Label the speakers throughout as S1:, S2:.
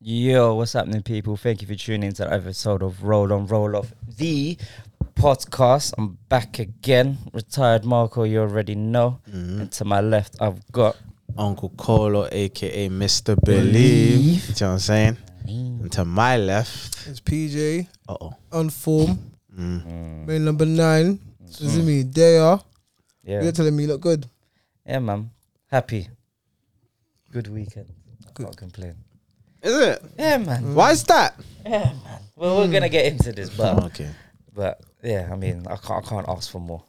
S1: Yo, what's happening, people? Thank you for tuning into another episode of Roll On Roll Off, the podcast. I'm back again. Retired Marco, you already know. And to my left, I've got.
S2: Uncle Colo, aka Mr. Believe. You know what I'm saying? And to my left,
S3: It's PJ
S2: uh oh.
S3: on form,
S2: Mm.
S3: main number nine. Suzumi, they are.
S1: Yeah,
S3: You're telling me you look good.
S1: yeah, man. Happy. Good weekend. Can't complain.
S2: Is it?
S1: Yeah, man.
S2: Why is that?
S1: Well, we're gonna get into this,
S2: Oh,
S1: but
S2: okay.
S1: but yeah, I mean, I can't I can't ask for more.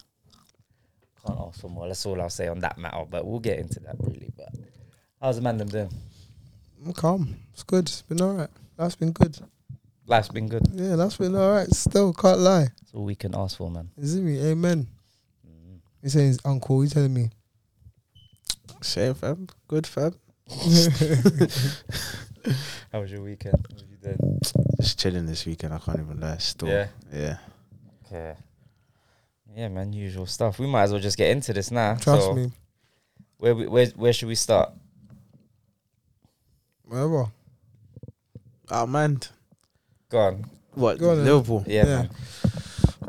S1: Can't ask for more. That's all I'll say on that matter. But we'll get into that really. But how's the man them doing?
S3: I'm calm. It's good. It's been all right. Life's been good.
S1: Life's been good.
S3: Yeah, that's been all right. Still, can't lie.
S1: That's all we can ask for, man.
S3: Suzumi, amen.
S1: Mm-hmm.
S3: He's saying his uncle. He's telling me.
S2: Shame, fam. Good, fam.
S1: How was your weekend? What did you do?
S2: Just chilling this weekend. I can't even lie. Still.
S1: Yeah.
S2: Yeah.
S1: Okay. Yeah, man, usual stuff. We might as well just get into this now.
S3: Trust
S1: So,
S3: me.
S1: Where, we- where where should we start?
S3: Whatever.
S2: Oh, man.
S1: Go on.
S2: What?
S3: Go on then.
S2: Liverpool.
S1: Yeah,
S3: Yeah.
S1: man.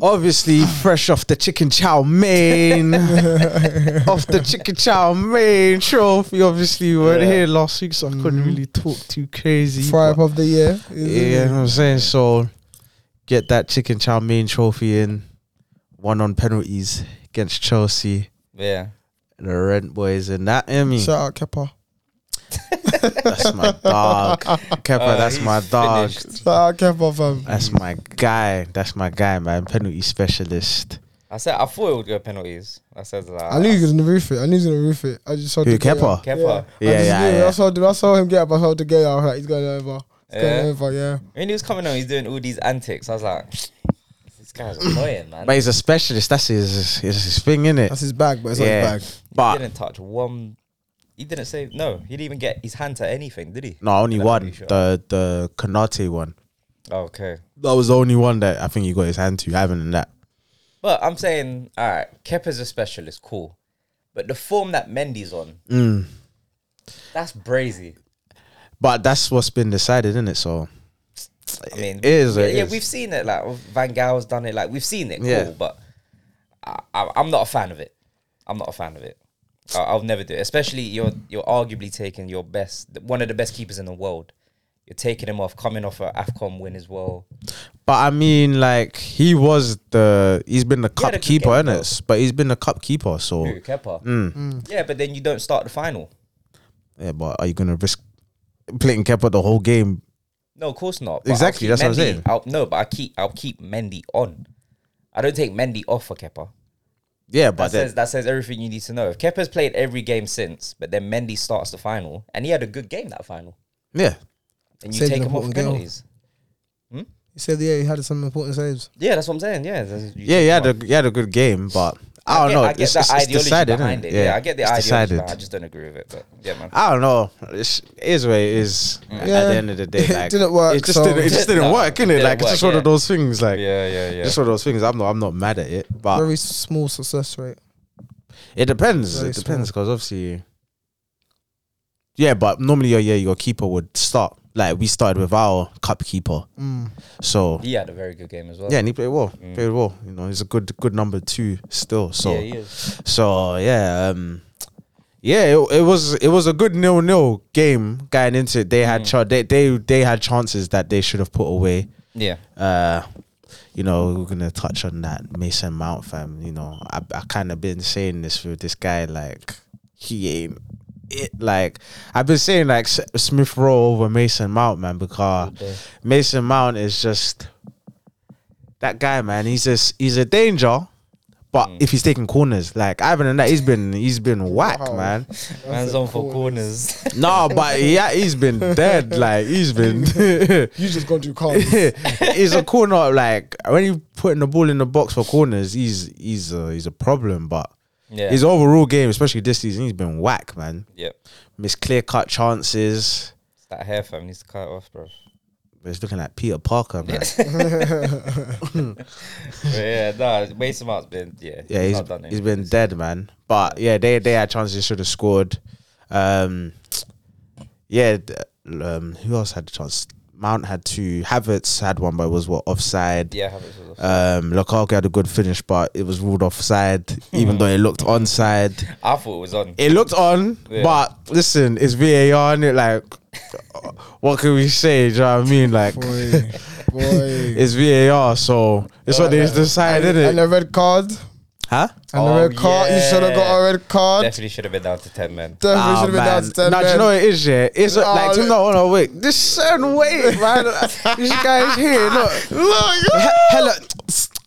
S2: Obviously, fresh off the chicken chow mein, off the chicken chow mein trophy. Obviously, we weren't
S1: Yeah.
S2: here last week, so I couldn't
S3: Mhm.
S2: really talk too crazy. but-
S3: Friday of the year.
S2: Yeah, you know what
S3: Izumi.
S2: I'm saying? So get that chicken chow mein trophy in, one on penalties against Chelsea
S1: Yeah.
S2: and the Rent Boys and that Emmy.
S3: Shout out Kepa.
S2: that's my dog. Kepa,
S1: Uh,
S2: that's
S1: he's
S2: my dog.
S1: finished.
S3: Shout out Kepa, fam.
S2: That's my guy. That's my guy, man. Penalty specialist.
S1: I said I thought it would go penalties. I said that.
S3: I knew he was gonna roof it. I knew he was gonna roof it. I just saw
S2: Who,
S3: De Gea.
S2: Kepa?
S1: Kepa.
S3: I
S2: Yeah,
S3: just
S2: yeah,
S3: knew.
S2: yeah.
S3: I saw, I saw him get up. I saw De Gea. I was like, he's going over.
S1: Yeah.
S3: He's going over. Yeah.
S1: When he was coming on, he's doing all these antics. I was like, this guy's annoying, man.
S2: But he's a specialist. That's his, his, his thing, innit?
S3: That's his bag, but it's not
S2: Yeah.
S3: his bag.
S1: he
S2: But
S1: didn't touch one. He didn't say no. He didn't even get his hand to anything, did he?
S2: no, only
S1: That's
S2: one.
S1: pretty sure.
S2: The the Kanate one.
S1: Okay.
S2: That was the only one that I think he got his hand to. Having that.
S1: But I'm saying, all right, Kepa's a specialist, cool. But the form that Mendy's on,
S2: Mm.
S1: that's brazy.
S2: But that's what's been decided, isn't it? So
S1: I mean,
S2: it is,
S1: yeah,
S2: it
S1: yeah,
S2: is.
S1: we've seen it. Like Van Gaal's done it. Like we've seen it, cool.
S2: Yeah.
S1: But I, I, I'm not a fan of it. I'm not a fan of it. I, I'll never do it. Especially you're you're arguably taking your best, one of the best keepers in the world. You're taking him off, coming off a Afcon win as well.
S2: But I mean, like he was the he's been the
S1: had a
S2: cup
S1: good
S2: keeper,
S1: game, Hmm.
S2: innit? S- But he's been the cup keeper, so
S1: Who, Kepa.
S2: Mm.
S1: Yeah, but then you don't start the final.
S2: yeah. But are you gonna risk playing Kepa the whole game?
S1: No, of course not. but I'll
S2: Exactly,
S1: keep
S2: that's what I'm
S1: Mendy-
S2: saying.
S1: I'll, no, but I keep I'll keep Mendy on. I don't take Mendy off for Kepa.
S2: Yeah,
S1: That
S2: but then,
S1: says that says everything you need to know. If Kepa's played every game since, but then Mendy starts the final, and he had a good game that final,
S2: yeah,
S1: and you
S3: Saved
S1: take
S3: an
S1: him off
S3: important goal.
S1: penalties.
S3: He said, yeah, he had some important saves.
S1: Yeah, that's what I'm saying. Yeah, that's- you
S2: yeah,
S1: take
S2: he
S1: him
S2: had
S1: off.
S2: a he had a good game, but I
S1: get-
S2: don't know.
S1: I get
S2: it's,
S1: the
S2: it's, it's
S1: ideology
S2: decided,
S1: behind
S2: innit?
S1: it. Yeah, I get the
S2: it's
S1: ideology.
S2: decided.
S1: behind it. I just don't agree with it, but yeah, man.
S2: I don't know. It's, it is what it is. At
S3: Yeah.
S2: the end of the day,
S3: It
S2: like,
S3: didn't work,
S2: It just
S3: so-
S2: didn't. It just didn't
S1: No,
S2: work, innit?
S1: didn't
S2: like it's just
S1: work,
S2: one of
S1: yeah.
S2: those things. Like
S1: Yeah, yeah, yeah.
S2: just one of those things. I'm not. I'm not mad at it, but
S3: Very small success rate.
S2: It depends.
S3: Very
S2: it depends because obviously, yeah. But normally, your yeah, your keeper would start. Like we started with our cup keeper,
S3: Mm.
S2: so
S1: He had a very good game as well.
S2: yeah, and he played well. Played well. You know, he's a good, good number two still. So,
S1: yeah, he is.
S2: so yeah, um, yeah. It, it was it was a good nil nil game going into it. They had cha- they, they they had chances that they should have put away.
S1: Yeah,
S2: Uh, you know, we're gonna touch on that Mason Mount fam. You know, I I kind of been saying this with this guy like he ain't it. Like I've been saying like S- Smith Rowe over Mason Mount man because
S1: Okay.
S2: Mason Mount is just that guy man. He's just he's a danger. But if he's taking corners, like Ivan and that, he's been he's been whack,
S3: Wow.
S2: man.
S1: man's on for corners.
S2: No, but yeah, he's been dead. Like he's been
S3: You just gone too calm.
S2: he's a corner like when you putting the ball in the box for corners, he's he's a, he's a problem. But
S1: yeah,
S2: his overall game, especially this season, he's been whack, man.
S1: yeah.
S2: Missed clear cut chances.
S1: It's that hair fam needs to cut it off, bro.
S2: But it's looking like Peter Parker, man.
S1: But yeah, no, Mason Mount's been yeah,
S2: Yeah, he's,
S1: not done eh?
S2: he's
S1: anything.
S2: been dead, man. But yeah, they they had chances they should have scored. Um, yeah, d- um, who else had the chance? Mount had two. Havertz had one, but it was what offside.
S1: Yeah, Havertz was offside.
S2: Um, Lukaku had a good finish, but it was ruled offside,
S1: Hmm.
S2: even though it looked onside.
S1: I thought it was on.
S2: It looked on,
S1: Yeah.
S2: but listen, it's VAR, and it like, what can we say? Do you know what I mean? Like,
S3: Boy, boy.
S2: it's VAR, so it's what they decided,
S3: and,
S2: isn't
S3: and
S2: it?
S3: a red card. And
S2: Huh?
S1: Oh,
S3: a red card. You should have got a red card.
S1: Definitely should have been down to ten men.
S3: Definitely
S2: Ah,
S3: should have been down to
S2: man.
S3: 10
S2: Nah, do you
S3: men.
S2: know what it is, yeah? It's uh,
S3: Oh,
S2: like,
S3: look.
S2: no, no, no, wait. This certain way, man. this guy's here, look.
S3: Look,
S2: He- Hello.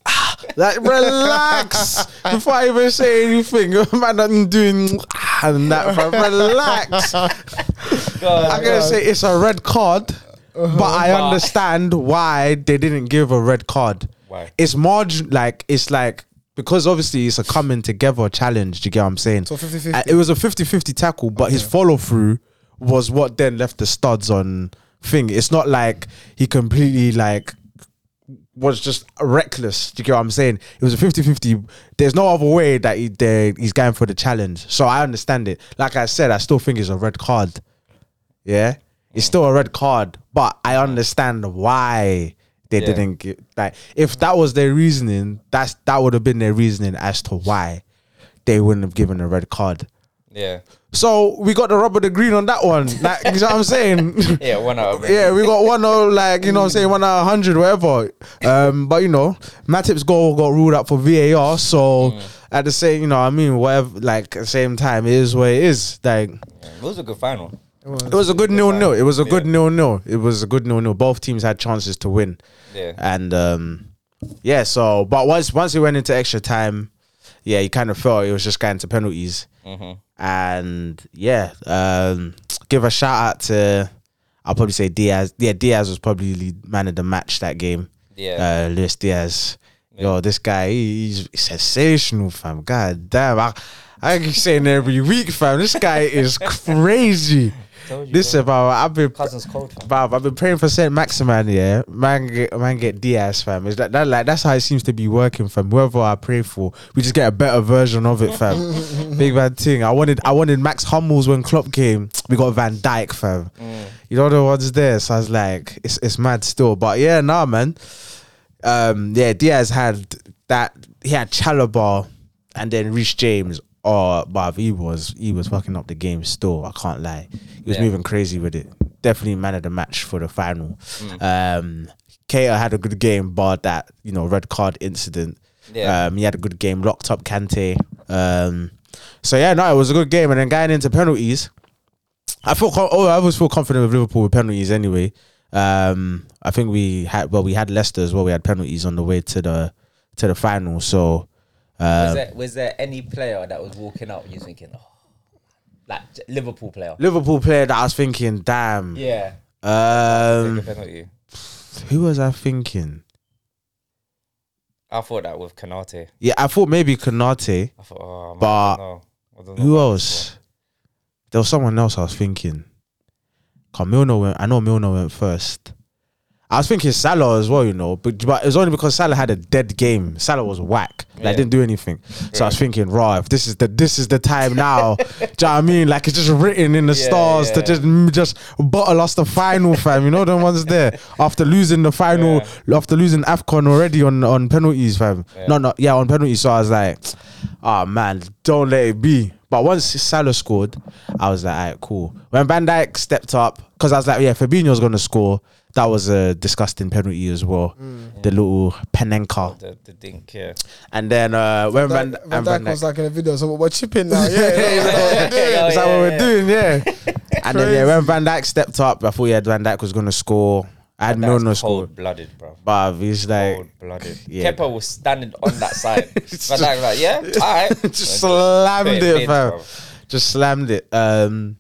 S2: Ah, Like relax before I even say anything. Man, I'm doing and that. fam. Relax. I'm gonna say it's a red card, but I
S1: But-
S2: understand why they didn't give a red card.
S1: Why?
S2: It's margin like it's like because obviously it's a coming together challenge. Do you get what I'm saying?
S3: So 50-50.
S2: Uh, It was a 50-50 tackle, but his follow through was what then left the studs on thing. It's not like he completely like was just reckless. Do you get what I'm saying? It was a 50-50. There's no other way that he, they, he's going for the challenge. So I understand it. Like I said, I still think it's a red card. Yeah, it's still a red card, but I understand why they
S1: Yeah.
S2: didn't get like. If that was their reasoning, that's that would have been their reasoning as to why they wouldn't have given a red card.
S1: Yeah,
S2: So we got the rubber the green on that one. Like, you know what I'm saying?
S1: yeah, one out. Of it.
S2: Yeah, we got one out, like you know what I'm saying, one out of hundred, whatever. Um, but you know, Matip's goal got ruled out for VAR, so at the same, you know, what I mean, whatever, like at the same time, it is what it is. Like
S1: It was a good final.
S2: it was a good nil nil. It was a good
S1: Yeah.
S2: nil nil. It was a good nil nil. Both teams had chances to win,
S1: Yeah.
S2: and um, yeah. So, but once once it went into extra time, yeah, you kind of felt it was just going to penalties, and yeah, um, give a shout out to. I'll probably say Diaz. Yeah, Diaz was probably the man of the match that game.
S1: Yeah.
S2: uh, Luis Diaz. Yo, this guy, he- he's sensational, fam. God damn, I, I keep saying every week, fam. This guy is crazy.
S1: Told you,
S2: Listen, bro, I've been
S1: Cousins cold. fam.
S2: Bob, I've been praying for Saint Maximan, yeah. Man get man get Diaz, fam. Is that, that like that's how it seems to be working, fam. Whoever I pray for, we just get a better version of it, fam. Big bad thing. I wanted I wanted Max Hummels when Klopp came. We got Van Dyke, fam. You know the ones there. So I was like, it's it's mad still. But yeah, nah, man. Um, yeah, Diaz had that he had Chalabar and then Reece James. Oh, but he was he was fucking up the game still. I can't lie. He was
S1: Yeah.
S2: moving crazy with it. Definitely man of the match for the final.
S1: Mm.
S2: Um, Kato had a good game, bar that you know red card incident.
S1: Yeah.
S2: Um, he had a good game. Locked up Kante. Um, so yeah, no, it was a good game. And then going into penalties, I feel com- oh, I always feel confident with Liverpool with penalties anyway. Um, I think we had well, we had Leicester as well. We had penalties on the way to the to the final. So um,
S1: was, there, was there any player that was walking out? You thinking, oh, like j- Liverpool player?
S2: Liverpool player that I was thinking, damn.
S1: Yeah.
S2: Um,
S1: Take a penalty.
S2: who was I thinking?
S1: I thought that with Kanate.
S2: Yeah, I thought maybe Konate.
S1: I thought, oh, man,
S2: But
S1: I don't know. I don't know
S2: Who
S1: about
S2: else? There was someone else I was thinking. 'Cause Milner went. I know Milner went first. I was thinking Salah as well, you know, but but it was only because Salah had a dead game. Salah was whack. Like
S1: Yeah.
S2: didn't do anything. So I was thinking, raw. If this is the this is the time now, do you know what I mean? Like it's just written in the
S1: Yeah,
S2: stars to
S1: yeah.
S2: just mm, just bottle us the final, fam. You know the ones there after losing the final, after losing Afcon already on on penalties, fam. No, no, yeah, on penalties. So I was like, oh man, don't let it be. But once Salah scored, I was like, all right, cool. When Van Dijk stepped up, because I was like, yeah, Fabinho's gonna score. That was a disgusting penalty as well. The little Penenka.
S1: The, the dink, yeah.
S2: And then uh, when Van,
S3: Van,
S2: and
S3: Dijk
S2: Van
S3: was like in a video, so we're chipping now. Yeah,
S1: Yeah, yeah,
S2: Is that what we're
S1: yeah.
S2: doing? Yeah. and then yeah, when Van Dyke stepped up, I thought yeah, Van Dyke was gonna score. I had no
S1: That's
S2: no score,
S1: cold blooded, bro.
S2: but he's like
S1: Cold blooded.
S2: yeah.
S1: Kepa Oh, was standing on that side.
S2: It's
S1: Van Dijk was like, yeah, all right.
S2: just slammed
S1: Fair
S2: it,
S1: bid,
S2: fam.
S1: bro.
S2: Just slammed it. Um,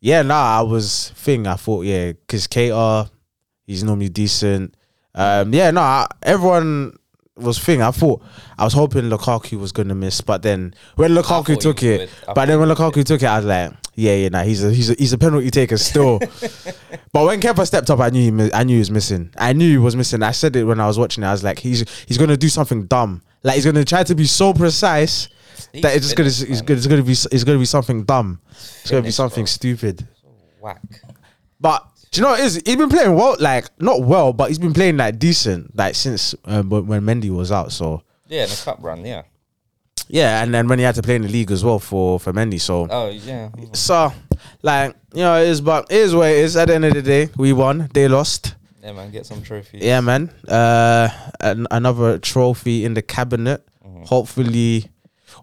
S2: yeah, nah, I was thing. I thought yeah, because KR, he's normally decent. Um, yeah, no, nah, everyone was thing. I thought I was hoping Lukaku was gonna miss, but then when
S1: thought he
S2: Lukaku took
S1: was
S2: it,
S1: good. I
S2: but
S1: thought
S2: then when Lukaku took it, I was like, yeah, yeah, nah, he's a he's a, he's a penalty taker still. but when Kepa stepped up, I knew he mi- I knew he was missing. I knew he was missing. I said it when I was watching it. I was like, he's he's gonna do something dumb. Like he's gonna try to be so precise that it's just gonna
S1: finished,
S2: it's
S1: man.
S2: gonna, it's gonna be it's gonna be something dumb. It's gonna be
S1: Finished,
S2: something
S1: bro.
S2: stupid.
S1: whack.
S2: But do you know what it is? He's been playing well, like not well, but he's been playing like decent, like since uh, when when Mendy was out. So
S1: Yeah, in the cup run. Yeah.
S2: yeah, and then when he had to play in the league as well for for Mendy. So
S1: Oh yeah.
S2: so like you know it is, but it is what it is. At the end of the day, we won. They lost.
S1: Yeah, man. Get some trophies.
S2: Yeah, man. Uh, an- another trophy in the cabinet.
S1: Mm-hmm.
S2: Hopefully,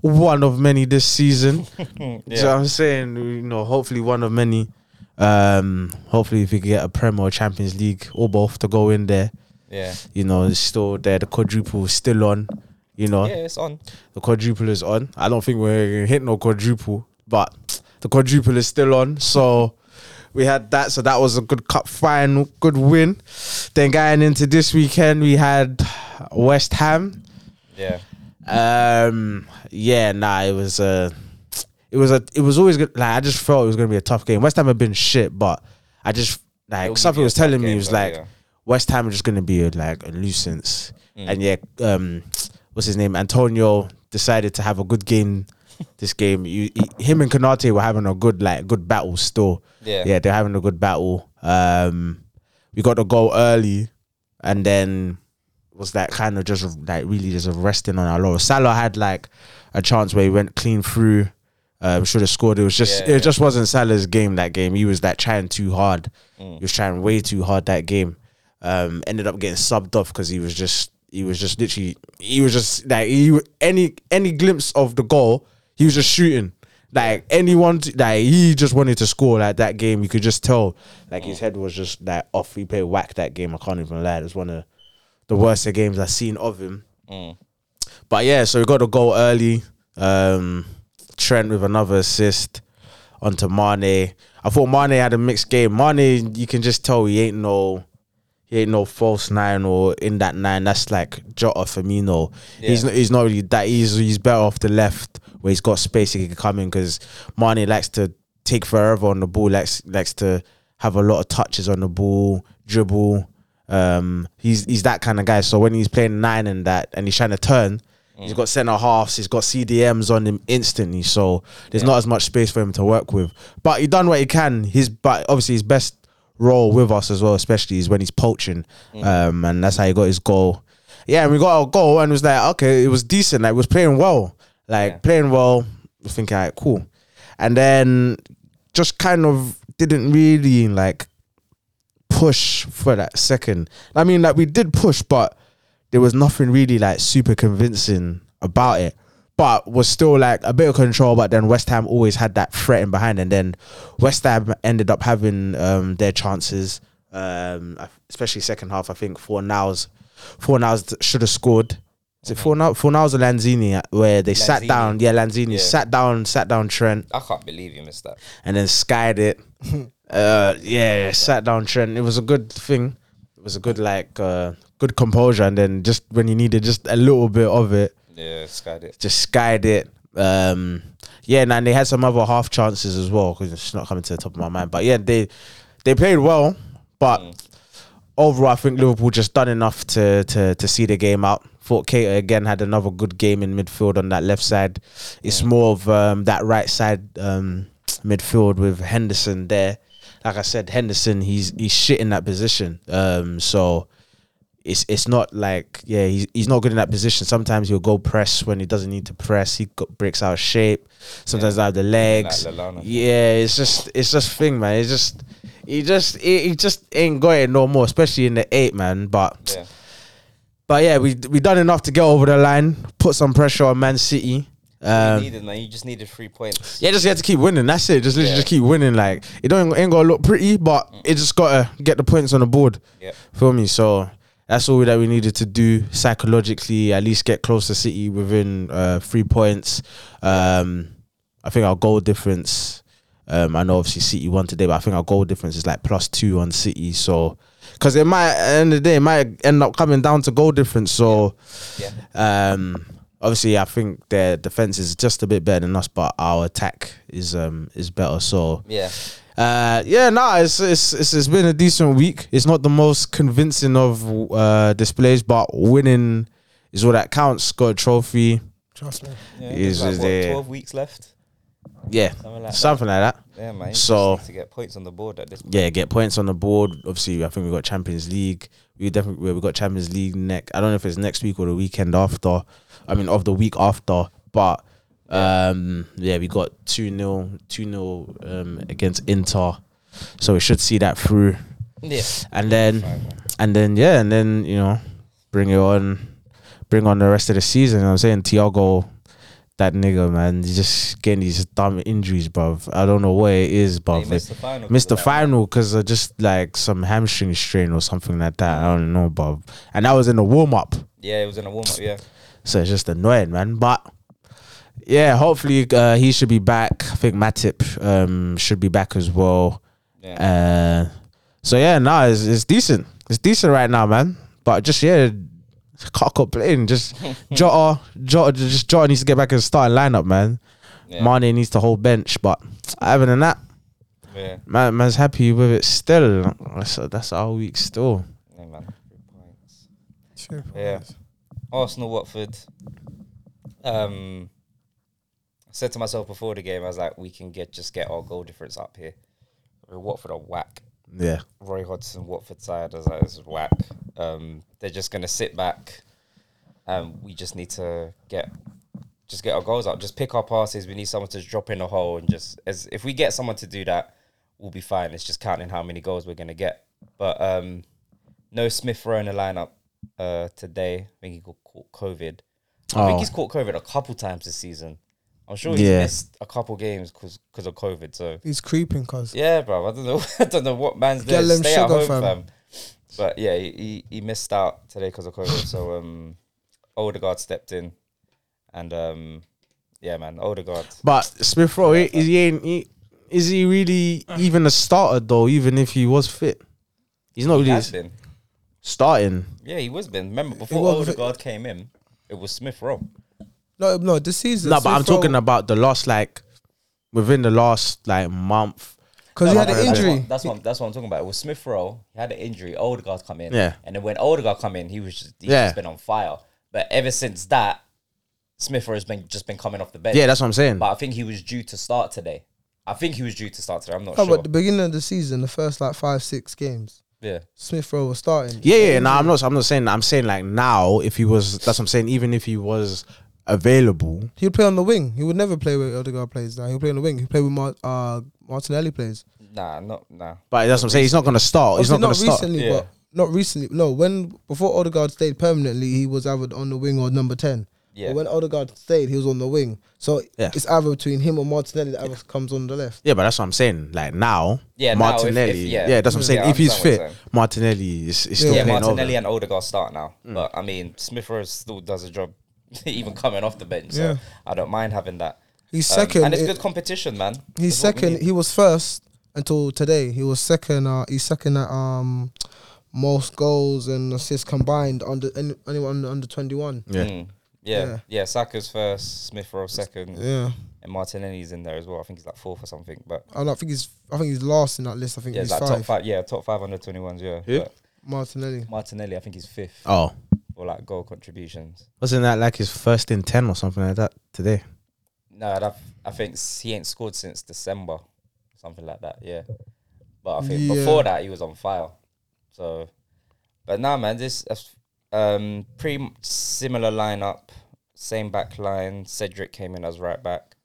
S2: one of many this season.
S1: Mm,
S2: Do you know
S1: yeah.
S2: what I'm saying? You know, hopefully one of many. Um, hopefully if we can get a Prem or Champions League or both to go in there,
S1: Yeah.
S2: you know, it's still there. The quadruple is still on. You know,
S1: Yeah, it's on.
S2: the quadruple is on. I don't think we're gonna hit no quadruple, but the quadruple is still on. So we had that. So that was a good cup final, good win. Then going into this weekend, we had West Ham.
S1: Yeah.
S2: Um, yeah, nah, it was a, it was a, it was always good. Like I just felt it was gonna be a tough game. West Ham have been shit, but I just
S1: It'll
S2: like
S1: give
S2: something
S1: you a
S2: was
S1: tough
S2: telling me
S1: game,
S2: it was
S1: though,
S2: like
S1: yeah.
S2: West Ham are just gonna be like a nuisance.
S1: Mm.
S2: And yeah, um, what's his name? Antonio decided to have a good game. This game, you, he- him and Kanate were having a good like good battle still.
S1: Yeah.
S2: yeah, they're having a good battle. Um, we got the goal early, and then was that kind of just like really just resting on our laurels. Salah had like a chance where he went clean through. Um, should have scored. It was just
S1: Yeah.
S2: it just wasn't Salah's game that game. He was like trying too hard. He was trying way too hard that game. Um, ended up getting subbed off because he was just he was just literally he was just like he any any glimpse of the goal he was just shooting. Like anyone, t- like he just wanted to score. Like that game, you could just tell. Like his head was just like off. He played whack that game. I can't even lie. It was one of the worst of games I've seen of him.
S1: Hmm.
S2: But yeah, so we got a goal early. Um, Trent with another assist onto Mane. I thought Mane had a mixed game. Mane, you can just tell he ain't no, he ain't no false nine or in that nine. That's like Jota Firmino. He's
S1: Yeah.
S2: not, he's not really that. He's he's better off the left where he's got space he can come in because Mane likes to take forever on the ball. Likes likes to have a lot of touches on the ball, dribble. Um, he's he's that kind of guy. So when he's playing nine and that, and he's trying to turn, he's got centre halves, he's got CDMs on him instantly. So there's not as much space for him to work with. But he done what he can. His but obviously his best role with us as well, especially is when he's poaching, um, and that's how he got his goal. Yeah, and we got our goal, and it was like okay, it was decent. Like it was playing well, like
S1: Yeah.
S2: playing well. I think alright, cool, and then just kind of didn't really like push for that second. I mean, like we did push, but there was nothing really like super convincing about it. But was still like a bit of control. But then West Ham always had that threat in behind, and then West Ham ended up having um, their chances, um, especially second half. I think four nows, four nows should have scored. Is it four now? Four nows or Lanzini? uh, Where they sat
S1: Lanzini.
S2: down, yeah, Lanzini
S1: Yeah.
S2: sat down, sat down Trent,
S1: I can't believe you missed that.
S2: and then skied it. uh, yeah, sat down Trent. It was a good thing. It was a good like uh, good composure, and then just when you needed just a little bit of it,
S1: Yeah, skied it.
S2: just skied it. Um, yeah, and, and they had some other half chances as well because it's not coming to the top of my mind. But yeah, they they played well, but
S1: Hmm,
S2: overall, I think Liverpool just done enough to to to see the game out. Thought Cater again had another good game in midfield on that left side. It's more of um, that right side um, midfield with Henderson there. Like I said, Henderson, he's he's shit in that position. Um, so it's it's not like yeah he's he's not good in that position. Sometimes he'll go press when he doesn't need to press. He got, breaks out of shape. Sometimes out of the legs.
S1: Lallana.
S2: yeah, it's just it's just thing, man. It's just he just he, he just ain't got it no more, especially in the eight man. But
S1: Yeah.
S2: but yeah, we we done enough to get over the line, put some pressure on Man City.
S1: You
S2: Um,
S1: needed, man. You just needed three points.
S2: yeah, just you had to keep winning. That's it. Just literally
S1: Yeah.
S2: just keep winning. Like it don't ain't gonna look pretty, but it just gotta get the points on the board.
S1: Yep.
S2: Feel me? So that's all that we needed to do psychologically. At least get close to City within uh, three points. Um, I think our goal difference. Um, I know obviously City won today, but I think our goal difference is like plus two on City. So because it might at the end of the day it might end up coming down to goal difference. So.
S1: Yeah.
S2: Um, obviously, I think their defense is just a bit better than us, but our attack is um is better. So
S1: Yeah.
S2: uh, yeah, nah, it's, it's it's it's been a decent week. It's not the most convincing of uh displays, but winning is all that counts. Got a trophy.
S3: Trust me.
S1: yeah there's
S2: Is-
S1: like,
S2: is
S1: what,
S2: there-
S1: Twelve weeks left.
S2: Yeah,
S1: Something like that.
S2: something like that.
S1: Yeah, man. you just
S2: So-
S1: need to get points on the board at this point.
S2: Yeah, get points on the board. Obviously, I think we got Champions League. We definitely we got Champions League next. I don't know if it's next week or the weekend after. I mean, of the week after. But um, yeah, we got two 0 two 0 um, against Inter. So we should see that through.
S1: Yeah.
S2: And then
S1: Fine, man.
S2: and then yeah, and then you know, bring it on, bring on the rest of the season. You know what I'm saying Tiago, that nigga man, he's just getting these dumb injuries, bruv. I don't know what it is,
S1: They
S2: bruv.
S1: missed
S2: Missed,
S1: the final.
S2: missed the
S1: because of that.
S2: final because of just like some hamstring strain or something like that. I don't know, bruv. And that was in the warm up,
S1: Yeah, it was in a warm up. Yeah.
S2: so it's just annoying, man. But yeah, hopefully uh, he should be back. I think Matip um, should be back as well.
S1: Yeah.
S2: Uh, so yeah, no, it's, it's decent. It's decent right now, man. But just yeah, can't complain. Just Jota, Jota, just Jota needs to get back in the starting lineup, man.
S1: yeah.
S2: Mane needs the whole bench, but other than that,
S1: yeah.
S2: man, man's happy with it still. That's that's our week still.
S1: Yeah, man. Three points.
S3: Sure.
S1: Yeah. Arsenal, Watford. Um, I said to myself before the game, I was like, we can get just get our goal difference up here. Watford are whack.
S2: Yeah,
S1: Roy Hodgson, Watford side, I was like, this is whack. Um, they're just gonna sit back, and we just need to get just get our goals up, just pick our passes. We need someone to drop in a hole and just as if we get someone to do that, we'll be fine. It's just counting how many goals we're gonna get. But um, no Smith Rowe in the lineup uh, today. I think he got caught COVID. I
S2: Oh.
S1: think he's caught COVID a couple times this season. I'm sure he's
S2: Yeah.
S1: missed a couple games because of COVID. So
S3: He's creeping, cause
S1: yeah, bro. I don't know. I don't know what man's
S3: Get
S1: there.
S3: them
S1: Stay at
S3: sugar,
S1: home,
S3: fam.
S1: fam. But yeah, he, he he missed out today because of COVID. so um, Odegaard stepped in, and um, yeah, man, Odegaard.
S2: but Smith Rowe is he ain't he, is he really
S1: Uh-huh.
S2: even a starter though? Even if he was fit, he's not
S1: He
S2: really
S1: has been.
S2: starting.
S1: Yeah, he was been. Remember before
S3: was-
S1: Odegaard came in, it was Smith Rowe.
S3: no, no, this season.
S2: No, but I'm talking about the last like within the last like month.
S3: because he
S1: No,
S3: had
S1: no,
S3: an
S1: no, that's
S3: injury.
S1: what- That's what that's what I'm talking about. It was Smith Rowe. He had an injury. Odegaard come in.
S2: Yeah.
S1: And then when Odegaard come in, he was just, he's
S2: Yeah.
S1: just been on fire. But ever since that, Smith Rowe has been just been coming off the bench.
S2: Yeah, that's what I'm saying.
S1: but I think he was due to start today. I think he was due to start today. I'm not
S3: No,
S1: sure.
S3: but the beginning of the season, the first like five, six games,
S1: yeah,
S3: Smith Rowe was starting.
S2: yeah, yeah. No, I'm not. I'm not saying. I'm saying like now, if he was, that's what I'm saying. Even if he was available,
S3: He'd play on the wing. He would never play where Odegaard plays now. He'll play on the wing. He'll play with Mar- uh, Martinelli plays.
S1: nah, not nah.
S2: but that's what I'm saying. He's not gonna start. He's
S3: Obviously
S2: not gonna start.
S3: recently,
S1: Yeah.
S3: but not recently. No, when before Odegaard stayed permanently, he was either on the wing or number ten.
S1: Yeah.
S3: But when Odegaard stayed, he was on the wing. So
S2: Yeah.
S3: it's either between him or Martinelli that either comes on the left.
S2: Yeah, but that's what I'm saying. Like now,
S1: Yeah, now, if- if-
S2: Martinelli. yeah.
S1: yeah.
S2: that's what
S1: Yeah,
S2: I'm saying.
S1: I
S2: if he's
S1: understand
S2: fit,
S1: what you're
S2: Martinelli is, is still
S3: Yeah,
S1: Yeah,
S2: playing
S1: Martinelli
S2: over.
S1: and Odegaard start now.
S2: Mm.
S1: But I mean, Smith Rowe still does a job, even coming off the bench. So
S3: Yeah.
S1: I don't mind having that.
S3: He's
S1: Um,
S3: second.
S1: and it's
S3: it-
S1: good competition, man.
S3: He's
S1: That's what we
S3: second.
S1: need.
S3: He was first until today. He was second. Uh, he's second at um most goals and assists combined under any, anyone under, under twenty one.
S2: Yeah.
S1: Mm. Yeah.
S3: Yeah.
S1: yeah, Saka's first, Smith Rowe second,
S3: Yeah,
S1: and Martinelli's in there as well. I think he's like fourth or something. But
S3: I don't think he's. I think he's last in that list. I think
S1: yeah,
S3: he's
S1: like top
S3: five.
S1: five. Yeah, top five under twenty ones. Yeah,
S2: Who?
S1: But
S3: Martinelli.
S1: Martinelli, I think he's fifth
S2: Oh,
S1: for like goal contributions.
S2: wasn't that like his first in ten or something like that today?
S1: No, i I think s- he ain't scored since December, something like that. Yeah, but I think
S3: Yeah.
S1: before that he was on fire. So, but now, man, this that's, um pretty m- similar lineup, same back line. Cedric came in as right back.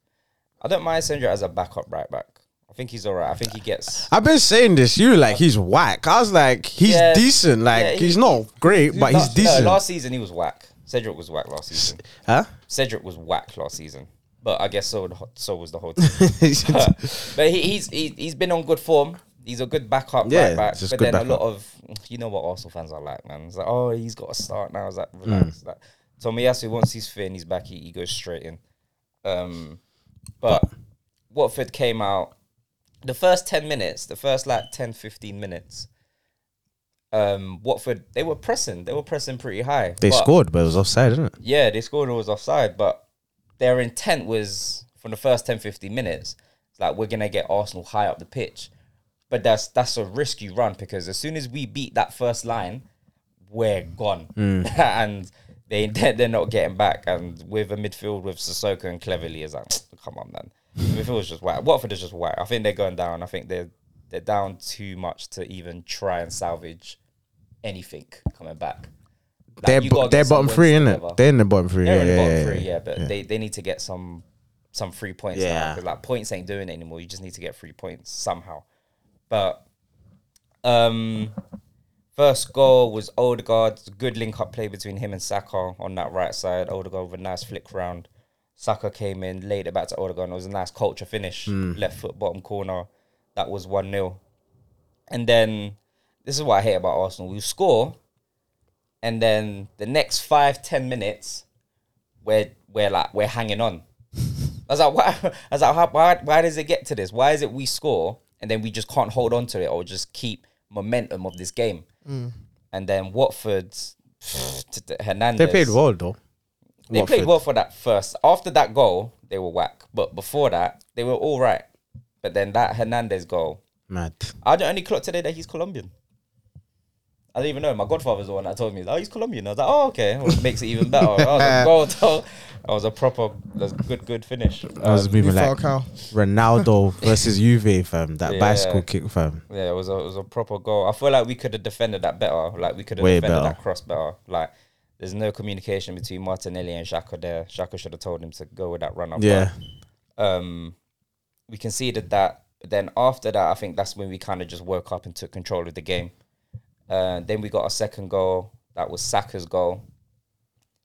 S1: I don't mind Cedric as a backup right back. I think he's alright. I think he gets.
S2: I've been saying this. You were like he's whack. I was like he's
S1: Yeah.
S2: decent. Like
S1: Yeah, he-
S2: he's not great, but he's
S1: No,
S2: decent.
S1: last season he was whack. Cedric was whack last season.
S2: huh?
S1: Cedric was whack last season, but I guess so. So was the whole team. but he, he's he, he's been on good form. He's a good backup
S2: Yeah,
S1: right back.
S2: it's just
S1: But
S2: good
S1: then a lot of you know what Arsenal fans are like, man. It's like, oh, he's got to start now. It's like,
S2: Hmm.
S1: relax. Like, Tomiyasu, once he's fit and he's back, he, he goes straight in. Um, but Watford came out the first 10 minutes, the first like 10, 15 minutes. Um, Watford, they were pressing. They were pressing pretty high.
S2: They
S1: But-
S2: scored, but it was offside, isn't it?
S1: yeah, they scored and it was offside, but their intent was from the first 10, 15 minutes, it's like we're gonna get Arsenal high up the pitch. But that's that's a risky run because as soon as we beat that first line, we're gone.
S2: Mm.
S1: and they they're, they're not getting back. And with a midfield with Sissoko and Cleverly is like, come on, man. if it was just white, Watford is just white. I think they're going down. I think they're they're down too much to even try and salvage anything coming back. Like,
S2: they're
S1: you
S2: bo-
S1: gotta get
S2: they're
S1: some
S2: bottom
S1: wins
S2: three, innit?
S1: together.
S2: They're in the bottom three.
S1: They're
S2: Yeah,
S1: in the
S2: yeah,
S1: bottom
S2: yeah,
S1: three,
S2: yeah.
S1: yeah, but they, they need to get some some free points now
S2: Yeah.
S1: 'cause, like points ain't doing it anymore. You just need to get three points somehow. But um first goal was Odegaard. Good link up play between him and Saka on that right side. Odegaard with a nice flick round. Saka came in, laid it back to Odegaard. and It was a nice culture finish.
S2: Mm.
S1: Left foot bottom corner. That was 1 0. And then this is what I hate about Arsenal. We score, and then the next five, ten minutes, we're we're like we're hanging on. I was like, why? I was like, how, why? Why does it get to this? Why is it we score and then we just can't hold on to it or just keep momentum of this game? And then Watford's to the-
S2: They
S1: Hernandez.
S2: played well though.
S1: They played well for that first. After that goal, they were whack. But before that, they were all right. But then that Hernandez goal,
S2: Mad.
S1: I don't only clocked today that he's Colombian. I didn't even know. My godfather's the one that told me, oh, he's Colombian. I was like, oh, okay. Well, it makes it even better. I was like, well done. That was a proper, that's good, good finish.
S2: I was
S3: New
S2: moving like
S3: Falcao.
S2: Ronaldo versus Juve, fam. That
S1: Yeah.
S2: bicycle kick, fam.
S1: Yeah, it was a, it was a proper goal. I feel like we could have defended that better. Like we could have
S2: Way
S1: defended
S2: better.
S1: that cross better. Like there's no communication between Martinelli and Shaka there. Shaka should have told him to go with that run up.
S2: Yeah,
S1: But, um, we conceded that. Then after that, I think that's when we kind of just woke up and took control of the game. Uh, then we got a second goal. That was Saka's goal.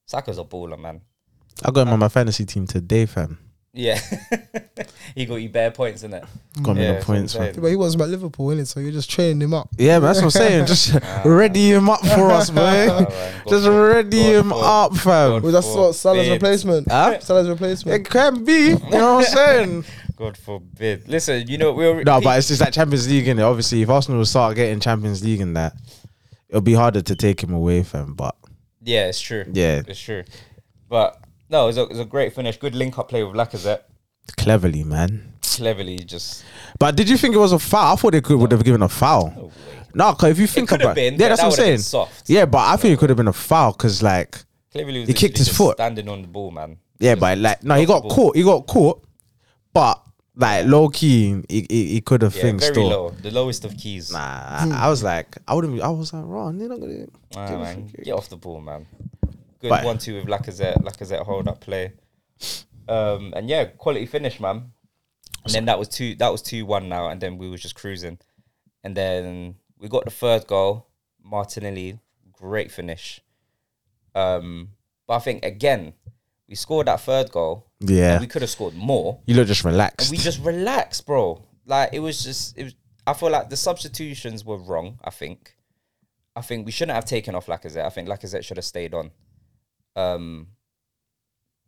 S1: Saka's a baller, man.
S2: I got him on my fantasy team today, fam.
S1: Yeah, he got you bare points, innit?
S2: Got me
S1: Yeah,
S2: the
S1: that's what I'm
S2: points, fam.
S1: saying.
S3: But he wasn't about Liverpool, innit? So you're just training him up.
S2: Yeah, man, that's what I'm saying. Just ready him up for us,
S1: Oh,
S2: man.
S1: man, God
S2: Just
S1: for-
S2: ready
S1: God
S2: him
S1: for-
S2: up, fam.
S1: God
S3: Well, that's
S1: for
S3: what Salah's
S1: bid.
S3: replacement.
S2: Huh?
S3: Salah's replacement.
S2: It can be. You know what I'm saying?
S1: God forbid. Listen, you know we already.
S2: No, but it's just like Champions League, and obviously, if Arsenal start getting Champions League and that, it'll be harder to take him away, fam. But
S1: yeah, it's true.
S2: yeah,
S1: it's true. But no, it's a, it's a great finish. Good link up play with Lacazette.
S2: cleverly, man.
S1: Cleverly, just
S2: But did you think it was a foul? I thought they could would have given a foul. No, because if you think
S1: could have
S2: about
S1: been,
S2: yeah,
S1: but
S2: that's
S1: that would
S2: what I'm
S1: have been
S2: saying.
S1: soft.
S2: Yeah, but I think it could have been a foul because like
S1: cleverly was
S2: He
S1: literally
S2: kicked his
S1: just
S2: foot.
S1: standing on the ball, man.
S2: yeah,
S1: Just-
S2: but like no, he got
S1: ball.
S2: caught. He got caught, but like low key, he he, he could have
S1: yeah,
S2: things
S1: very
S2: still.
S1: low, the lowest of keys.
S2: Nah, I, I was like, I wouldn't. be- I was like, wrong. They're not gonna.
S1: Ah,
S2: give a
S1: man,
S2: free kick."
S1: get off the ball, man. Good
S2: But-
S1: one-two with Lacazette. Lacazette hold up play, um, and yeah, quality finish, man. And then that was two. That was two-one now, and then we was just cruising, and then we got the third goal. Martinelli, great finish. Um, but I think again, we scored that third goal.
S2: Yeah,
S1: We could have scored more.
S2: you look just relaxed.
S1: And we just relaxed, bro. Like it was just it was I feel like the substitutions were wrong, I think. I think we shouldn't have taken off Lacazette. I think Lacazette should have stayed on. Um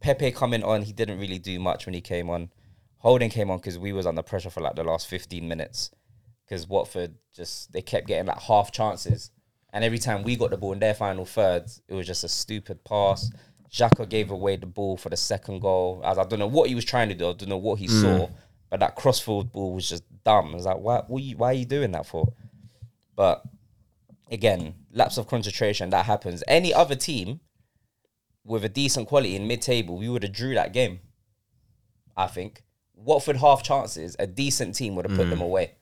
S1: Pepe coming on, he didn't really do much when he came on. Holding came on because we was under pressure for like the last 15 minutes. Because Watford just they kept getting like half chances. And every time we got the ball in their final third, it was just a stupid pass. Xhaka gave away the ball for the second goal. I, was, I don't know what he was trying to do. I don't know what he saw, but that crossfield ball was just dumb. I was like, why, what you, why are you doing that for? But again, lapse of concentration that happens. Any other team with a decent quality in mid table, we would have drew that game. I think Watford half chances, a decent team would have put them away.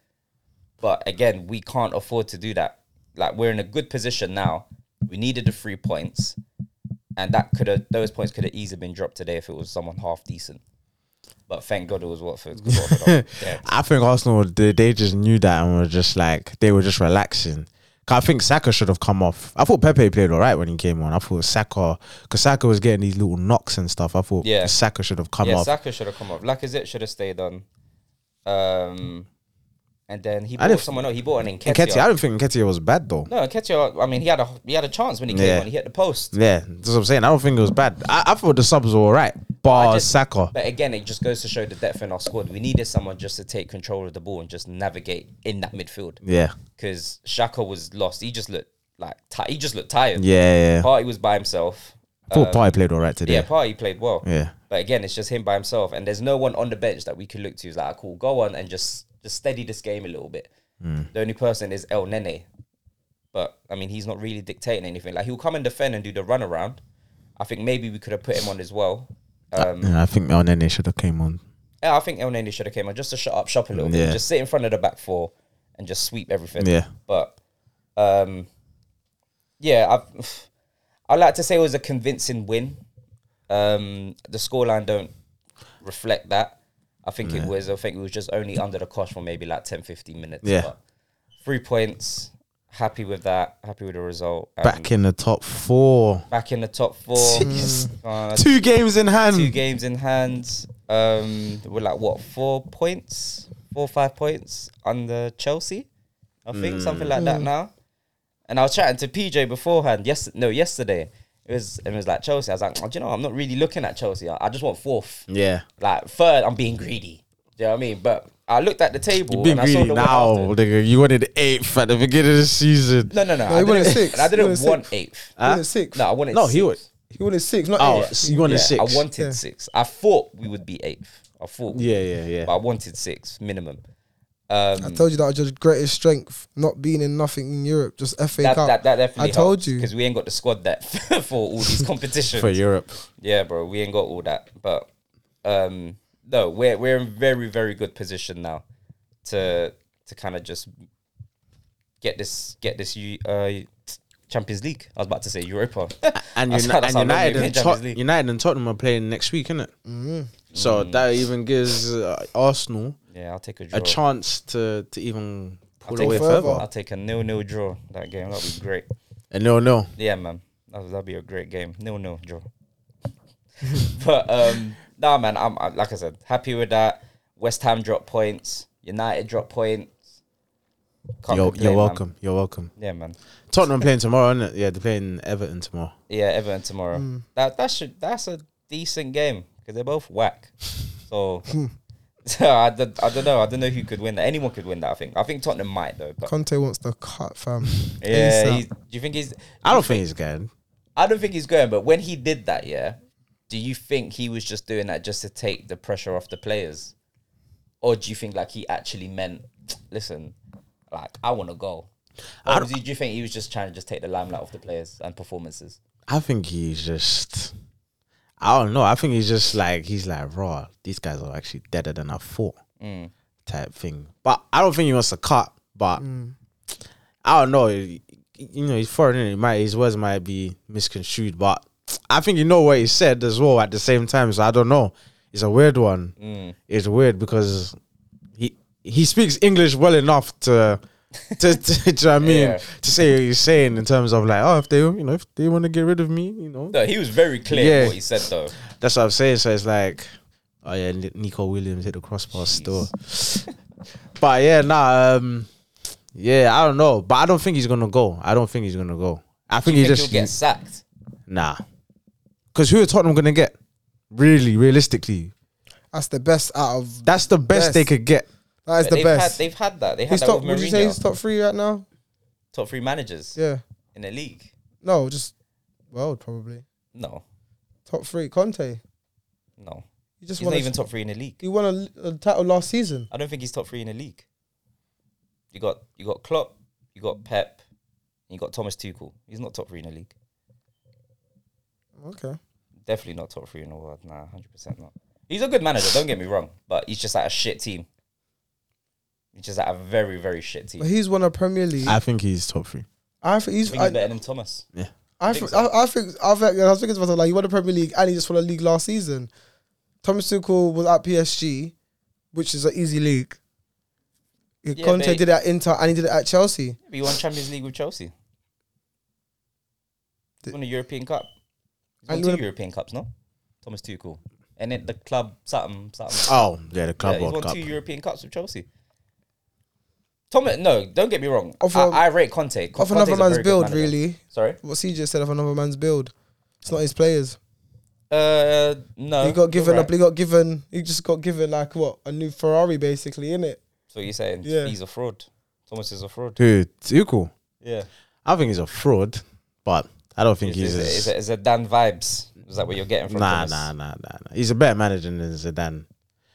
S1: But again, we can't afford to do that. Like we're in a good position now. We needed the three points, and that could have those points could have easily been dropped today if it was someone half decent. But thank God it was Watford. 'cause Watford are dead.
S2: I think Arsenal they, they just knew that and were just like they were just relaxing. 'Cause I think Saka should have come off. I thought Pepe played all right when he came on. I thought Saka because Saka was getting these little knocks and stuff. I thought
S1: Yeah.
S2: Saka should have come
S1: yeah,
S2: off.
S1: Saka should have come off. Lacazette should have stayed on. Um, and then he
S2: I
S1: bought
S2: didn't-
S1: someone else. He bought an Nketiah.
S2: Nketiah, I don't think Nketiah was bad though.
S1: no, Nketiah. I mean, he had a he had a chance when he came
S2: Yeah.
S1: on. He hit the post.
S2: Yeah, that's what I'm saying. I don't think it was bad. I, I thought the subs were all right, bar
S1: just-
S2: Saka.
S1: But again, it just goes to show the depth in our squad. We needed someone just to take control of the ball and just navigate in that midfield.
S2: Yeah,
S1: Because Shaka was lost. He just looked like ti- he just looked tired.
S2: yeah, yeah.
S1: Party was by himself.
S2: I thought Partey played all right today.
S1: Uh, Yeah, Party played well.
S2: Yeah.
S1: But again, it's just him by himself, and there's no one on the bench that we could look to. It's like, "Ah, cool, go on and just just steady this game a little bit.
S2: Hmm.
S1: The only person is El Nene, but I mean, he's not really dictating anything. Like he'll come and defend and do the runaround. I think maybe we could have put him on as well. Um,
S2: Yeah, I think El Nene should have came on.
S1: Yeah, I think El Nene should have came on just to shut up shop a little
S2: Yeah.
S1: bit, just sit in front of the back four and just sweep everything.
S2: Yeah.
S1: but um, yeah, I I like to say it was a convincing win. Um, the scoreline don't reflect that. I think it was. I think it was just only under the cosh for maybe like 10, 15 minutes.
S2: Yeah.
S1: but three points. Happy with that. Happy with the result. and
S2: Back in the top four.
S1: back in the top four.
S2: Jeez.
S1: Uh,
S2: Two games in hand.
S1: two games in hand. Um, we're like what four points, four or five points under Chelsea, I think something like that now. And I was chatting to PJ beforehand. Yes, no, yesterday it was. It was like Chelsea. I was like, oh, do you know, what? I'm not really looking at Chelsea. I, I just want fourth,
S2: Yeah.
S1: like third. I'm being greedy. Do you know what I mean? But I looked at the table.
S2: You've been
S1: and I saw
S2: greedy
S1: the one
S2: now,
S1: after.
S2: nigga. You wanted eighth at the beginning of the season.
S1: No, no, no. I
S3: he wanted
S1: didn't,
S3: sixth.
S1: and I
S3: He
S1: didn't
S3: wanted
S1: want eighth.
S3: He wanted sixth.
S1: No, I wanted.
S2: No, he
S1: sixth.
S2: would.
S3: He wanted six, not
S2: Oh,
S3: eight.
S2: so you wanted
S1: Yeah,
S2: six.
S1: I wanted six. I thought we would be eighth. I thought.
S2: Yeah, yeah, yeah.
S1: but I wanted six minimum. Um,
S3: I told you that was your greatest strength, not being in nothing in Europe, just FA
S1: that,
S3: Cup.
S1: that, that definitely
S3: I told you.
S1: because we ain't got the squad that for all these competitions.
S2: For Europe.
S1: Yeah, bro, we ain't got all that. But um, no, we're we're in very very good position now to to kind of just get this get this U- uh, Champions League. I was about to say Europa.
S2: And,
S1: That's
S2: Uni-
S1: how- that's
S2: and
S1: how long
S2: United,
S1: we've been
S2: and
S1: Champions
S2: Tot-
S1: League. Mm-hmm.
S2: United and Tottenham are playing next week, innit? So that even gives uh, Arsenal
S1: yeah, I'll take a draw.
S2: a chance to, to even pull
S1: take
S2: away
S3: further.
S2: further.
S1: I'll take a nil nil draw that game. That'd be great.
S2: And no, no.
S1: Yeah, man, that'll, that'll be a great game. Nil nil draw. but um, nah, man, I'm, i like I said, happy with that. West Ham drop points. United drop points. Can't
S2: You're,
S1: complain,
S2: you're
S1: man.
S2: welcome. You're welcome.
S1: Yeah, man.
S2: Tottenham playing tomorrow, innit? Yeah, they're playing Everton tomorrow.
S1: Yeah, Everton tomorrow. That that should that's a decent game because they're both whack. So. So I, don't, I don't know. I don't know who could win that. Anyone could win that. I think. I think Tottenham might though. But
S3: Conte wants the cut, fam.
S1: yeah,
S3: ASAP.
S1: he's, do you think he's?
S2: I don't think he's going.
S1: I don't think he's going, but when he did that, yeah, do you think he was just doing that just to take the pressure off the players? Or do you think like he actually meant, listen, like I want to go? Or do you do you think he was just trying to just take the limelight off the players and performances?
S2: I think he's just. I don't know. I think he's just like he's like raw. These guys are actually deader than I thought, type thing. But I don't think he wants to cut. But I don't know. You know, he's foreign. innit? He might his words might be misconstrued, but I think you know what he said as well. At the same time, so I don't know. It's a weird one. It's weird because he he speaks English well enough to to, to, do you know what I mean
S1: Yeah.
S2: to say what he's saying in terms of like oh if they you know if they want to get rid of me you know
S1: No, he was very clear
S2: Yeah.
S1: what he said though.
S2: that's what I'm saying so it's like oh yeah Ni- Nico Williams hit the crossbar still but yeah nah um, yeah I don't know but I don't think he's gonna go I don't think he's gonna go I think
S1: Do
S2: he
S1: you think
S2: just
S1: he'll get sacked?
S2: nah because who are Tottenham gonna get really realistically
S3: That's the best out of.
S2: that's the best,
S3: Best.
S2: they could get
S3: That is the
S1: they've
S3: best.
S1: had they've had that. They had
S3: He's
S1: that
S3: top.
S1: with
S3: Would you say he's
S1: Mourinho,
S3: top three right now?
S1: top three managers
S3: Yeah.
S1: in the league.
S3: No, just world probably.
S1: No,
S3: Top three. Conte.
S1: no,
S3: He just
S1: he's
S3: won.
S1: not
S3: A,
S1: even top three in the league.
S3: he won a, a title last season.
S1: I don't think he's top three in the league. You got you got Klopp, you got Pep, and you got Thomas Tuchel. He's not top three in the league.
S3: Okay.
S1: Definitely not top three in the world. Nah, hundred percent not. He's a good manager. Don't get me wrong, but he's just like a shit team. He's just like a very very shit team.
S3: But he's won a Premier League. I,
S2: I think he's top three
S3: think
S1: I
S3: he's.
S1: think he's
S3: I,
S1: better than Thomas.
S2: yeah
S3: I,
S1: think
S3: think,
S1: so.
S3: I, I think. I think. I was thinking to myself like he won the Premier League and he just won a league last season. Thomas Tuchel was at PSG, which is an easy league.
S1: Yeah,
S3: Conte
S1: but-
S3: did it at Inter and he did it at Chelsea.
S1: He won Champions League with Chelsea. He won a European Cup. He's won
S3: And he
S1: two
S3: won a-
S1: European Cups, no? Thomas Tuchel, and then the club something something.
S2: oh yeah the
S1: Yeah,
S2: club
S1: he's won
S2: World Cup
S1: two European Cups with Chelsea. Thomas, no, don't get me wrong.
S3: Off
S1: I,
S3: a-
S1: I rate Conte.
S3: Off
S1: Conte's a
S3: another
S1: very
S3: man's
S1: good
S3: build,
S1: manager.
S3: really.
S1: Sorry.
S3: What CJ said of another man's build. It's not his players.
S1: Uh, no.
S3: he got given
S1: you're
S3: up. He got given. He just got given like what a new Ferrari, basically, in it.
S1: So you're saying
S3: Yeah.
S1: he's a fraud. Thomas is a fraud.
S2: dude Tuchel
S1: Yeah.
S2: I think he's a fraud, but I don't think
S1: Is,
S2: he's
S1: is,
S2: as-
S1: is, is it Dan vibes? Is that what you're getting from
S2: nah,
S1: Thomas?
S2: nah, nah, nah, nah. He's a better manager than Zidane,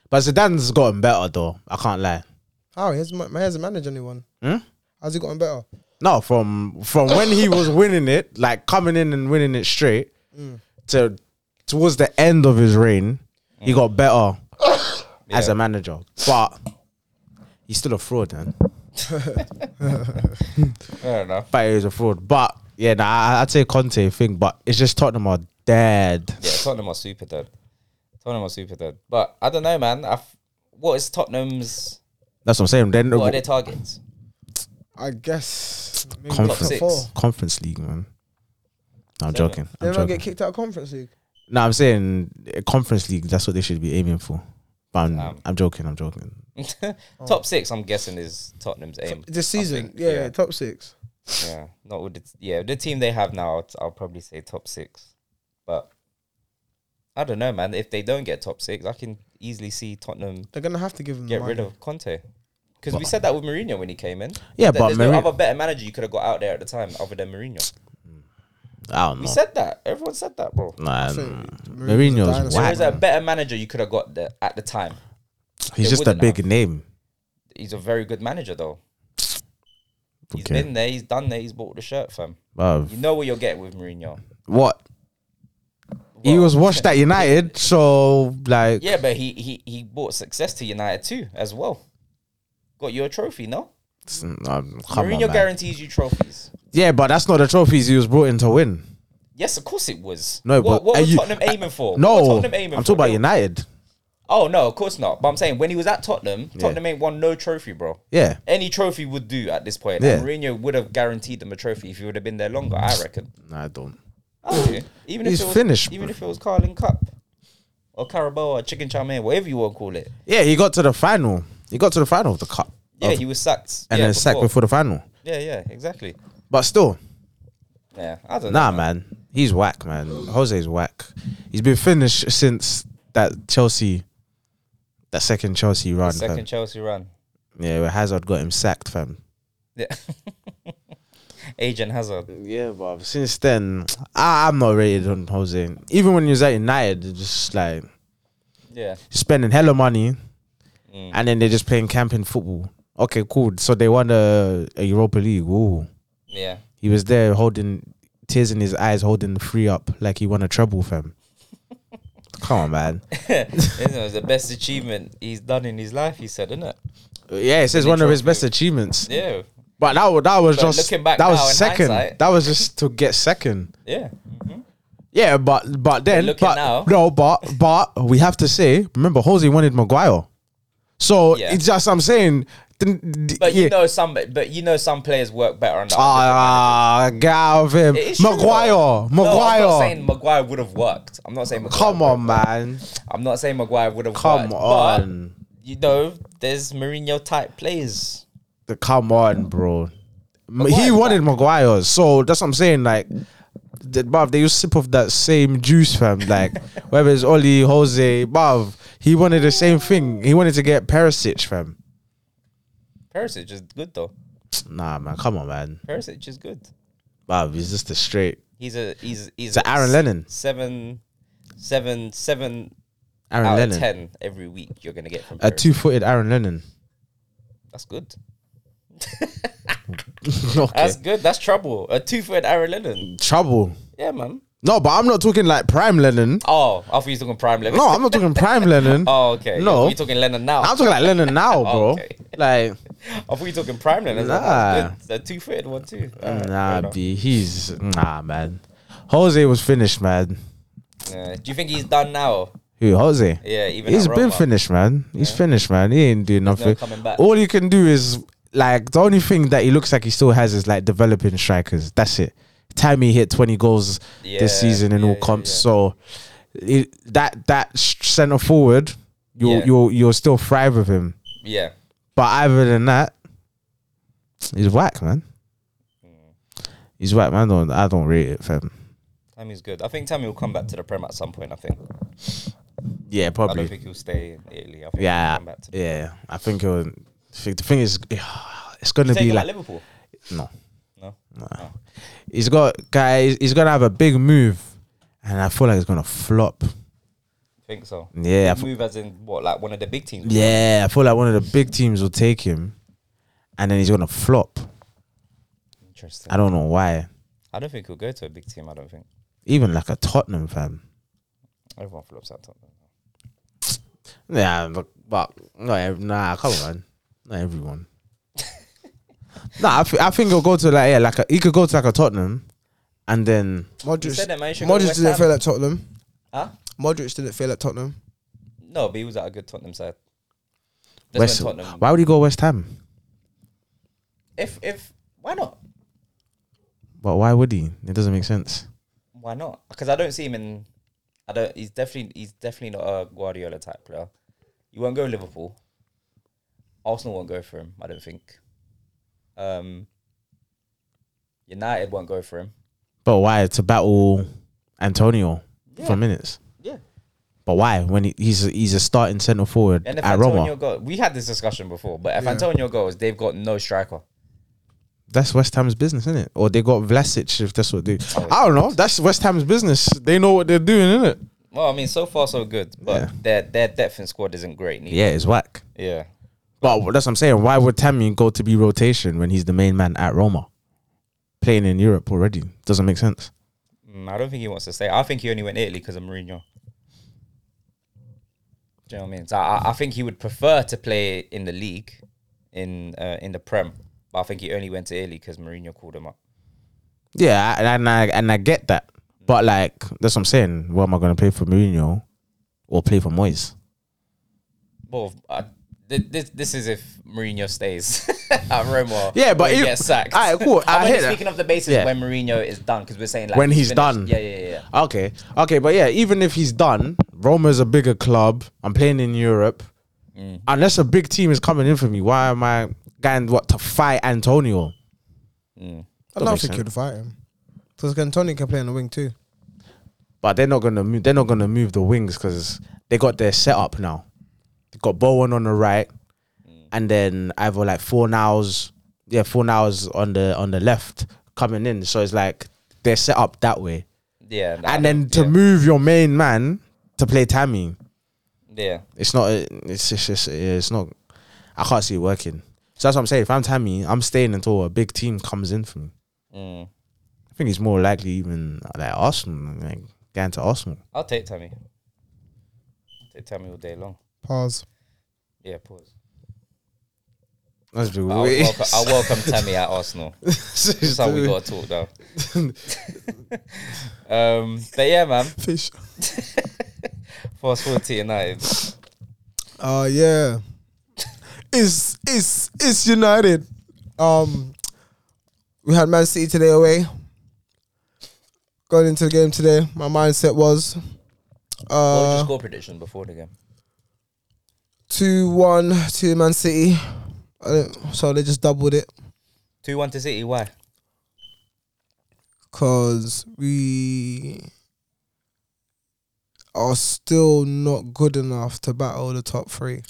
S2: but Zidane's gotten better though. I can't lie.
S3: How he hasn't, he hasn't managed anyone.
S2: Hmm?
S3: How's he gotten better?
S2: No, from from when he was winning it, like coming in and winning it straight,
S1: Mm.
S2: to towards the end of his reign, he got better. as
S1: Yeah.
S2: a manager, but he's still a fraud, man.
S1: Fair enough.
S2: But he was a fraud. But yeah, nah, I- I'd say Conte thing, but it's just Tottenham are dead.
S1: Yeah, Tottenham are super dead. Tottenham are super dead. But I don't know, man. I f- what is Tottenham's?
S2: That's what I'm saying. Then
S1: What are their targets?
S3: I guess maybe
S1: Conference.
S3: top
S1: Six.
S3: four.
S2: Conference League, man. No, I'm
S1: Seven.
S2: joking.
S3: They
S2: I'm
S3: don't
S2: joking.
S3: get kicked out of Conference League.
S2: No, I'm saying uh, Conference League. That's what they should be aiming for. But I'm,
S1: Um,
S2: I'm joking. I'm joking.
S1: Top six, I'm guessing, is Tottenham's aim.
S3: This
S1: I
S3: season,
S1: think,
S3: yeah, top six.
S1: yeah, yeah. Not with the t- yeah the team they have now. I'll, I'll probably say top six, but I don't know, man. If they don't get top six, I can easily see Tottenham
S3: They're gonna have to give them
S1: get
S3: the
S1: rid
S3: money.
S1: of Conte. Because we said that with Mourinho when he came in.
S2: Yeah,
S1: Th-
S2: but
S1: there's no
S2: Mourinho-
S1: other better manager you could have got out there at the time other than Mourinho.
S2: I don't
S1: We
S2: know.
S1: said that. Everyone said that, bro.
S2: Nah,
S3: I think
S2: mm,
S3: Mourinho's a
S2: Mourinho's
S3: dinosaur.
S1: There
S2: whack.
S1: is a better manager you could have got there at the time.
S2: He's
S1: They
S2: just a
S1: wouldn't
S2: big
S1: have.
S2: name.
S1: He's a very good manager, though. He's
S2: Okay.
S1: been there. He's done there. He's bought the shirt, fam.
S2: Bruv.
S1: You know what you'll get with Mourinho.
S2: What? he
S1: Well,
S2: was washed at United, so like
S1: Yeah, but he he he brought success to United too, as well. Got you a trophy, no?
S2: it's- um, come on,
S1: Mourinho
S2: man.
S1: guarantees you trophies.
S2: Yeah, but that's not the trophies he was brought in to win.
S1: Yes, of course it was.
S2: No,
S1: what,
S2: but
S1: what
S2: are
S1: were
S2: you-
S1: Tottenham aiming for? what were
S2: No, I'm
S1: Tottenham aiming
S2: talking
S1: for?
S2: about
S1: They-
S2: United.
S1: Oh no, of course not. But I'm saying when he was at Tottenham, Tottenham ain't won no trophy, bro.
S2: Yeah,
S1: Any trophy would do at this point.
S2: Yeah.
S1: And Mourinho would have guaranteed them a trophy if he would have been there longer. I reckon.
S2: no, I don't.
S1: I do. Even
S2: He's
S1: if it was,
S2: finished,
S1: Even
S2: bro.
S1: if it was Carling Cup or Carabao or Chicken Charmaine, whatever you want to call it.
S2: Yeah, he got to the final. He got to the final of the cup.
S1: Yeah,
S2: Of-
S1: he was sacked.
S2: and
S1: yeah,
S2: then sacked before the final.
S1: Yeah, yeah, exactly.
S2: But still,
S1: Yeah, I don't
S2: nah,
S1: know.
S2: man, he's whack, man. Jose's whack. He's been finished since that Chelsea, that second Chelsea run.
S1: Second
S2: Fam.
S1: Chelsea run.
S2: Yeah, where Hazard got him sacked, fam.
S1: Yeah. Agent Hazard.
S2: Yeah, but since then, I, I'm not rated on Jose. Even when he was at United, it's just like
S1: Yeah.
S2: spending hella money, and then they're just playing camping football. Okay, cool. So they won a, a Europa League. Ooh,
S1: Yeah.
S2: he was there holding tears in his eyes, holding the free up like he won a treble, fam. Come on, man.
S1: it was the best achievement he's done in his life, he said, isn't it?
S2: Yeah, it's, it's one of his best achievements.
S1: Yeah.
S2: But that wa- that was
S1: But
S2: just
S1: looking back
S2: that was
S1: now in
S2: second.
S1: hindsight-
S2: That was just to get second.
S1: Yeah.
S2: Yeah, but but then
S1: looking
S2: but
S1: now.
S2: no, but but we have to say, remember, Jose wanted Maguire, so
S1: Yeah.
S2: it's just I'm saying. th- th-
S1: But
S2: yeah.
S1: you know some but you know some players work better on that.
S2: ah, get out of him,
S1: It is true,
S2: Maguire,
S1: though. No, I'm not
S2: Maguire.
S1: saying Maguire would have worked. I'm not saying Maguire
S2: Come
S1: would
S2: on,
S1: have
S2: man.
S1: worked. I'm not saying Maguire would have
S2: Come
S1: worked.
S2: on.
S1: But, you know, there's Mourinho type players.
S2: The- Come on, bro. M- he
S1: Maguire's
S2: wanted Maguire, so that's what I'm saying. Like, the, bruv, they used sip of that same juice, fam. Like, whether it's Oli, Jose, bruv, he wanted the same thing. He wanted to get Perisic, fam.
S1: Perisic is good though.
S2: Nah, man, come on, man.
S1: Perisic is good.
S2: Wow, he's just a straight
S1: He's a he's he's
S2: an Aaron
S1: s-
S2: Lennon.
S1: Seven seven seven
S2: Aaron
S1: out
S2: Lennon,
S1: of ten every week you're gonna get from
S2: a
S1: Perisic.
S2: two-footed Aaron Lennon.
S1: That's good.
S2: okay.
S1: That's good. That's trouble. A two foot Aaron Lennon.
S2: trouble.
S1: Yeah, man.
S2: No, but I'm not talking like prime Lennon.
S1: Oh, I thought you were talking prime Lennon.
S2: No, I'm not talking prime Lennon.
S1: Oh, okay.
S2: No.
S1: You're talking Lennon now.
S2: I'm talking like Lennon now, bro.
S1: Okay. I
S2: Like,
S1: thought you were talking prime Lennon.
S2: Nah.
S1: Nah. The two footed one, too. Alright, fair
S2: nah,
S1: enough.
S2: B, he's nah, man. Jose was finished, man.
S1: Yeah. Do you think he's done now?
S2: Who Jose?
S1: Yeah, even
S2: He's
S1: at
S2: been
S1: Roma.
S2: finished, Oh. man. He's finished, man. He ain't doing nothing.
S1: coming back.
S2: All he can do is like the only thing that he looks like he still has is like developing strikers. That's it. Time he hit twenty goals
S1: Yeah,
S2: this season in
S1: yeah,
S2: all
S1: yeah,
S2: comps.
S1: yeah.
S2: So it, that that center forward, you'll
S1: Yeah.
S2: you'll you'll still thrive with him.
S1: Yeah.
S2: But other than that, he's whack, man.
S1: Mm.
S2: He's whack, man. I don't, I don't rate it, fam.
S1: Tammy's good. I think Tammy will come back to the Prem at some point, I think.
S2: Yeah,
S1: I don't
S2: probably.
S1: think he'll stay in Italy. I think he'll
S2: Yeah,
S1: come back to
S2: yeah. I think it would. I think The thing is, it's gonna
S1: Take
S2: be
S1: him at
S2: like
S1: Liverpool.
S2: no.
S1: No.
S2: He's got guys. He's gonna have a big move, and I feel like it's gonna flop.
S1: think so.
S2: Yeah, I
S1: Big
S2: f-
S1: move as in what, like one of the big teams?
S2: Yeah, I feel like one of the big teams will take him, and then he's gonna flop.
S1: Interesting.
S2: I don't know why.
S1: I don't think he'll go to a big team. I don't think.
S2: Even like a Tottenham fan.
S1: Everyone flops at Tottenham.
S2: Yeah, but, but not ev- nah, come on, not everyone. nah, I, thi- I think he'll go to like yeah, like a, he could go to like a Tottenham, and then
S1: You said
S3: Modric,
S1: that, man. You should go to
S3: Modric
S1: West
S3: didn't
S1: Ham.
S3: fail at Tottenham.
S1: Huh?
S3: Modric didn't fail at Tottenham.
S1: No, but he was at a good Tottenham side. That's
S2: West.
S1: when Tottenham.
S2: Why would he go West Ham?
S1: If if why not?
S2: But why would he? It doesn't make sense.
S1: Why not? Because I don't see him in. I don't. He's definitely he's definitely not a Guardiola type player. You won't go Liverpool. Arsenal won't go for him. I don't think. Um. United won't go for him.
S2: But why to battle Antonio
S1: Yeah.
S2: for minutes?
S1: Yeah.
S2: But why when he, he's he's a starting centre forward
S1: And if
S2: at
S1: Antonio
S2: Roma?
S1: goes, we had this discussion before. But if
S3: Yeah.
S1: Antonio goes, they've got no striker.
S2: That's West Ham's business, isn't it? Or they got Vlasic if that's what they.
S1: Oh,
S2: I don't know. That's West Ham's business. They know what they're doing, isn't it?
S1: Well, I mean, so far so good, but
S2: Yeah.
S1: their their depth and squad isn't great. Neither.
S2: Yeah, it's whack.
S1: Yeah.
S2: But that's what I'm saying. Why would Tammy go to be rotation when he's the main man at Roma, playing in Europe already? Doesn't make sense.
S1: Mm, I don't think he wants to stay. I think he only went to Italy because of Mourinho. Do you know what I mean? So I, I think he would prefer to play in the league, in uh, in the Prem. But I think he only went to Italy because Mourinho called him up.
S2: Yeah, I- and I and I get that, but like that's what I'm saying. What am I going to play for Mourinho, or play for Moyes?
S1: Well, I, th- this this is if Mourinho stays at Roma.
S2: Yeah, but
S1: or he
S2: if-
S1: gets sacked.
S2: Alright, cool. I
S1: I'm only
S2: hear that.
S1: speaking of the basis
S2: Yeah.
S1: when Mourinho is done because we're saying like
S2: When he's
S1: finished.
S2: done.
S1: Yeah, yeah, yeah, yeah.
S2: Okay, okay, but yeah, even if he's done, Roma's a bigger club. I'm playing in Europe. Unless a big team is coming in for me, why am I going what to fight Antonio?
S3: I
S2: Don't
S3: don't
S2: make
S3: think
S2: sense.
S3: he'd fight him. Because Antonio can play on the wing too.
S2: But they're not gonna move. They're not gonna move the wings because they got their setup now. They got Bowen on the right, and then either like four nows, yeah, four nows on the on the left coming in. So it's like they're set up that way.
S1: Yeah, nah,
S2: and then to
S1: yeah,
S2: move your main man to play Tammy,
S1: yeah,
S2: it's not. It's just. It's, it's not. I can't see it working. So that's what I'm saying. If I'm Tammy, I'm staying until a big team comes in for me.
S1: Mm.
S2: I think it's more likely even like Arsenal, like going to Arsenal.
S1: I'll take Tammy. Take Tammy all day long.
S3: Pause.
S1: Yeah, pause.
S2: That's the
S1: I'll
S2: way-
S1: welcome, I'll welcome Tammy at Arsenal. That's how we got to talk though. um, but yeah, man.
S3: Fish.
S1: Fast forward to United.
S3: Uh yeah. It's it's it's United. Um we had Man City today away. Going into the game today, my mindset was
S1: what was your
S3: uh
S1: score prediction before the game?
S3: two one to Man City. I don't- so they just doubled it
S1: Two one to City. Why?
S3: because we are still not good enough to battle the top three,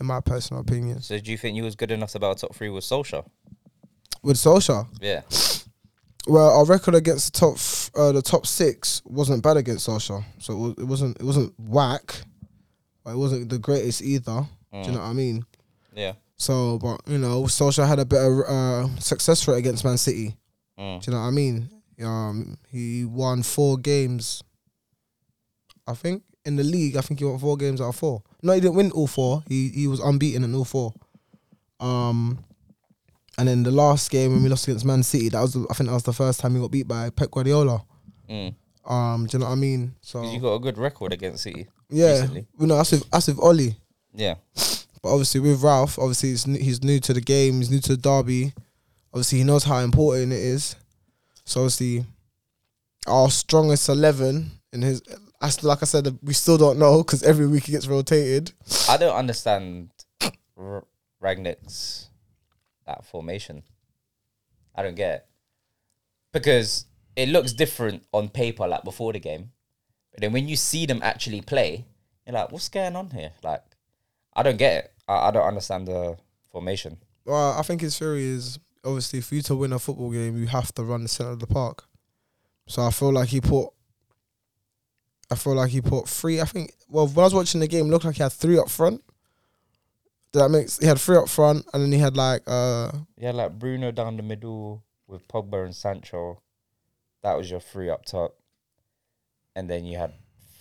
S3: in my personal opinion.
S1: So do you think you was good enough to battle top three with Solskjaer?
S3: With Solskjaer,
S1: Yeah.
S3: Well, our record against the top f- uh, the top six wasn't bad against Solskjaer. so it, wa- it wasn't it wasn't whack, but it wasn't the greatest either. Do you know what I mean?
S1: Yeah.
S3: So, but you know, Solskjaer had a better uh, success rate against Man City.
S1: Mm.
S3: Do you know what I mean? Um, he won four games. I think in the league, I think he won four games out of four. No, he didn't win all four. He he was unbeaten in all four. Um, and then the last game when we lost against Man City, that was I think that was the first time he got beat by Pep Guardiola.
S1: Mm.
S3: Um, do you know what I mean? So
S1: 'Cause You got a good record against City.
S3: yeah,
S1: recently.
S3: you know that's with that's with Ollie.
S1: Yeah.
S3: But obviously with Ralph, obviously he's new, he's new to the game. He's new to the derby. Obviously he knows how important it is. So obviously our strongest eleven in his. I still, like I said, we still don't know because every week he gets rotated.
S1: I don't understand R- Ragnick's that formation. I don't get it because it looks different on paper, like before the game, but then when you see them actually play, you're like, "What's going on here?" Like, I don't get it. I, I don't understand the formation.
S3: Well, I think his theory is obviously for you to win a football game, you have to run the center of the park. So I feel like he put. I feel like he put three. I think. Well, when I was watching the game, it looked like he had three up front. Did that makes he had three up front, and then he had like uh
S1: Yeah, like Bruno down the middle with Pogba and Sancho. That was your three up top, and then you had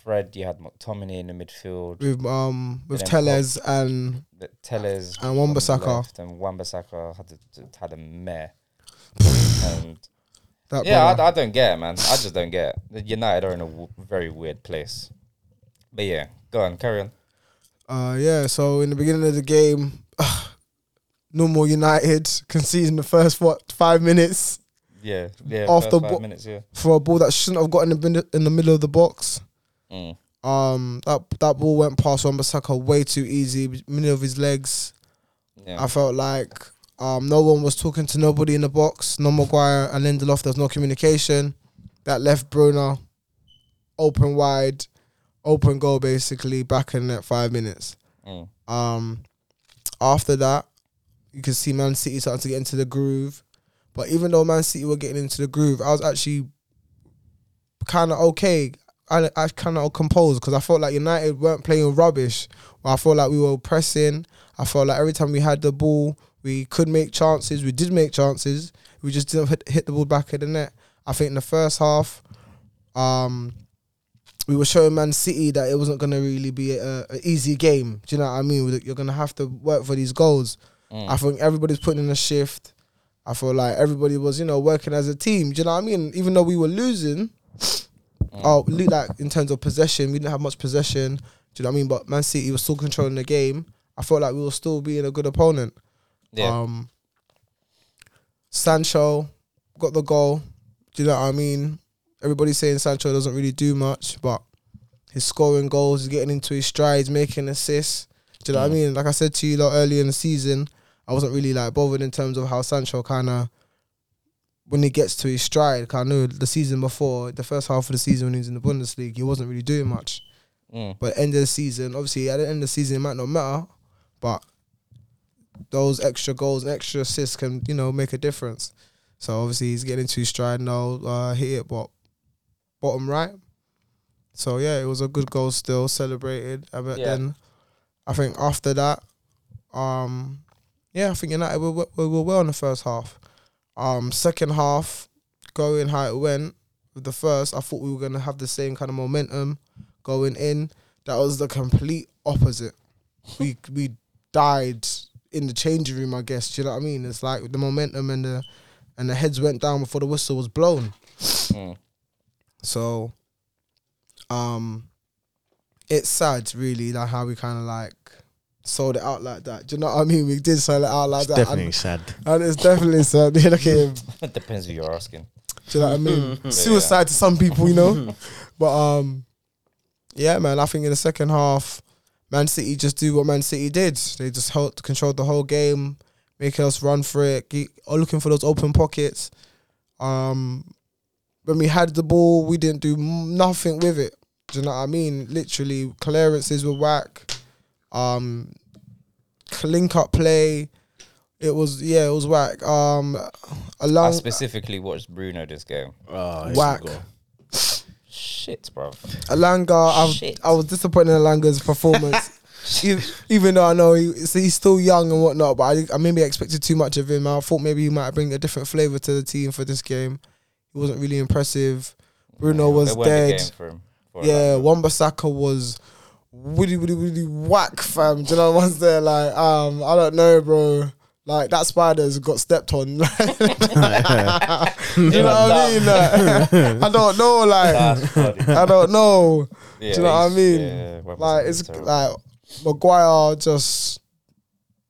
S1: Fre- Fred, you had McTominay in the midfield,
S3: with um with
S1: And then
S3: Teles and
S1: the Tellers
S3: And
S1: on the
S3: Wan-Bissaka.
S1: left, and Wambasaka had a, had a mare. and
S3: that.
S1: yeah,
S3: brother.
S1: I, I don't get it, man. I just don't get it. The United are in a w- very weird place. But yeah, go on, carry on.
S3: Uh, yeah, so in the beginning of the game, normal United conceding the first what five minutes
S1: Yeah, yeah.
S3: Off
S1: first
S3: the
S1: five
S3: bo-
S1: minutes, yeah.
S3: for a ball that shouldn't have gotten in the, in the middle of the box.
S1: Mm.
S3: Um, that that ball went past Wan-Bissaka way too easy, middle of his legs.
S1: Yeah.
S3: I felt like um, no one was talking to nobody in the box. No Maguire and Lindelof. There was no communication. That left Bruno open wide, open goal basically back in that five minutes.
S1: Mm.
S3: Um, after that, you can see Man City starting to get into the groove. But even though Man City were getting into the groove, I was actually kind of okay. I, I kind of composed because I felt like United weren't playing rubbish. I felt like we were pressing. I felt like every time we had the ball, we could make chances. We did make chances. We just didn't hit, hit the ball back of the net. I think in the first half, um, we were showing Man City that it wasn't going to really be a, a easy game. Do you know what I mean? You're going to have to work for these goals. I think everybody's putting in a shift. I feel like everybody was, you know, working as a team. Do you know what I mean? Even though we were losing, oh, le- like in terms of possession, we didn't have much possession. Do you know what I mean? But Man City was still controlling the game. I felt like we were still being a good opponent.
S1: Yeah.
S3: Um, Sancho got the goal. Do you know what I mean? Everybody's saying Sancho doesn't really do much, but he's scoring goals, he's getting into his strides, making assists. Do you know what I mean? Like I said to you like, earlier in the season, I wasn't really like bothered in terms of how Sancho kind of when he gets to his stride. 'cause I know the season before, the first half of the season when he was in the Bundesliga, he wasn't really doing much.
S1: mm.
S3: But end of the season, obviously at the end of the season it might not matter, but those extra goals and extra assists can, you know, make a difference. So obviously he's getting into his stride now, uh hit it but bottom right. So yeah, it was a good goal still, celebrated. Uh, But
S1: Yeah.
S3: then I think after that, um yeah, I think United we were, we were well in the first half. Um second half, going how it went with the first, I thought we were gonna have the same kind of momentum going in. That was the complete opposite. We we died in the changing room, I guess. Do you know what I mean? It's like the momentum and the and the heads went down before the whistle was blown.
S1: Mm.
S3: So, um, it's sad, really, like how we kind of like sold it out like that. Do you know what I mean? We did sell it out like
S2: It's
S3: that,
S2: definitely sad.
S3: And, and it's definitely sad. Look at him.
S1: It depends who you're asking.
S3: Do you know what I mean? Suicide to some people, you know. but um, yeah, man. I think in the second half, Man City just do what Man City did. They just held, controlled the whole game, making us run for it, ge- or looking for those open pockets. Um, when we had the ball, we didn't do m- nothing with it. Do you know what I mean? Literally, clearances were whack. Um, link up play. It was yeah, it was whack. Um, a
S1: I
S3: long,
S1: specifically watched Bruno this game.
S2: Oh, it's
S3: Whack.
S2: go.
S1: Shit, bro.
S3: Alanga, I,
S1: Shit.
S3: I was disappointed in Alanga's performance. E- Even though I know he, so he's still young and whatnot, but I, I maybe expected too much of him. I thought maybe he might bring a different flavour to the team for this game. He wasn't really impressive. Bruno
S1: They
S3: was
S1: weren't the
S3: dead.
S1: game for him. For
S3: Yeah,
S1: Orlando.
S3: Wambasaka was really, really, really whack, fam. Do you know what's there? Like, um, I don't know, bro. Like that spider's got stepped on. Do you know what I mean? Like, I don't know. Like,
S1: That's funny.
S3: I don't know.
S1: Yeah,
S3: Do you know what I
S1: he's-
S3: mean?
S1: yeah, Wan-Bissaka
S3: Like
S1: was
S3: it's
S1: terrible.
S3: like Maguire just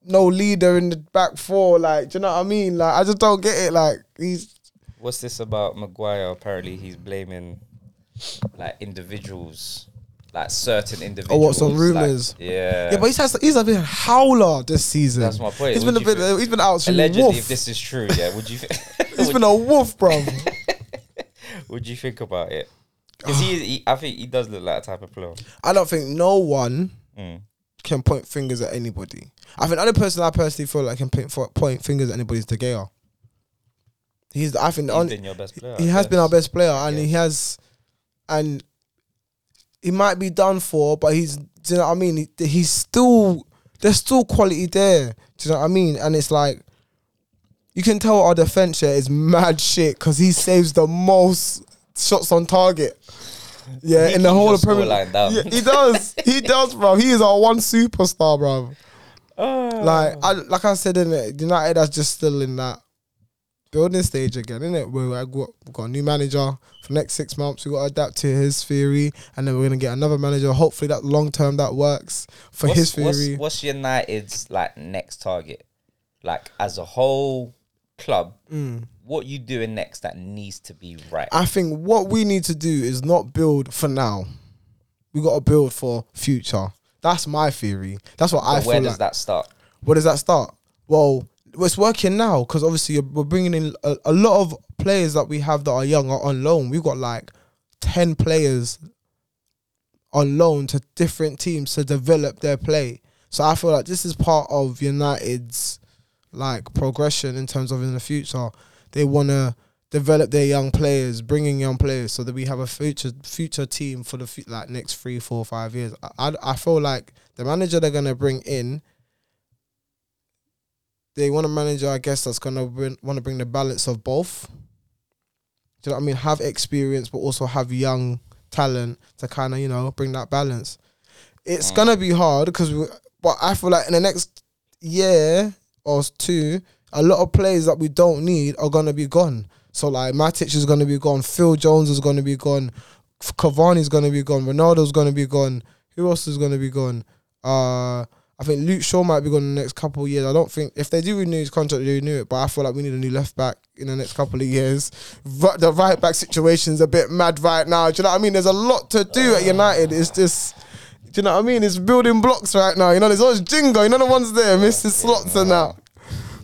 S3: no leader in the back four. Like, do you know what I mean? Like, I just don't get it. Like, he's
S1: What's this about Maguire? Apparently, he's blaming like individuals, like certain individuals.
S3: on
S1: like-
S3: rumours?
S1: yeah,
S3: yeah, but he's has, he's a bit of a howler this season.
S1: That's my point.
S3: He's
S1: Would
S3: been a
S1: you
S3: bit.
S1: feel-
S3: He's been out. since
S1: allegedly,
S3: wolf.
S1: if this is true, yeah, would you thi-
S3: he's
S1: would,
S3: been a wolf, bro.
S1: would you think about it? Because he, he, I think he does look like a type of player.
S3: I don't think no one
S1: Mm.
S3: can point fingers at anybody. I think the only person I personally feel like can point, point fingers at anybody is De Gea. He's. I think the
S1: He's
S3: only,
S1: been your best player.
S3: he
S1: I
S3: has
S1: guess.
S3: been our best player, and
S1: Yeah.
S3: he has, and he might be done for, but he's. Do you know what I mean? He, he's still there's still quality there. Do you know what I mean? And it's like you can tell our defense here is mad shit because he saves the most shots on target. Yeah,
S1: He
S3: in the
S1: keeps
S3: whole
S1: your
S3: of Premier
S1: scoreline down.
S3: Yeah, he does. he does, bro. He is our one superstar, bro. Like I like I said in it, United that's just still in that building stage again, isn't it? Where we've got, we've got a new manager for next six months. We've got to adapt to his theory, and then we're gonna get another manager. Hopefully, that long term that works for
S1: what's,
S3: his
S1: What's,
S3: theory.
S1: what's United's like next target? Like as a whole club,
S3: Mm.
S1: what you doing next that needs to be right?
S3: I think what we need to do is not build for now. We got to build for future. That's my theory. That's what I
S1: But
S3: feel.
S1: where
S3: like.
S1: does that start?
S3: where does that start? Well, it's working now because obviously you're- we're bringing in a, a lot of players that we have that are young are on loan. We've got like 10 players on loan to different teams to develop their play. So I feel like this is part of United's like progression in terms of in the future. They want to develop their young players, bringing young players so that we have a future future team for the fu- like next three, four, five years. I, I I feel like the manager they're gonna bring in they want a manager, I guess, that's gonna bring, want to bring the balance of both. Do you know what I mean? Have experience, but also have young talent to kind of you know bring that balance. It's gonna be hard because, but I feel like in the next year or two, a lot of players that we don't need are gonna be gone. So like Matic is gonna be gone, Phil Jones is gonna be gone, Cavani's gonna be gone, Ronaldo's gonna be gone. Who else is gonna be gone? Uh, I think Luke Shaw might be gone in the next couple of years. I don't think if they do renew his contract, they renew it. But I feel like we need a new left back in the next couple of years. Ri- The right back situation's a bit mad right now. Do you know what I mean? There's a lot to do at United. It's just. Do you know what I mean? It's building blocks right now. You know, there's always Jingo. You know the ones there, Mr. Slots and that.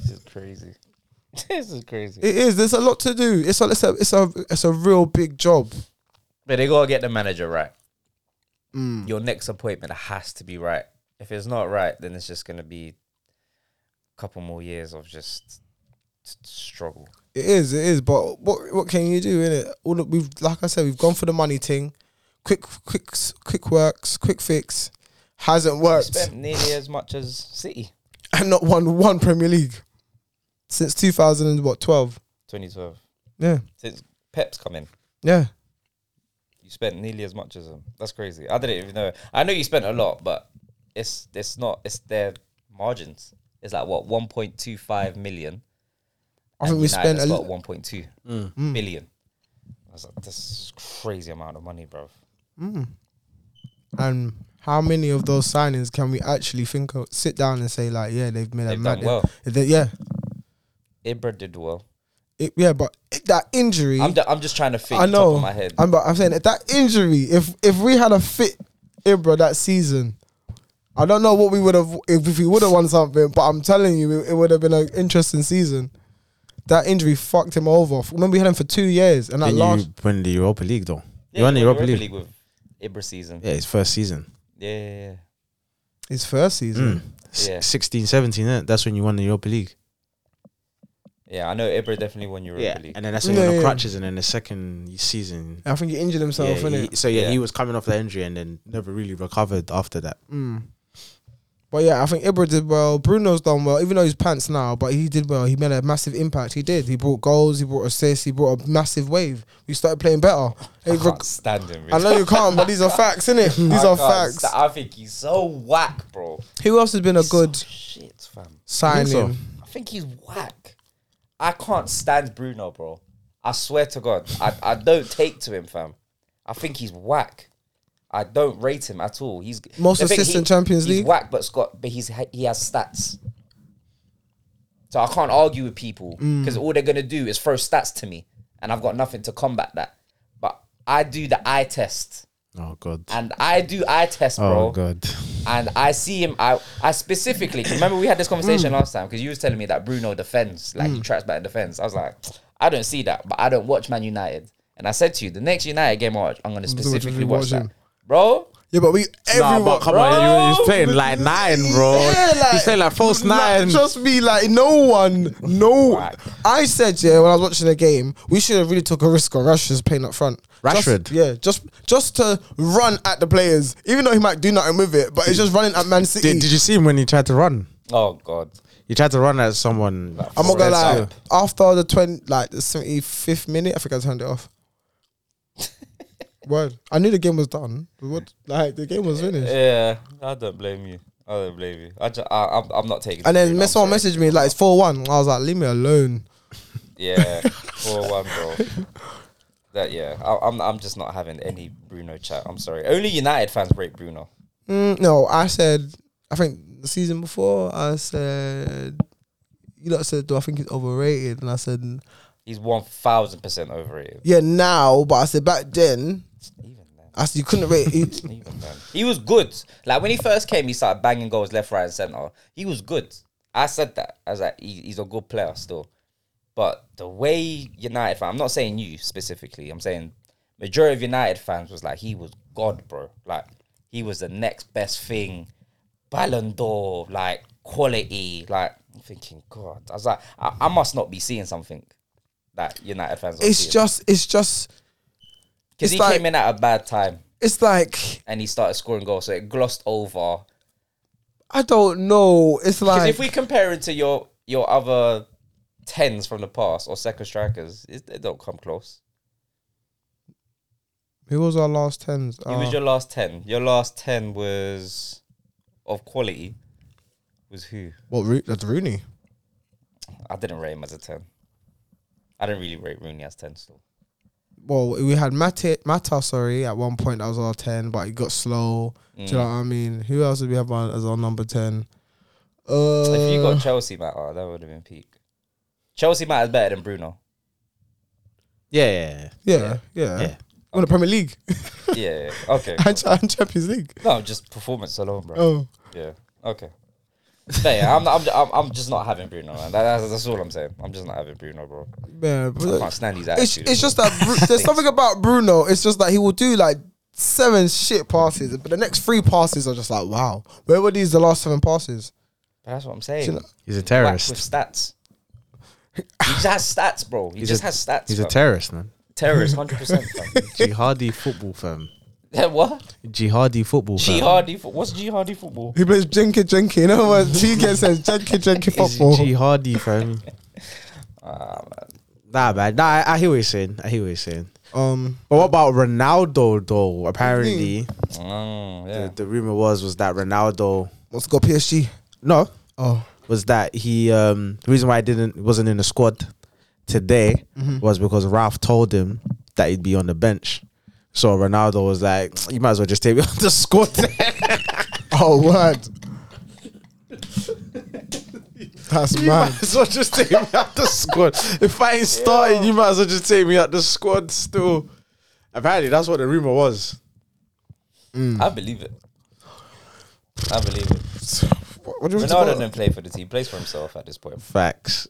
S1: This is crazy. this is crazy.
S3: It is. There's a lot to do. It's a it's a it's a, it's a real big job.
S1: But they gotta get the manager right.
S3: Mm.
S1: Your next appointment has to be right. If it's not right, then it's just gonna be a couple more years of just s- struggle.
S3: It is, it is. But what what can you do in it? All that we've like I said, we've gone for the money thing, quick quick quick works, quick fix, hasn't worked,
S1: Spent nearly as much as City,
S3: and not won one Premier League since two thousand and what twelve?
S1: 2012.
S3: Yeah,
S1: Since Pep's come in,
S3: yeah.
S1: you spent nearly as much as them. That's crazy. I didn't even know. I know you spent a lot, but it's it's not. It's their margins. It's like what 1.25 million.
S3: I think we spent a Mm.
S1: lot.
S3: li-
S1: 1.2
S2: Mm.
S1: million. I was like, this is crazy amount of money, bro.
S3: and how many of those signings can we actually think of? Sit down and say like, yeah, they've made a
S1: They've
S3: mad.
S1: done well.
S3: they- yeah,
S1: Ibra did well.
S3: it, yeah, but it, that injury.
S1: I'm, d- I'm just trying to think
S3: I know.
S1: top of my head.
S3: I'm, but I'm saying if that injury, if if we had a fit Ibra that season, I don't know what we would have if, if we would have won something. But I'm telling you, it, it would have been an interesting season. That injury fucked him over. Remember, we had him for two years, and that
S2: Didn't
S3: last
S2: you win the Europa League though?
S1: Yeah,
S2: you won the
S1: he
S2: Europa League.
S1: with Ibra season. Yeah,
S2: Yeah, his first season. Mm.
S1: yeah, yeah. yeah.
S3: his first
S1: Mm.
S3: season.
S2: S-
S1: Yeah.
S2: 16, 17, innit? That's when you won the Europa League.
S1: Yeah, I know Ibra definitely won Europa League.
S2: And then that's when you
S3: Yeah,
S2: won the
S3: yeah.
S2: crutches and then the second season.
S3: I think he injured himself,
S2: yeah,
S3: innit?
S2: he- so yeah,
S1: Yeah.
S2: he was coming off the injury and then never really recovered after that.
S3: But yeah, I think Ibra did well. Bruno's done well, even though he's pants now, but he did well. He made a massive impact. He did. He brought goals, he brought assists, he brought a massive wave. We started playing better.
S1: I
S3: It rec-
S1: can't stand him.
S3: I
S1: really.
S3: know you can't, but these are facts, innit? These
S1: I
S3: are
S1: can't
S3: facts.
S1: sta- I think he's so whack, bro.
S3: Who else has been a good
S1: So shit, fam.
S3: signing?
S2: so.
S1: I think he's whack. I can't stand Bruno, bro. I swear to God, I, I don't take to him, fam. I think he's whack. I don't rate him at all. He's
S3: Most
S1: the thing,
S3: assists in Champions
S1: he's
S3: League?
S1: Whack, but Scott, but he's he has stats. So I can't argue with people
S3: Mm.
S1: because all they're gonna do is throw stats to me, and I've got nothing to combat that. But I do the eye test,
S2: Oh god.
S1: and I do eye test, bro
S2: Oh god.
S1: and I see him. I I specifically 'cause remember we had this conversation
S3: Mm.
S1: last time because you was telling me that Bruno defends, like he tracks back and defends. I was like, I don't see that, but I don't watch Man United. And I said to you, the next United game I watch, I'm gonna
S3: gonna
S1: specifically
S3: watch
S1: watch that,
S3: him.
S1: bro.
S3: Yeah, but we everyone.
S2: nah, but come
S1: bro.
S2: on, you, he's playing like nine, bro.
S3: Yeah, like-
S2: he's playing like false nine.
S3: Like, trust me, like no one, no.
S1: Whack.
S3: I said yeah when I was watching the game, we should have really took a risk on Rashford's playing up front. Just-
S2: Rashford?
S3: yeah, just just to run at the players, even though he might do nothing with it, but it's just running at Man City.
S2: Did, did you see him when he tried to run?
S1: Oh God,
S2: He tried to run at someone.
S3: I'm not gonna
S2: That's
S3: lie.
S2: it.
S3: After the twenty, like the seventy fifth minute, I think I turned it off. Word. I knew the game was done. but What like the game was finished.
S1: Yeah, I don't blame you. I don't blame you. I just, I, I'm, I'm not taking.
S3: And
S1: the
S3: then
S1: blame,
S3: me-
S1: I'm
S3: someone
S1: sorry.
S3: messaged me like it's four one. I was like, leave me alone.
S1: Yeah, four one, bro. That yeah, I, I'm, I'm just not having any Bruno chat. I'm sorry. Only United fans break Bruno.
S3: Mm, no, I said. I think the season before I said. You lot said, do I think he's overrated? And I said,
S1: He's one thousand percent overrated.
S3: yeah, now. But I said back then,
S1: Even then.
S3: I said you couldn't rate. It.
S1: Even then. He was good. Like when he first came, he started banging goals left, right, and centre. He was good. I said that. I was like, he, he's a good player still. But the way United fan, I'm not saying you specifically, I'm saying majority of United fans was like, he was God, bro. Like he was the next best thing. Ballon d'Or, like quality. Like I'm thinking, God. I was like, I, I must not be seeing something that United fans are
S3: It's just, it's just,
S1: Because
S3: it's
S1: he
S3: like-
S1: came in at a bad time
S3: it's like
S1: and he started scoring goals. So it glossed over.
S3: I don't know. It's
S1: Because
S3: like
S1: if we compare it to your your other tens from the past or second strikers, it, they don't come close.
S3: who was our last tens? Ah.
S1: Who was your last ten? Your last ten was of quality. Was who?
S3: what? Ro- that's Rooney.
S1: I didn't rate him as a ten. I didn't really rate Rooney as ten. Still,
S3: well, we had Mata, Mata, sorry, at one point that was our 10, but it got slow.
S1: Mm.
S3: Do you know what I mean? Who else did we have on- as our number 10? Uh,
S1: if you got Chelsea, Matt, oh, that would have been peak. Chelsea Matt is better than Bruno.
S2: Yeah, yeah,
S3: yeah, yeah.
S2: yeah.
S3: On the Premier League
S1: Yeah. yeah, Okay.
S3: and, Cha- and Champions League.
S1: no, just performance alone, bro.
S3: Oh,
S1: Yeah. Okay. But yeah, I'm, I'm, I'm, I'm just not having Bruno, man. That, that's, that's all I'm saying. I'm just not having Bruno, bro.
S3: man.
S1: I
S3: but
S1: can't stand his
S3: It's,
S1: attitude.
S3: it's just that Bru- there's something about Bruno. It's just that he will do like seven shit passes, but the next three passes are just like, wow, where were these the last seven passes?
S1: That's what I'm saying.
S3: Do you know-
S2: He's a
S1: Whack with
S2: terrorist.
S1: stats. He just has stats, bro. He
S2: He's
S1: just
S2: a-
S1: has stats.
S2: He's a
S1: fam.
S2: terrorist, man.
S1: terrorist, hundred percent.
S2: Jihadi football fam.
S1: What?
S2: Jihadi football fam.
S1: Jihadi? fo- What's jihadi football?
S3: He plays Jenky Jenky. You know what? GK says Jenky Jenky
S2: It's
S3: football.
S2: jihadi fam. Nah, man. Nah, I, I hear what you're saying. I hear what you're saying.
S3: Um,
S2: But what about Ronaldo though? Apparently,
S1: Mm,
S3: Hmm.
S1: yeah.
S2: the, the rumor was was that Ronaldo
S3: let's go PSG.
S2: no
S3: Oh.
S2: was that he um the reason why I didn't wasn't in the squad today
S3: Mm-hmm.
S2: was because Ralph told him that he'd be on the bench. So Ronaldo was like, "You might as well just take me on the squad."
S3: Oh, what? That's
S2: You
S3: mad.
S2: might as well just take me out the squad. If I ain't starting, you might as well just take me out the squad still. Apparently, that's what the rumor was.
S1: I believe it. I believe it.
S3: What, what do you mean?
S1: Ronaldo
S3: tomorrow?
S1: didn't play for the team. Plays for himself at this point.
S2: Facts.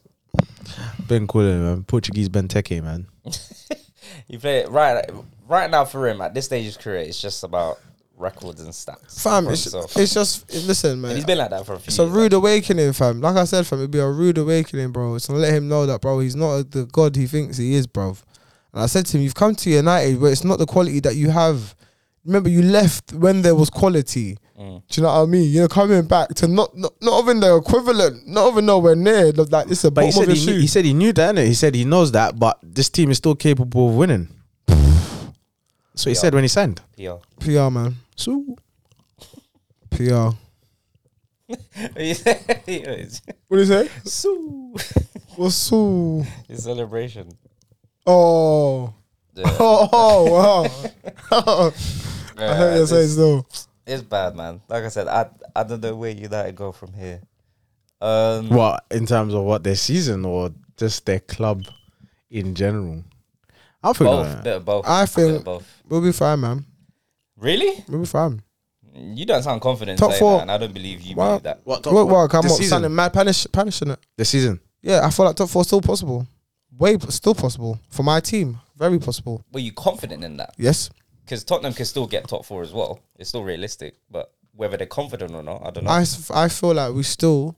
S2: Ben Cullen, man. Portuguese Benteke, man.
S1: He played right right now for him at this stage of his career. It's just about records and stats.
S3: Fam,
S1: for
S3: it's,
S1: himself.
S3: it's just, it- listen,
S1: And
S3: man.
S1: he's been like that for a few.
S3: It's a
S1: years.
S3: rude awakening, fam. Like I said, fam, it'd be a rude awakening, bro. It's gonna let him know that, bro, he's not the god he thinks he is, bro. And I said to him, You've come to United, but it's not the quality that you have. Remember, you left when there was quality.
S2: Mm.
S3: Do you know what I mean? You know, coming back to not not, not even the equivalent, not even nowhere near. Like it's a
S2: But he
S3: bottom
S2: said
S3: of your
S2: he, knew,
S3: shoe.
S2: he said he knew that, innit? He said he knows that, but this team is still capable of winning. So he
S1: Yeah.
S2: said when he signed.
S1: PR.
S3: PR man,
S2: So
S3: PR. What do you say?
S1: so
S3: What's so?
S1: his celebration.
S3: Oh.
S1: Yeah.
S3: Oh, wow. I
S1: Yeah,
S3: heard you say
S1: it's,
S3: so.
S1: it's bad, man. Like I said, I I don't know where United go from here. Um,
S2: what in terms of what their season or just their club in general? I think
S1: both, bit of both.
S3: I
S1: bit
S3: think
S1: of both.
S3: we'll be fine, man.
S1: Really?
S3: We'll be fine.
S1: You don't sound confident.
S3: Top
S1: saying
S3: four.
S1: that, and I don't believe you
S3: Wow.
S1: believe that.
S2: what,
S3: Look, work. I'm
S2: the
S3: not
S2: season?
S3: sounding mad punish, punishing it.
S2: The season.
S3: Yeah, I feel like top four still possible. Way p- still possible for my team. Very possible.
S1: Were you confident in that?
S3: Yes.
S1: Because Tottenham can still get top four as well. It's still realistic, but whether they're confident or not, I don't know.
S3: I, s- I feel like we still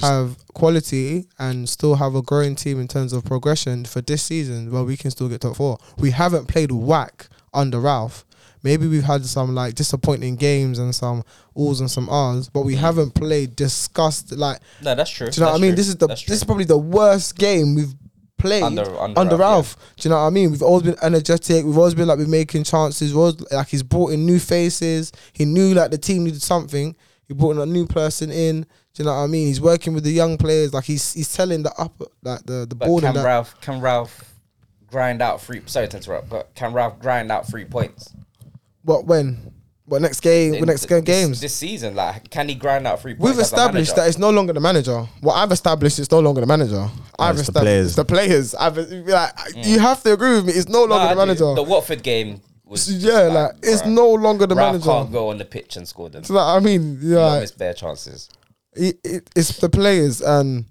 S3: have quality and still have a growing team in terms of progression for this season where we can still get top four. We haven't played whack under Ralph. Maybe we've had some like disappointing games and some O's and some R's, but we haven't played disgust like
S1: no, that's true.
S3: do you know
S1: That's
S3: what I mean?
S1: true.
S3: This is the
S1: That's
S3: this is
S1: true.
S3: probably the worst game we've played
S1: Under-
S3: under,
S1: under Ralph,
S3: Ralph. Do you know what I mean? We've always been energetic. We've always been like we're making chances. We've always, like he's brought in new faces. He knew like the team needed something. He brought in a new person in. Do you know what I mean? He's working with the young players. Like he's he's telling the upper like the the
S1: But
S3: board
S1: can
S3: and that.
S1: Ralph can Ralph grind out three? Sorry to interrupt, but can Ralph grind out three points?
S3: What when? What next game?
S1: in
S3: What next
S1: th-
S3: game
S1: this-
S3: games?
S1: this season? Like, can he grind out three points?
S3: We've established that it's no longer the manager. What I've established, it's no longer the manager. I've
S2: it's the
S3: established it's the players. I've like,
S1: Mm.
S3: you have to agree with me. It's no longer the manager.
S1: The Watford game was
S3: yeah, like it's
S1: bruh,
S3: no longer the
S1: Ralph
S3: manager.
S1: can't go on the pitch and score them.
S3: So, like, I mean,
S1: Like,
S3: yeah,
S1: miss bare chances.
S3: it, it, it's the players, and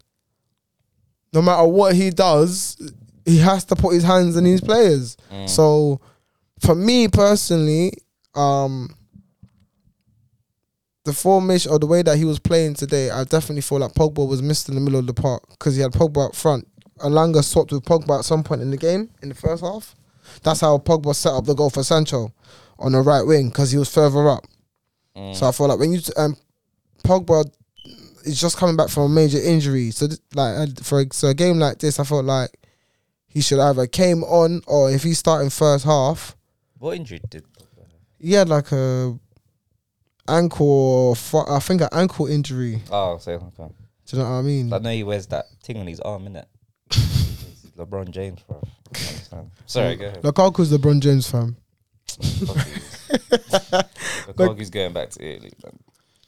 S3: no matter what he does, he has to put his hands in his players. So, for me personally, um, the formation or the way that he was playing today, I definitely feel like Pogba was missed in the middle of the park because he had Pogba up front. Alanga swapped with Pogba at some point in the game in the first half. That's how Pogba set up the goal for Sancho on the right wing because he was further up. So I feel like when you um, Pogba is just coming back from a major injury, so th- like uh, for a, so a game like this, I felt like he should either came on or if he's starting first half,
S1: What injury did?
S3: he had like a ankle, or fro- I think an ankle injury.
S1: Oh, so okay.
S3: Do you know what I mean?
S1: I know he wears that thing on his arm, innit? LeBron James, bro. I don't understand. Sorry, go ahead.
S3: Lukaku's LeBron James fan.
S1: Lukaku's going back to Italy. man.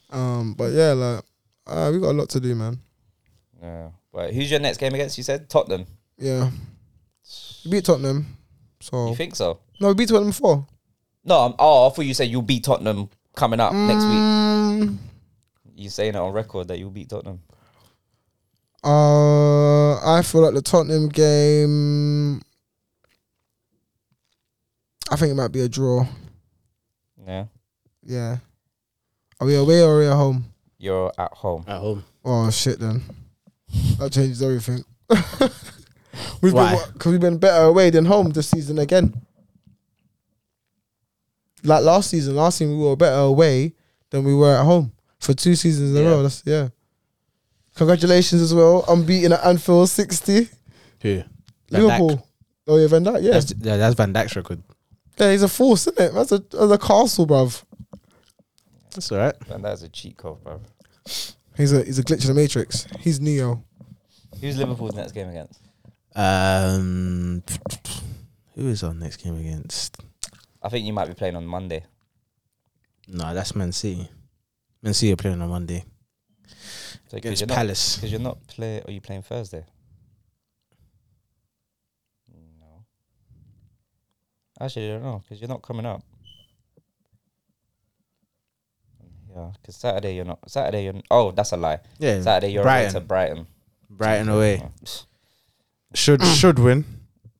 S3: Um, but yeah, like uh, we got a lot to do, man.
S1: Yeah. Right. Who's your next game against? You said Tottenham.
S3: Yeah, we beat Tottenham, so
S1: You think so?
S3: no, we beat Tottenham before.
S1: No. I'm, oh, I thought you said you'll beat Tottenham coming up next week.
S3: Mm,
S1: You saying it on record that you'll beat Tottenham?
S3: Uh, I feel like the Tottenham game. I think it might be a draw.
S1: Yeah.
S3: Yeah. Are we away or are we at home?
S1: You're at home.
S2: At home.
S3: Oh shit! Then that changes everything. we've
S2: Why?
S3: been because we've been better away than home this season again. Like last season, last season we were better away than we were at home for two seasons in
S1: Yeah.
S3: a row. That's yeah. Congratulations as well. I'm beating at Anfield sixty.
S2: Who?
S3: Liverpool. Oh yeah, Van Dijk. Yeah,
S2: That's, yeah, that's Van Dijk's record.
S3: yeah, he's a force, isn't it? That's a that's a castle, bruv.
S2: That's all right.
S1: And that's a cheat code, bro.
S3: He's a he's a glitch in the matrix. He's Neo.
S1: Who's Liverpool's next game against?
S2: Um, who is our next game against?
S1: I think you might be playing on Monday.
S2: No, that's Man City. Man City are playing on Monday
S1: So, cause
S2: against
S1: you're not,
S2: Palace.
S1: because you're not play. Are you playing Thursday? No. Actually, I don't know because you're not coming up. Yeah, because Saturday you're not. Saturday you're. Oh, that's a lie.
S2: yeah,
S1: Saturday you're away to
S2: Brighton.
S1: Brighton.
S2: Brighton away.
S1: Oh.
S2: Should should win.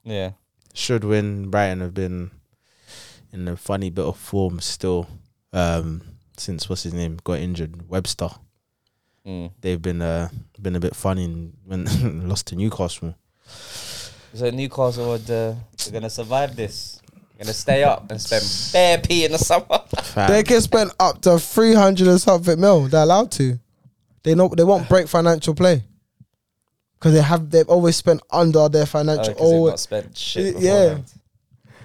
S1: Yeah.
S2: Should win. Brighton have been in a funny bit of form still. Um, since what's his name got injured, Webster.
S1: Mm.
S2: They've been uh been a bit funny and when lost to Newcastle.
S1: So Newcastle would, uh, they're gonna survive this. Gonna stay up and spend bare p in the summer. Oh,
S2: Fam.
S3: They can spend up to three hundred and something mil. They're allowed to. They know they won't break financial play because they have they've always spent under their
S1: Oh, 'cause
S3: financial.
S1: they've not
S3: always,
S1: spent shit.
S3: Yeah.
S1: beforehand.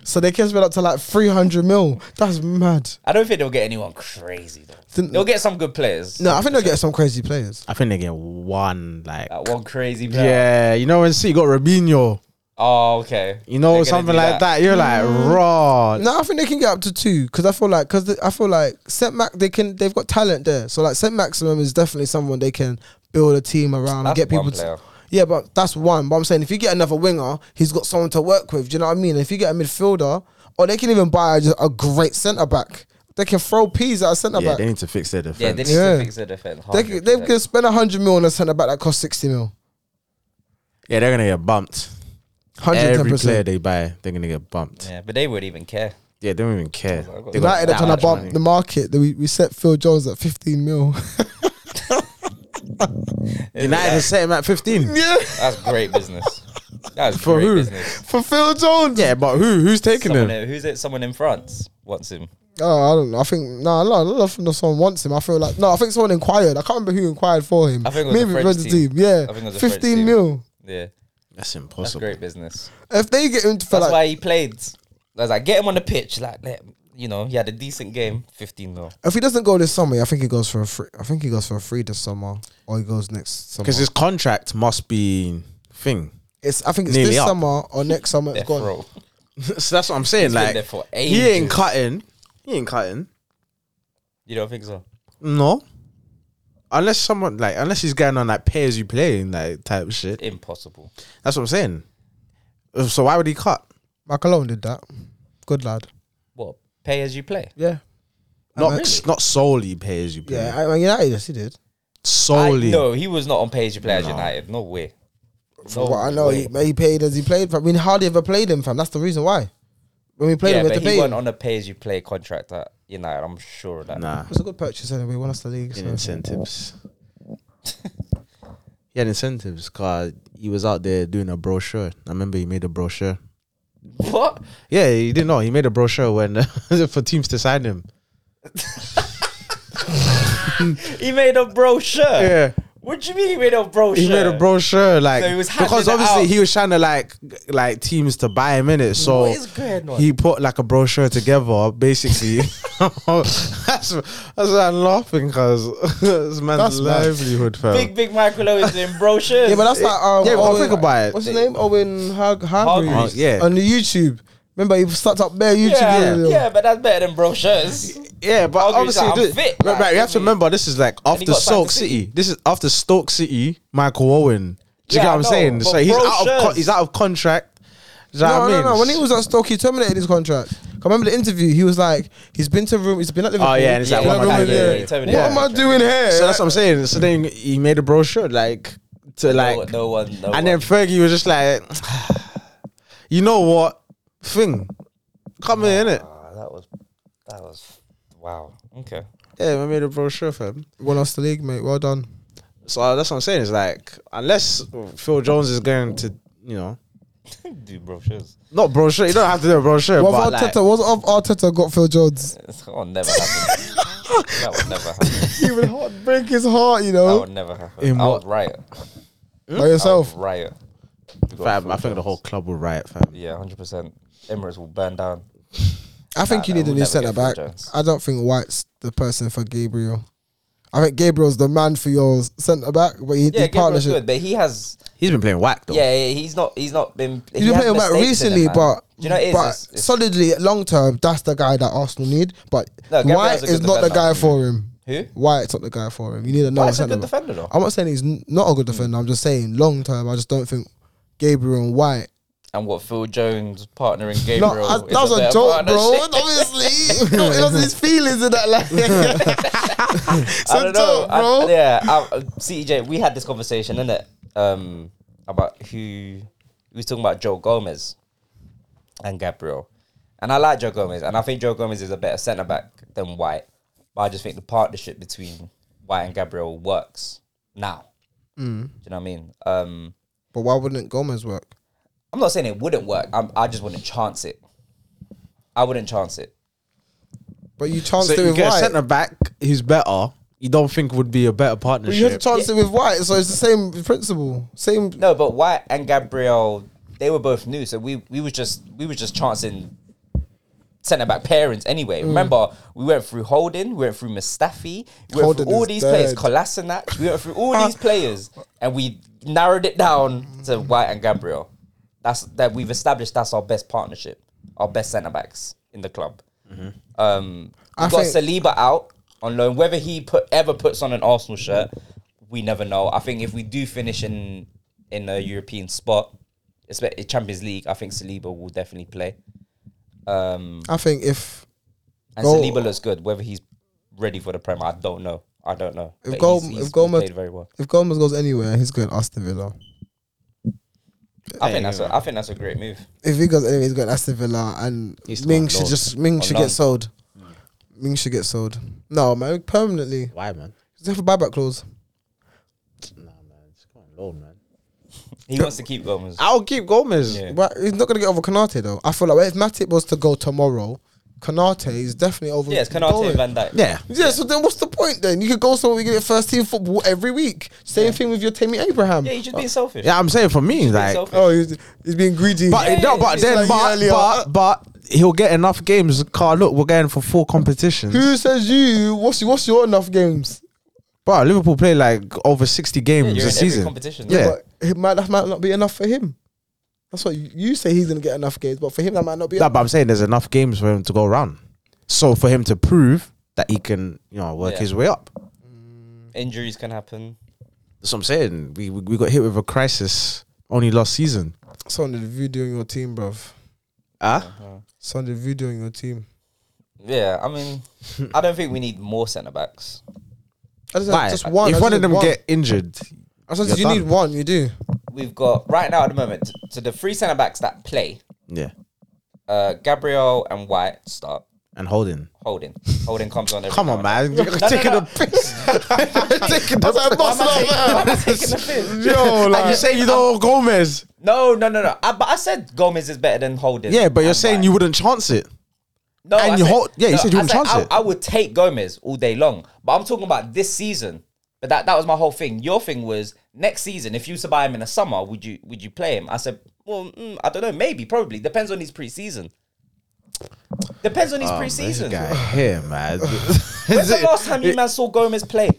S3: so they can spend up to like three hundred mil. That's mad.
S1: I don't think they'll get anyone crazy though.
S3: Didn't-
S1: They'll get some good players.
S3: No, I think they'll get some crazy players.
S2: I think they get one like
S1: That one crazy player.
S2: yeah, you know when City got Robinho,
S1: Oh, okay.
S2: you
S1: They're
S2: know
S1: gonna
S2: something
S1: do
S2: like that. You're like
S3: Mm.
S2: raw.
S3: No, I think they can get up to two because I feel like because I feel like Saint Mac they can they've got talent there. So like Saint Maximum is definitely someone they can build a team around and
S1: That's
S3: get people.
S1: one
S3: to-
S1: player.
S3: yeah, but that's one. But I'm saying if you get another winger, he's got someone to work with. Do you know what I mean? If you get a midfielder, or they can even buy just a great centre back. They can throw peas at a centre
S2: Yeah,
S3: back.
S2: they need to fix their defense.
S1: Yeah, they need
S3: Yeah.
S1: to fix their defense.
S3: They can, they can spend hundred mil on a centre back that costs sixty mil.
S2: Yeah, they're gonna get bumped.
S3: Hundred ten
S2: Every player
S3: percent.
S2: they buy, they're gonna get bumped. Yeah,
S1: Yeah, but they wouldn't even care.
S2: they don't even care.
S1: I've got
S2: They got
S3: United are
S2: that
S3: trying
S2: much
S3: to bump
S2: money.
S3: the market. We we set Phil Jones at fifteen mil.
S2: United is set him at fifteen.
S3: yeah,
S1: That's great business. That's
S2: For
S1: great
S2: who?
S1: business.
S3: for Phil Jones.
S2: Yeah, but who? Who's taking
S1: Someone
S2: him?
S1: in, who's it? Someone in France wants him.
S3: Oh, I don't know. I think no, nah, I don't know if no- someone wants him. I feel like no, I think someone inquired. I can't remember who inquired for him.
S1: I think it was a French
S3: French
S1: team.
S3: Yeah,
S1: I think it was a French
S3: fifteen
S1: team.
S3: mil.
S1: Yeah.
S2: That's
S1: That's
S2: impossible.
S1: great business.
S3: If they get him for
S1: That's
S3: like,
S1: why he played. I was like, get him on the pitch. Like, let- you know, he had a decent game. 15 mil.
S3: if he doesn't go this summer, I think he goes for a free. I think he goes for a free this summer, or he goes next summer.
S2: Because his contract must be thing.
S3: it's, I think it's
S2: nearly
S3: this
S2: up.
S3: summer or next summer. It's
S1: Death
S3: gone.
S1: row.
S2: so that's what I'm saying.
S1: He's been
S2: like
S1: there for
S2: he ain't
S1: ages.
S2: cutting. He ain't cutting.
S1: You don't think so?
S2: No. Unless someone like unless he's going on like pay as you play like type shit.
S1: Impossible.
S2: That's what I'm saying. Uh, So why would he cut?
S3: Michael did that. Good lad.
S1: What? Pay as you play.
S3: Yeah.
S1: Oh,
S2: Not
S1: really?
S2: not solely pay as you play.
S3: Yeah, I, I, yeah, yes, he did.
S1: I,
S2: Solely.
S1: no, he was not on pay as you play at
S2: No.
S1: United. No way.
S3: From what I know,
S1: way.
S3: he, he paid as he played. Fam. We hardly ever played him, fam. That's the reason why. When we played
S1: yeah,
S3: him, we had
S1: but
S3: to
S1: he
S3: pay
S1: went
S3: him.
S1: on a pay as you play contract at United. I'm sure of that.
S2: Nah.
S3: It was a good purchase anyway. Won us the league.
S2: In
S3: so-
S2: incentives. he had incentives cause he was out there doing a brochure. I remember he made a brochure.
S1: What?
S2: Yeah, he didn't know. He made a brochure when for teams to sign him.
S1: He made a brochure.
S2: Yeah.
S1: What do you mean he made a brochure?
S2: He made a brochure like
S1: So he was
S2: because
S1: handing it
S2: obviously
S1: out.
S2: he was trying to like like teams to buy him in it. So
S1: What is going on?
S2: he put like a brochure together basically. that's that's why I'm laughing because it's man's
S3: That's mad.
S2: livelihood, fam.
S1: Big, big Michael Owen's in brochures.
S3: Yeah, but that's like um,
S2: Yeah, but
S3: Owen,
S2: think about it.
S3: What's his name? Owen Hag- Hargreaves.
S1: Hargreaves.
S2: Oh, yeah.
S3: On the YouTube. Remember, he stuck up bare YouTube.
S1: yeah,
S3: video.
S1: yeah, but that's better than brochures.
S2: Yeah, but
S1: Hargreaves
S2: obviously,
S1: like, I'm
S2: th-
S1: fit,
S2: right,
S1: like,
S2: right, you have to
S1: isn't he?
S2: remember this is like
S1: he
S2: after
S1: got signed
S2: Stoke
S1: to
S2: City.
S1: City.
S2: This is after Stoke City, Michael Owen. Do you
S1: Yeah,
S2: get
S1: I
S2: what I'm
S1: know,
S2: saying?
S1: but
S2: So he's out, of con-
S1: brochures.
S2: he's out of contract. Do you know
S3: No,
S2: what I
S3: no,
S2: mean?
S3: no. When he was at Stoke, he terminated his contract. I remember the interview. He was like, he's been to room, he's been at Liverpool.
S2: Oh, yeah, and it's
S1: like,
S3: been
S1: what
S3: at
S1: am I
S3: room
S1: doing
S3: with-
S1: here? He terminated
S3: What
S1: his
S3: am I doing here?
S2: So that's what I'm saying. So then he made a brochure, like to like,
S1: no, no one, no one.
S2: and then Fergie was just like, you know what, thing, come in it.
S1: Ah, that was, that was, wow. Okay.
S2: Yeah, I made a brochure for him.
S3: Won us the league, mate. Well done.
S2: So that's what I'm saying. It's like unless Phil Jones is going to, you know,
S1: Do brochures.
S2: not brochure. You don't have to do a brochure,
S3: What
S2: but
S3: if
S2: like,
S3: Arteta, what if Arteta got Phil Jones?
S1: That'll never happen. that would never happen.
S3: he would heart- break his heart, you
S1: That
S3: know,
S1: would never happen.
S2: In
S1: I
S2: what-
S1: would riot.
S3: by yourself.
S1: I would riot. We got
S2: fam,
S1: full
S2: I think the
S1: jobs.
S2: whole club will riot, fam.
S1: Yeah, hundred percent. Emirates will burn down.
S3: I
S1: Nah,
S3: think
S1: nah,
S3: you need a
S1: we'll
S3: new
S1: never get
S3: centre back.
S1: Phil Jones.
S3: I don't think White's the person for Gabriel. I think Gabriel's the man for your centre back, but he,
S1: Yeah,
S3: the
S1: Gabriel's
S3: partnership.
S1: good, but he has.
S2: He's been playing whack though.
S1: Yeah, yeah, he's not. He's not been.
S3: He's
S1: he
S3: been
S1: has
S3: playing back
S1: mistakes in him,
S3: recently,
S1: man.
S3: but
S1: Do you know what it is?
S3: but
S1: It's- it's-
S3: solidly long term, that's the guy that Arsenal need. But
S1: No, Gabriel's
S3: White
S1: a good
S3: is not the
S1: defender.
S3: guy for him.
S1: who?
S3: White's not the guy for him. You need another
S1: White's a
S3: centre
S1: good
S3: back.
S1: defender though,
S3: I'm not saying he's n- not a good defender. I'm just saying long term. I just don't think Gabriel and White.
S1: and what Phil Jones partnering
S3: No,
S1: Gabriel?
S3: I,
S1: is
S3: that was a
S1: better
S3: joke, bro.
S1: partnership.
S3: Obviously, no, it was his feelings in that. Like, it's
S1: I
S3: a
S1: don't know.
S3: joke, bro.
S1: I, yeah, I, uh, CEJ, we had this conversation, innit? Um, about who we was talking about Joe Gomez and Gabriel, and I like Joe Gomez, and I think Joe Gomez is a better centre back than White, but I just think the partnership between White and Gabriel works now. Do you know what I mean? Um,
S3: But why wouldn't Gomez work?
S1: I'm not saying it wouldn't work. I'm, I just wouldn't chance it. I wouldn't chance it.
S3: But you chanced
S2: So
S3: it
S2: you
S3: with
S2: get a
S3: White.
S2: centre back who's better. You don't think would be a better
S3: But you
S2: partnership?
S3: had chanced it with White, so it's the same principle. Same.
S1: No, but White and Gabriel, they were both new, so we we was just we was just chancing centre back pairings
S3: Mm.
S1: anyway. Remember, we went through Holding, we went through Mustafi, we went
S3: Holding
S1: through all
S3: is
S1: these players,
S3: dead. Ah.
S1: Kolasinac, we went through all these players, and we narrowed it down to White and Gabriel. That's that we've established that's our best partnership, our best centre backs in the club. Um, we
S3: I
S1: got
S3: think-
S1: Saliba out on loan. Whether he put ever puts on an Arsenal shirt, we never know. I think if we do finish in in a European spot, especially Champions League, I think Saliba will definitely play. Um,
S3: I think if
S1: and
S3: Goal-
S1: Saliba looks good. Whether he's ready for the Prem, I don't know. I don't know.
S3: If
S1: But
S3: Gol-
S1: he's-
S3: if
S1: he's
S3: Gomez-
S1: played very well.
S3: if Gomez goes anywhere, he's going Aston Villa.
S1: I think that's a, I think that's a great move.
S3: If he goes anywhere, he's going Aston Villa, and
S2: He's
S3: Ming
S2: not
S3: should
S2: loan.
S3: just Ming
S1: On
S3: should
S1: loan.
S3: get sold. Ming should get sold. No, man, permanently.
S2: Mm. Why, man?
S3: Does he have a buyback clause?
S2: Nah, man. It's going low, man.
S1: He wants to keep Gomez.
S2: I'll keep Gomez.
S1: Yeah.
S3: But he's not going to get over Canate though. I feel like if Matip was to go tomorrow, Kanate is definitely over.
S1: Yeah, it's Canate
S3: going.
S1: and Van Dyke.
S2: Yeah.
S3: Yeah, so then what's the point then? You could go somewhere we get first team football every week. Same thing with your Tammy Abraham.
S1: Yeah, you're just being selfish.
S2: Yeah, I'm saying for me, like,
S1: selfish.
S3: oh, he's, he's being greedy.
S2: but
S1: Yeah,
S2: no, but
S1: it's
S2: then,
S3: like
S2: but,
S3: earlier.
S2: but, but he'll get enough games. Car, look, we're going for four competitions.
S3: Who says you? What's what's your enough games?
S2: Bro, Liverpool play like over 60
S1: you're
S2: games
S1: in
S2: a
S1: every
S2: season.
S1: competition.
S2: Yeah.
S3: But it might, that might not be enough for him. That's what you, you say he's gonna get enough games, but for him that might not be.
S2: No,
S3: enough.
S2: but I'm saying there's enough games for him to go around. So for him to prove that he can, you know, work
S1: Yeah.
S2: his way up.
S1: Injuries can happen.
S2: That's what I'm saying. We, we we got hit with a crisis only last season.
S3: Someone did video in your team, bruv.
S2: Ah,
S3: Someone did video in your team.
S1: Yeah, I mean, I don't think we need more centre backs.
S3: I just, just one. I
S2: If
S3: just
S2: one of
S3: need
S2: them get injured,
S3: I just,
S2: you're
S3: you need
S2: done.
S3: one. You do.
S1: We've got right now at the moment. So the three centre backs that play,
S2: yeah,
S1: uh, Gabriel and White start
S2: and holding.
S1: holding. Holding comes on. Every
S2: Come on,
S1: now
S2: man, You're taking
S1: no.
S2: a piss. taking
S3: That's
S2: a
S3: like
S2: piss.
S3: boss
S1: and then. I'm taking the piss.
S2: Yo, like you say you know Gomez.
S1: No, no, no, no. I, but I said Gomez is better than Holding.
S2: Yeah, but you're
S1: and
S2: saying
S1: White.
S2: you wouldn't chance it.
S1: No,
S2: And
S1: I
S2: you
S1: said-
S2: hold- yeah, you said you
S1: I
S2: wouldn't chance
S1: I,
S2: it.
S1: I would take Gomez all day long, but I'm talking about this season. But that, that was my whole thing. Your thing was next season. If you used to buy him in the summer, would you would you play him? I said, well, mm, I don't know. Maybe, probably depends on his preseason. Depends
S2: Oh,
S1: on his preseason.
S2: Guy here, man.
S1: When's the last time you man saw Gomez play?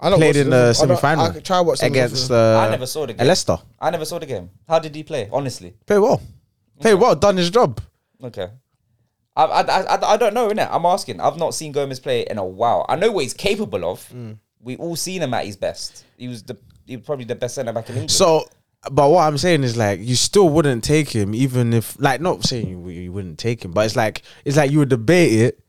S3: I don't
S2: Played
S3: watch
S2: in the
S3: I don't-
S2: semi final.
S3: I, could try watch some of
S2: against
S3: the-
S2: uh,
S1: I never saw the game.
S2: Leicester.
S1: I never saw the game. How did he play? Honestly,
S2: Play well. Play well. Done his job.
S1: okay. I I, I, I- I don't know innit? I'm asking. I've not seen Gomez play in a while. I know what he's capable of. We all seen him at his best. He was the he was probably the best centre back in England.
S2: So, but what I'm saying is like you still wouldn't take him, even if like not saying you, you wouldn't take him, but it's like it's like you would debate it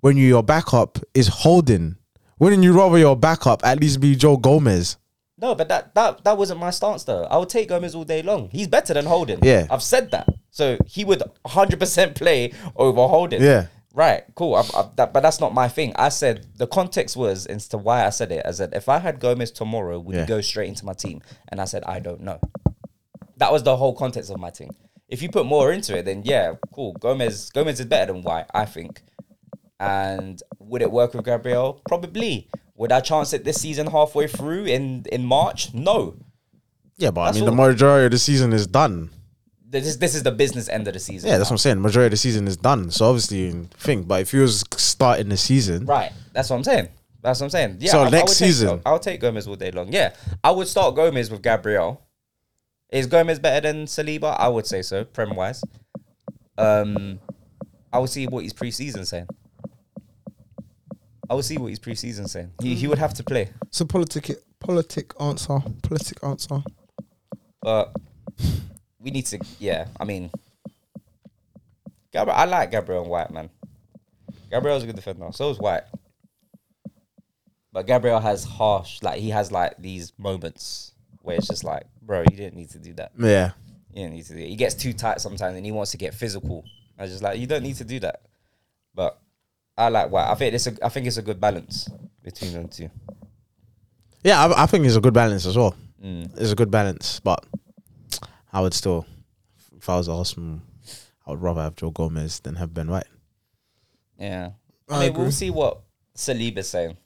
S2: when you, your backup is holding. Wouldn't you rather your backup at least be Joe Gomez?
S1: No, but that that that wasn't my stance though. I would take Gomez all day long. He's better than Holden.
S2: Yeah.
S1: I've said that. So he would 100% play over Holden.
S2: Yeah.
S1: Right, cool. I've, I've, that, but that's not my thing. I said the context was as to why I said it. I said if I had Gomez tomorrow, would
S2: Yeah.
S1: he go straight into my team? And I said I don't know. That was the whole context of my thing. If you put more into it, then yeah, cool. Gomez Gomez is better than White, I think. And would it work with Gabriel? Probably. Would I chance it this season halfway through in in March? No.
S2: Yeah, but
S1: That's
S2: I mean the
S1: all.
S2: majority of the season is done.
S1: This is this is the business end of the season.
S2: Yeah, that's what I'm saying. Majority of the season is done. So obviously, you think. But if you was starting the season,
S1: Right. That's what I'm saying. That's what I'm saying. Yeah.
S2: So
S1: I- I
S2: next
S1: would take-
S2: season-
S1: I'll take Gomez all day long. Yeah. I would start Gomez with Gabriel. Is Gomez better than Saliba? I would say so, prem wise. Um, I would see what his preseason saying. I would see what his preseason saying. He, he would have to play,
S3: It's a politic politic answer. Politic answer.
S1: but we need to. Yeah, I mean, Gabriel. I like Gabriel and White, man. Gabriel's a good defender. So is White. But Gabriel has harsh, like he has like these moments where it's just like, bro, you didn't need to do that.
S2: yeah,
S1: You didn't need to do. It. He gets too tight sometimes, and he wants to get physical. I was just like, you don't need to do that. But I like White. I think it's a, I think it's a good balance between them two.
S2: yeah, I, I think it's a good balance as well. It's a good balance, but I would still, if I was a Arsenal, I would rather have Joe Gomez than have Ben White.
S1: Yeah,
S3: I
S1: I mean,
S3: agree.
S1: we'll see what Saliba's saying.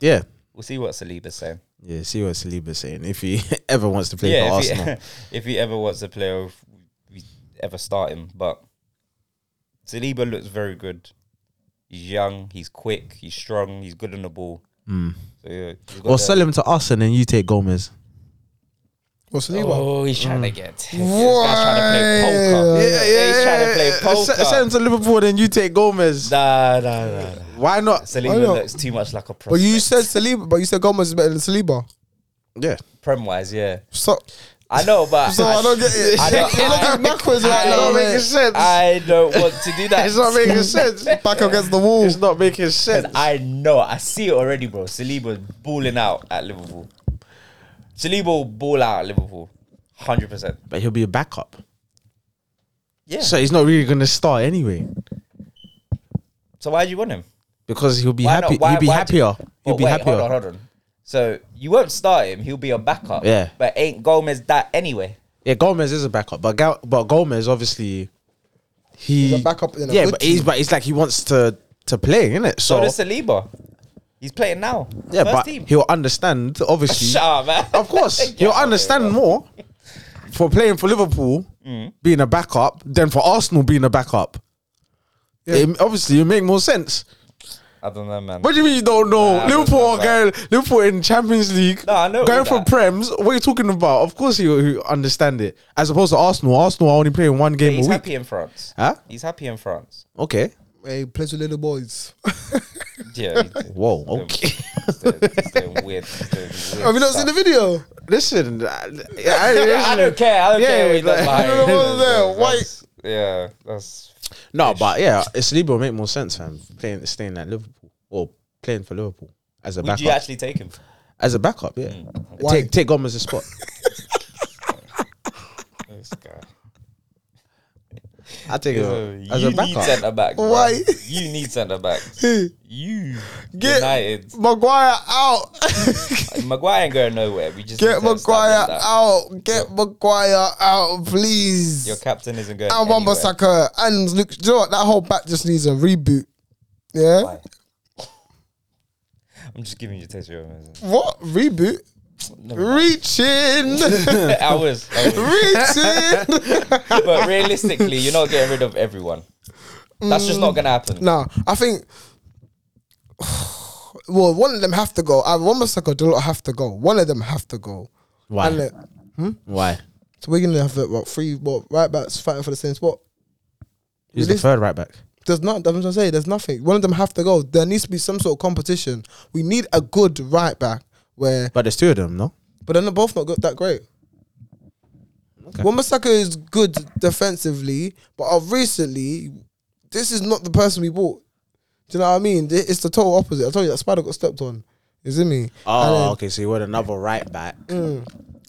S2: Yeah,
S1: We'll see what Saliba's saying.
S2: yeah. See what Saliba's saying if he ever wants to play for
S1: yeah, if
S2: Arsenal.
S1: he, if he ever wants to play or if we ever start him, but Saliba looks very good. He's young, he's quick, he's strong, he's good on the ball. So yeah, he's got
S2: Or
S1: the-
S2: sell him to us and then you take Gomez.
S3: What's the
S1: Oh, he's trying to get. This guy's trying to play poker. He's trying to play poker.
S2: Sell him to Liverpool and then you take Gomez.
S1: Nah, nah, nah, nah.
S2: Why not?
S1: Saliba
S3: not?
S1: looks too much like a pro.
S3: But you said Saliba. But you said Gomez is better than Saliba.
S2: Yeah.
S1: prem wise, yeah.
S3: So,
S1: I know, but
S3: so I, don't get it.
S1: I
S3: You're
S1: don't-
S3: looking backwards right
S1: I-
S3: now,
S1: It
S3: mate.
S2: sense.
S1: I don't want to do that.
S2: making sense.
S3: Back against the wall.
S2: not making sense.
S1: I know, I see it already, bro. Saliba's balling out at Liverpool. Saliba will ball out at Liverpool, hundred percent.
S2: But he'll be a backup.
S1: Yeah.
S2: So he's not really going to start anyway
S1: So why do you want him?
S2: because he'll be
S1: Why
S2: happy.
S1: not? Why-
S2: he'll be
S1: why do-
S2: happier.
S1: But
S2: he'll be
S1: wait,
S2: happier.
S1: Hold on, hold on. So you won't start him. He'll be a backup.
S2: Yeah.
S1: But ain't Gomez that anyway?
S2: Yeah, Gomez is a backup, but Gal- but Gomez obviously he
S3: He's a backup in a
S2: yeah,
S3: good
S2: but he's
S3: team.
S2: but it's like he wants to to play, isn't it?
S1: So
S2: So,
S1: does Saliba. He's playing now.
S2: yeah,
S1: First
S2: but
S1: team.
S2: he'll understand obviously.
S1: Shut up, man.
S2: Of course,
S1: Yeah,
S2: he'll understand
S1: okay,
S2: more for playing for Liverpool
S1: Mm.
S2: being a backup than for Arsenal being a backup.
S3: Yeah.
S2: It- obviously, it make more sense.
S1: I don't know, man.
S2: What do you mean you don't know?
S1: Nah, I
S2: Liverpool
S1: don't
S2: are
S1: know
S2: going, Liverpool in Champions League,
S1: No, I know all
S2: going for
S1: that.
S2: Prems. What are you talking about? Of course, he'll, he'll understand it. As opposed to Arsenal, Arsenal are only playing one game
S1: He's
S2: a week.
S1: happy in France.
S2: Huh?
S1: He's happy in France.
S2: Okay.
S3: Hey, plays with little boys.
S1: Yeah. he's-
S2: Whoa. Okay.
S1: he's doing- he's doing weird- he's doing weird
S3: Have you not seen the
S1: stuff.
S3: video?
S2: Listen, I,
S1: I don't care. I don't
S2: Yeah,
S1: care. what he does
S2: like-
S1: behind
S3: I don't
S1: the
S3: know there,
S1: scenes.
S3: why-
S1: That's- Yeah, that's
S2: No, but yeah, it's Libra make more sense, fam. Playing, staying at Liverpool or playing for Liverpool as a
S1: Would
S2: backup.
S1: you Hmm. actually take him?
S2: as a backup, yeah.
S3: Why?
S2: Take take Gomez a spot.
S1: This guy.
S2: I take him
S1: you
S2: as a
S1: need
S2: backup.
S1: centre back. bruv.
S3: Why?
S1: You need centre backs.
S3: Hey.
S1: You
S3: Get-
S1: United.
S3: Maguire out.
S1: Maguire ain't going nowhere. We just need
S3: Get
S1: to establish
S3: Maguire
S1: that.
S3: out. Get Maguire out, please.
S1: Your captain isn't going.
S3: and
S1: anywhere.
S3: Wambasaka and Luke. Do you know what? That whole back just needs a reboot. Yeah.
S1: Why? I'm just giving you a taste of your medicine.
S3: What reboot? Reaching,
S1: I was, I was.
S3: reaching.
S1: but realistically, you're not getting rid of everyone. That's just not gonna happen.
S3: nah, I think. Well, one of them have to go. Either Wambasaka do not have to go. One of them have to go.
S2: Why?
S3: And uh,
S2: Why?
S3: so we're gonna have uh, what three what right backs fighting for the same spot.
S2: He's the
S3: Realistic-
S2: third right back.
S3: There's not. That's what I'm saying. There's nothing. One of them have to go. There needs to be some sort of competition. We need a good right back. Where,
S2: But there's two of them, no?
S3: but then they're both not good, that great.
S2: Okay.
S3: Well, Masaka is good defensively, but of recently, this is not the person we bought. Do you know what I mean? Th- It's the total opposite. I told you that Spider got stepped on. Is it me?
S2: Oh,
S3: And then,
S2: okay. So you want another right back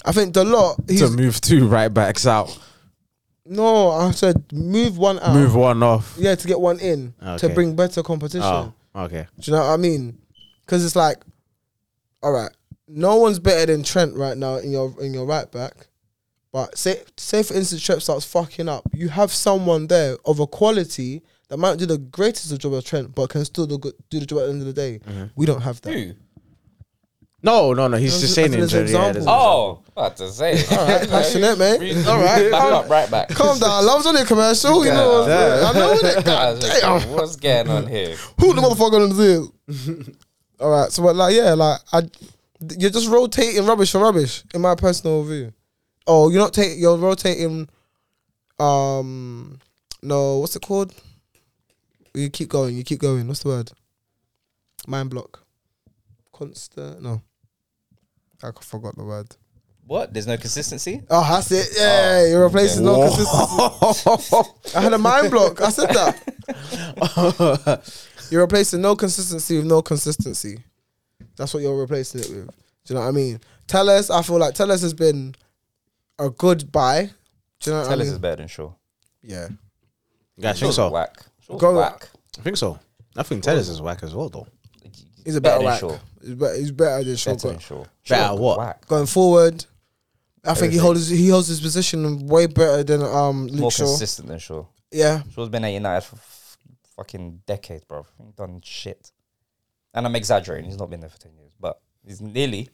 S3: I think the lot. He's,
S2: to move two right backs out,
S3: no, I said move one out.
S2: move one off.
S3: Yeah, to get one in to
S2: Okay.
S3: bring better competition.
S2: Oh, okay.
S3: Do you know what I mean? Because it's like, all right, no one's better than Trent right now in your in your right back. But say say for instance Trent starts fucking up, you have someone there of a quality that might do the greatest of job of Trent, but can still do, good, do the job at the end of the day. We don't have that.
S1: Who?
S2: No, no, no. He's
S3: As-
S2: just saying
S3: as an
S2: in general. Yeah,
S3: example.
S2: there's-
S1: Oh, about to say.
S3: All right, passionate mate. All right,
S1: back
S3: calm-
S1: up, right back.
S3: calm down. Love's on the commercial. You know,
S2: Yeah.
S3: I know it.
S1: Guys, What's going on here?
S3: Who the motherfucker is this? All right, so but like yeah, like I, you're just rotating rubbish for rubbish, in my personal view. Oh, you're not taking, you're rotating. Um, no, what's it called? You keep going, you keep going. What's the word? Mind block, constant. No, I forgot the word.
S1: What? There's no consistency.
S3: Oh, that's it. Yeah, you're replacing no consistency. I had a mind block. I said that. You're replacing no consistency with no consistency. That's what you're replacing it with. Do you know what I mean? Tell us, I feel like Tell us has been a good buy. Do you know what
S1: Tell
S3: I
S1: us
S3: mean?
S1: is better than Shaw.
S3: yeah.
S2: Yeah, I think
S1: Shaw's
S2: so.
S1: Whack. Shaw's
S3: Go-
S1: whack.
S2: I think so. I think Tellers is whack as well, though.
S3: He's a better,
S1: than
S3: whack.
S1: Shaw.
S3: He's better, he's better than Shaw.
S1: Better than Shaw.
S2: Better
S1: Shaw,
S2: what?
S1: Whack.
S3: Going forward, I think he
S1: Everything.
S3: holds he holds his position way better than um Luke
S1: More
S3: Shaw.
S1: consistent than Shaw.
S3: yeah.
S1: Shaw's been at United for f- fucking decades, bro. He ain't done shit. And I'm exaggerating. He's not been there for ten years, but he's nearly.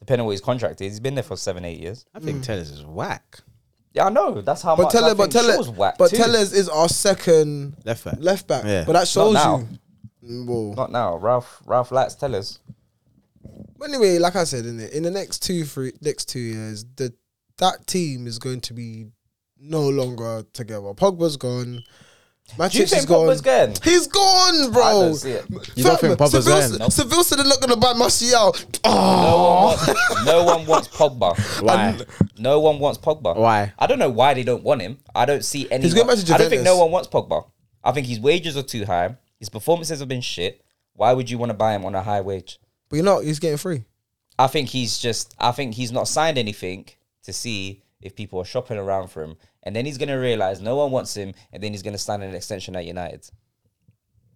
S1: Depending on what his contract is, he's been there for seven, eight years.
S2: I
S3: Hmm.
S2: think Tellers is whack.
S1: Yeah, I know. That's how
S3: But
S1: much.
S3: tell
S1: I
S3: us, but
S1: think
S3: tell
S1: Shaw's
S3: us,
S1: whack
S3: but
S1: too.
S3: tell us is our second
S2: Left back.
S3: left back.
S2: Yeah.
S3: But that shows
S1: now.
S3: you. Whoa.
S1: Not now. Ralph. Ralph Latz. Tell us.
S3: But anyway, like I said, in the, in the next two three next two years, the that team is going to be no longer together. Pogba's gone.
S1: Do you
S3: Matic is
S1: think
S3: gone. Oh.
S1: Pogba's going?
S3: He's gone, bro.
S1: I don't see it.
S2: You don't think Pogba's
S3: Seville,
S2: going?
S1: Nope.
S3: Seville said they're not going to buy Martial.
S1: No one,
S3: Oh,
S1: wants, no one wants Pogba.
S2: Why?
S1: No one wants Pogba.
S2: Why?
S1: I don't know why they don't want him. I don't see any.
S3: going back to
S1: I don't think
S3: Juventus.
S1: no one wants Pogba. I think his wages are too high. His performances have been shit. Why would you want to buy him on a high wage?
S3: but you're not. He's getting free.
S1: I think he's just. I think he's not signed anything to see if people are shopping around for him, and then he's gonna realize no one wants him, and then he's gonna sign an extension at United.
S3: Is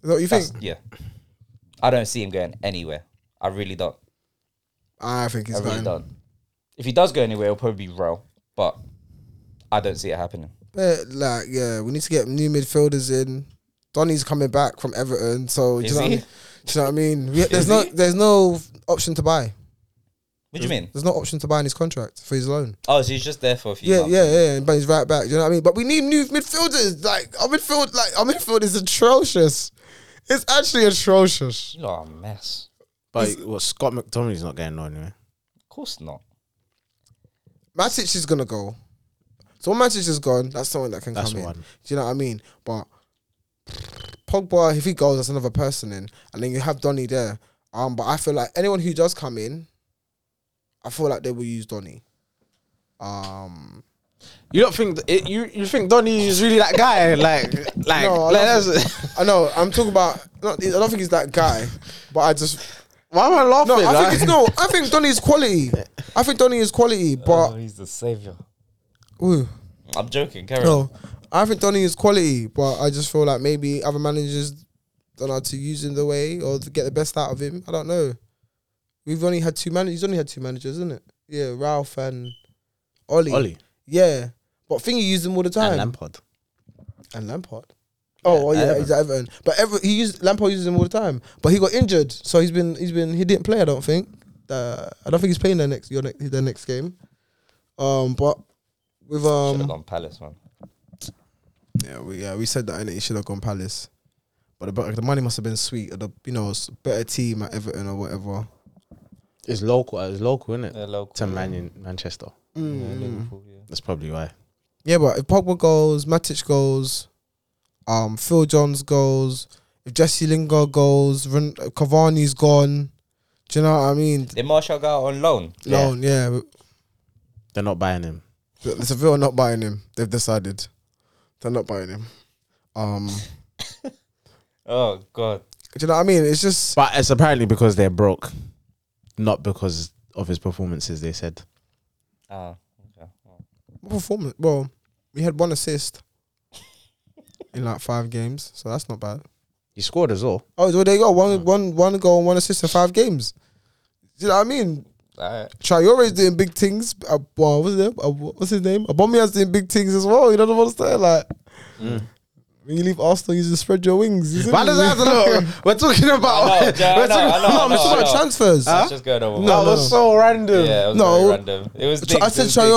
S3: that what you
S1: That's-
S3: think?
S1: yeah, I don't see him going anywhere. I really don't.
S3: I think he's
S1: I really
S3: going.
S1: don't. If he does go anywhere, it'll probably be Real, but I don't see it happening.
S3: But like, yeah, we need to get new midfielders in. Donny's coming back from Everton, so do
S1: Is
S3: you, know what I
S1: he?
S3: mean? do you know what I mean? We- there's
S1: Is
S3: no
S1: he?
S3: there's no option to buy.
S1: What do you mean?
S3: There's no option to buy in his contract for his loan.
S1: Oh, so he's just there for a few.
S3: Yeah,
S1: months.
S3: yeah, yeah. But he's right back. Do you know what I mean? But we need new midfielders. Like our midfield, like our midfield is atrocious. It's actually atrocious.
S1: You lot are a mess.
S2: But well, Scott McTominay's not going on anywhere.
S1: Of course not.
S3: Matic is gonna go. So when Matic is gone, that's someone that can
S2: That's
S3: come in.
S2: one.
S3: Do you know what I mean? But Pogba, if he goes, that's another person in, and then you have Donny there. Um, but I feel like anyone who does come in, I feel like they will use Donny. Um,
S2: You don't think th- it, you you think Donny is really that guy? like like,
S3: No, I
S2: like
S3: don't
S2: that's,
S3: I know I'm talking about. Not, I don't think he's that guy, but I just
S2: why am I laughing?
S3: No, I
S2: like?
S3: think it's, no. I think Donny is quality. I think Donny is quality,
S1: oh,
S3: but
S1: he's the savior.
S3: ooh,
S1: I'm joking. Carry on.
S3: no, I think Donny is quality, but I just feel like maybe other managers don't know how to use him the way or to get the best out of him. I don't know. We've only had two managers. He's only had two managers, isn't it? Yeah, Ralph and Ollie.
S2: Ollie
S3: Yeah, but Thingy used him all the time.
S2: and Lampard.
S3: And Lampard. Oh,
S2: Yeah,
S3: yeah, oh, yeah
S2: Everton.
S3: he's at Everton. But ever he used Lampard uses him all the time. But he got injured, so he's been he's been he didn't play. I don't think. Uh, I don't think he's playing their next your next their next game. Um, but with
S1: Should have
S3: um
S1: gone Palace, man.
S3: yeah we yeah we said that and he should have gone Palace, but the, but the money must have been sweet. Or the you know s- better team at Everton or whatever.
S2: It's local. It's local, isn't it?
S1: They're local.
S2: To Man in Manchester.
S1: Yeah,
S3: Mm.
S1: Liverpool, yeah.
S2: That's probably why.
S3: Yeah, but if Pogba goes, Matic goes, um, Phil Jones goes, if Jesse Lingard goes, Ren- Cavani's gone. Do you know what I mean?
S1: Did Marshall go out on loan?
S2: Yeah.
S3: Loan, yeah. but
S2: They're not buying him.
S3: The the Seville are not buying him. They've decided they're not buying him. Um,
S1: Oh God.
S3: do you know what I mean? It's just
S2: But it's apparently because they're broke, not because of his performances. They said
S1: Oh, okay. Well,
S3: performance. Well, we had one assist in like five games, so that's not bad.
S2: he scored as well.
S3: Oh, so there you go. One, one, one goal and one assist in five games. Do you know what I mean?
S1: all right.
S3: Traore's doing big things. Uh, well, what's his name? Uh, what's his name? Aubameyang's doing big things as well. You don't understand, like. When you leave Arsenal, you just spread your wings. you see
S2: Mm. Why does
S3: me?
S2: that have to look? We're talking about.
S1: I know, yeah, I
S2: we're
S1: know, I know, I know,
S3: No, I'm talking
S1: I
S3: about
S1: know.
S3: transfers.
S1: It's just going over.
S2: That
S3: No,
S2: was so random.
S1: Yeah, it was
S3: No.
S1: very random. It was.
S3: Tra- I
S1: digs, it
S3: said
S1: was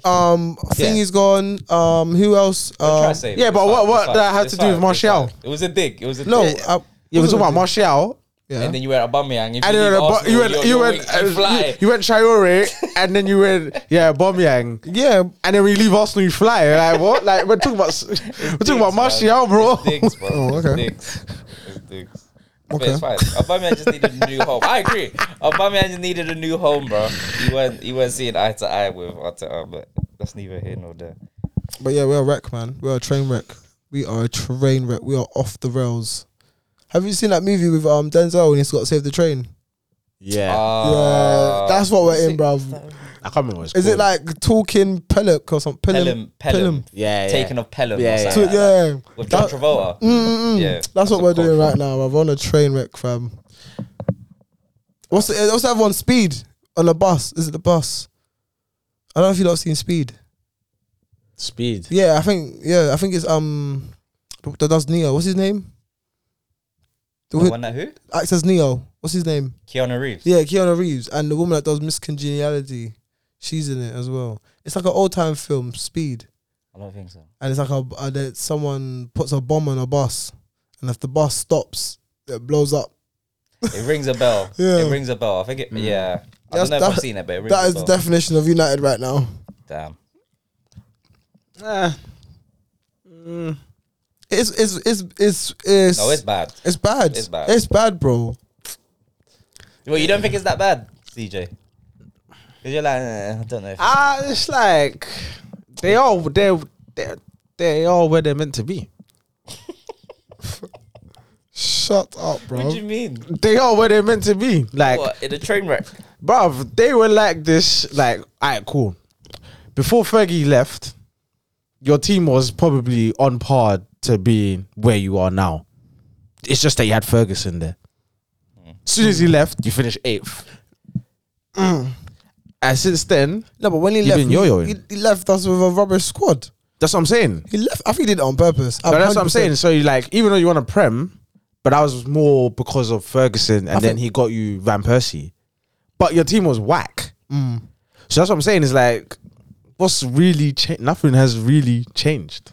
S3: Traore. Um,
S2: Yeah.
S3: thing is gone. Um, who else? Um,
S1: digs.
S2: uh, yeah, but
S1: It's
S2: what-
S1: fine,
S2: what
S1: it's
S2: that
S1: fine,
S2: had to
S1: it's
S2: do with
S1: fine, it's
S2: Martial?
S1: fine. It was a dig. It was a
S3: no,
S1: dig.
S3: I,
S2: You were talking about Martial.
S3: uh, yeah.
S1: And then you were at Aubameyang. If you
S2: I
S1: leave
S2: don't know, but
S1: Arsenal,
S2: you went,
S1: you're-
S2: you
S1: you're
S2: went,
S1: wing- you
S2: uh,
S1: fly.
S2: you went Traore, and then you went, yeah, Bomyang,
S3: yeah,
S2: and then when you leave Arsenal, you fly. Like what? Like we're talking about, s- we're talking about
S1: Digs, man.
S2: Martial, bro.
S1: It's digs, bro.
S3: Oh,
S1: It's
S3: okay.
S1: digs. It's digs.
S3: Okay.
S1: But it's fine. Aubameyang just needed a new home. I agree. Aubameyang just needed a new home, bro. He weren't he weren't seeing eye to eye with Arteta, but that's neither here nor there.
S3: but yeah, we're a wreck, man. We're a train wreck. We are a train wreck. We are off the rails. Have you seen that movie with um Denzel and he's got to save the train?
S2: Yeah,
S1: Ah.
S3: yeah, that's what
S1: Is
S3: we're in,
S1: it-
S3: bruv.
S2: I can't remember. What it's
S3: Is
S2: called.
S3: it like talking Pellic or something?
S1: Pelham, Pelham,
S2: yeah, yeah.
S1: taken off Pelham.
S2: Yeah,
S1: or
S2: yeah.
S3: So,
S1: something
S3: yeah,
S1: like that. with John
S3: That- Mm,
S1: Travolta.
S3: Mm-mm.
S1: Yeah,
S3: that's,
S1: that's
S3: what
S1: a
S3: we're
S1: cult
S3: doing right
S1: film.
S3: now. bruv. We're on a train wreck, fam. What's the, what's that one? Speed on a bus? Is it the bus? I don't know if you've seen Speed.
S2: Speed.
S3: Yeah, I think yeah, I think it's um that does Neo. What's his name? The
S1: The
S3: who
S1: one that who?
S3: acts as Neo. What's his name?
S1: Keanu Reeves.
S3: Yeah, Keanu Reeves and the woman that does Miss Congeniality. She's in it as well. It's like an old time film, Speed,
S1: I don't think so.
S3: and it's like a uh, that someone puts a bomb on a bus, and if the bus stops, it blows up.
S1: It rings a bell.
S3: Yeah.
S1: It rings a bell. I think it. Yeah. I don't
S3: That's-
S1: know if I've
S3: that-
S1: seen it, but it rings
S3: That
S1: a
S3: is the
S1: bell.
S3: definition of United right now.
S1: Damn.
S2: Uh, mm,
S3: It's it's it's it's it's
S1: No, it's bad.
S3: it's bad.
S1: it's bad.
S3: It's bad, bro.
S1: Well, you don't think it's that bad, CJ? Because you're like, eh, I don't know. If
S2: ah, it's like they all they they they all where they're meant to be.
S3: Shut up, bro.
S1: what do you mean?
S2: They are where they're meant to be. Like
S1: What in a train wreck?
S2: bruv, they were like this, like, alright, cool. Before Fergie left, your team was probably on par to being where you are now. It's just that you had Ferguson there. As soon as he left, you finished eighth. And since then,
S3: No, but when he
S2: He
S3: left,
S2: been
S3: he,
S2: yo-yoing.
S3: he- he left us with a rubbish squad.
S2: That's what I'm saying.
S3: He left. I think he did it on purpose.
S2: But that's what I'm
S3: 100%.
S2: saying. So you like, even though you want a prem, but that was more because of Ferguson, and
S3: I
S2: then
S3: think-
S2: he got you Van Persie. But your team was whack.
S3: Mm.
S2: So that's what I'm saying. Is like, what's really changed? Nothing has really changed.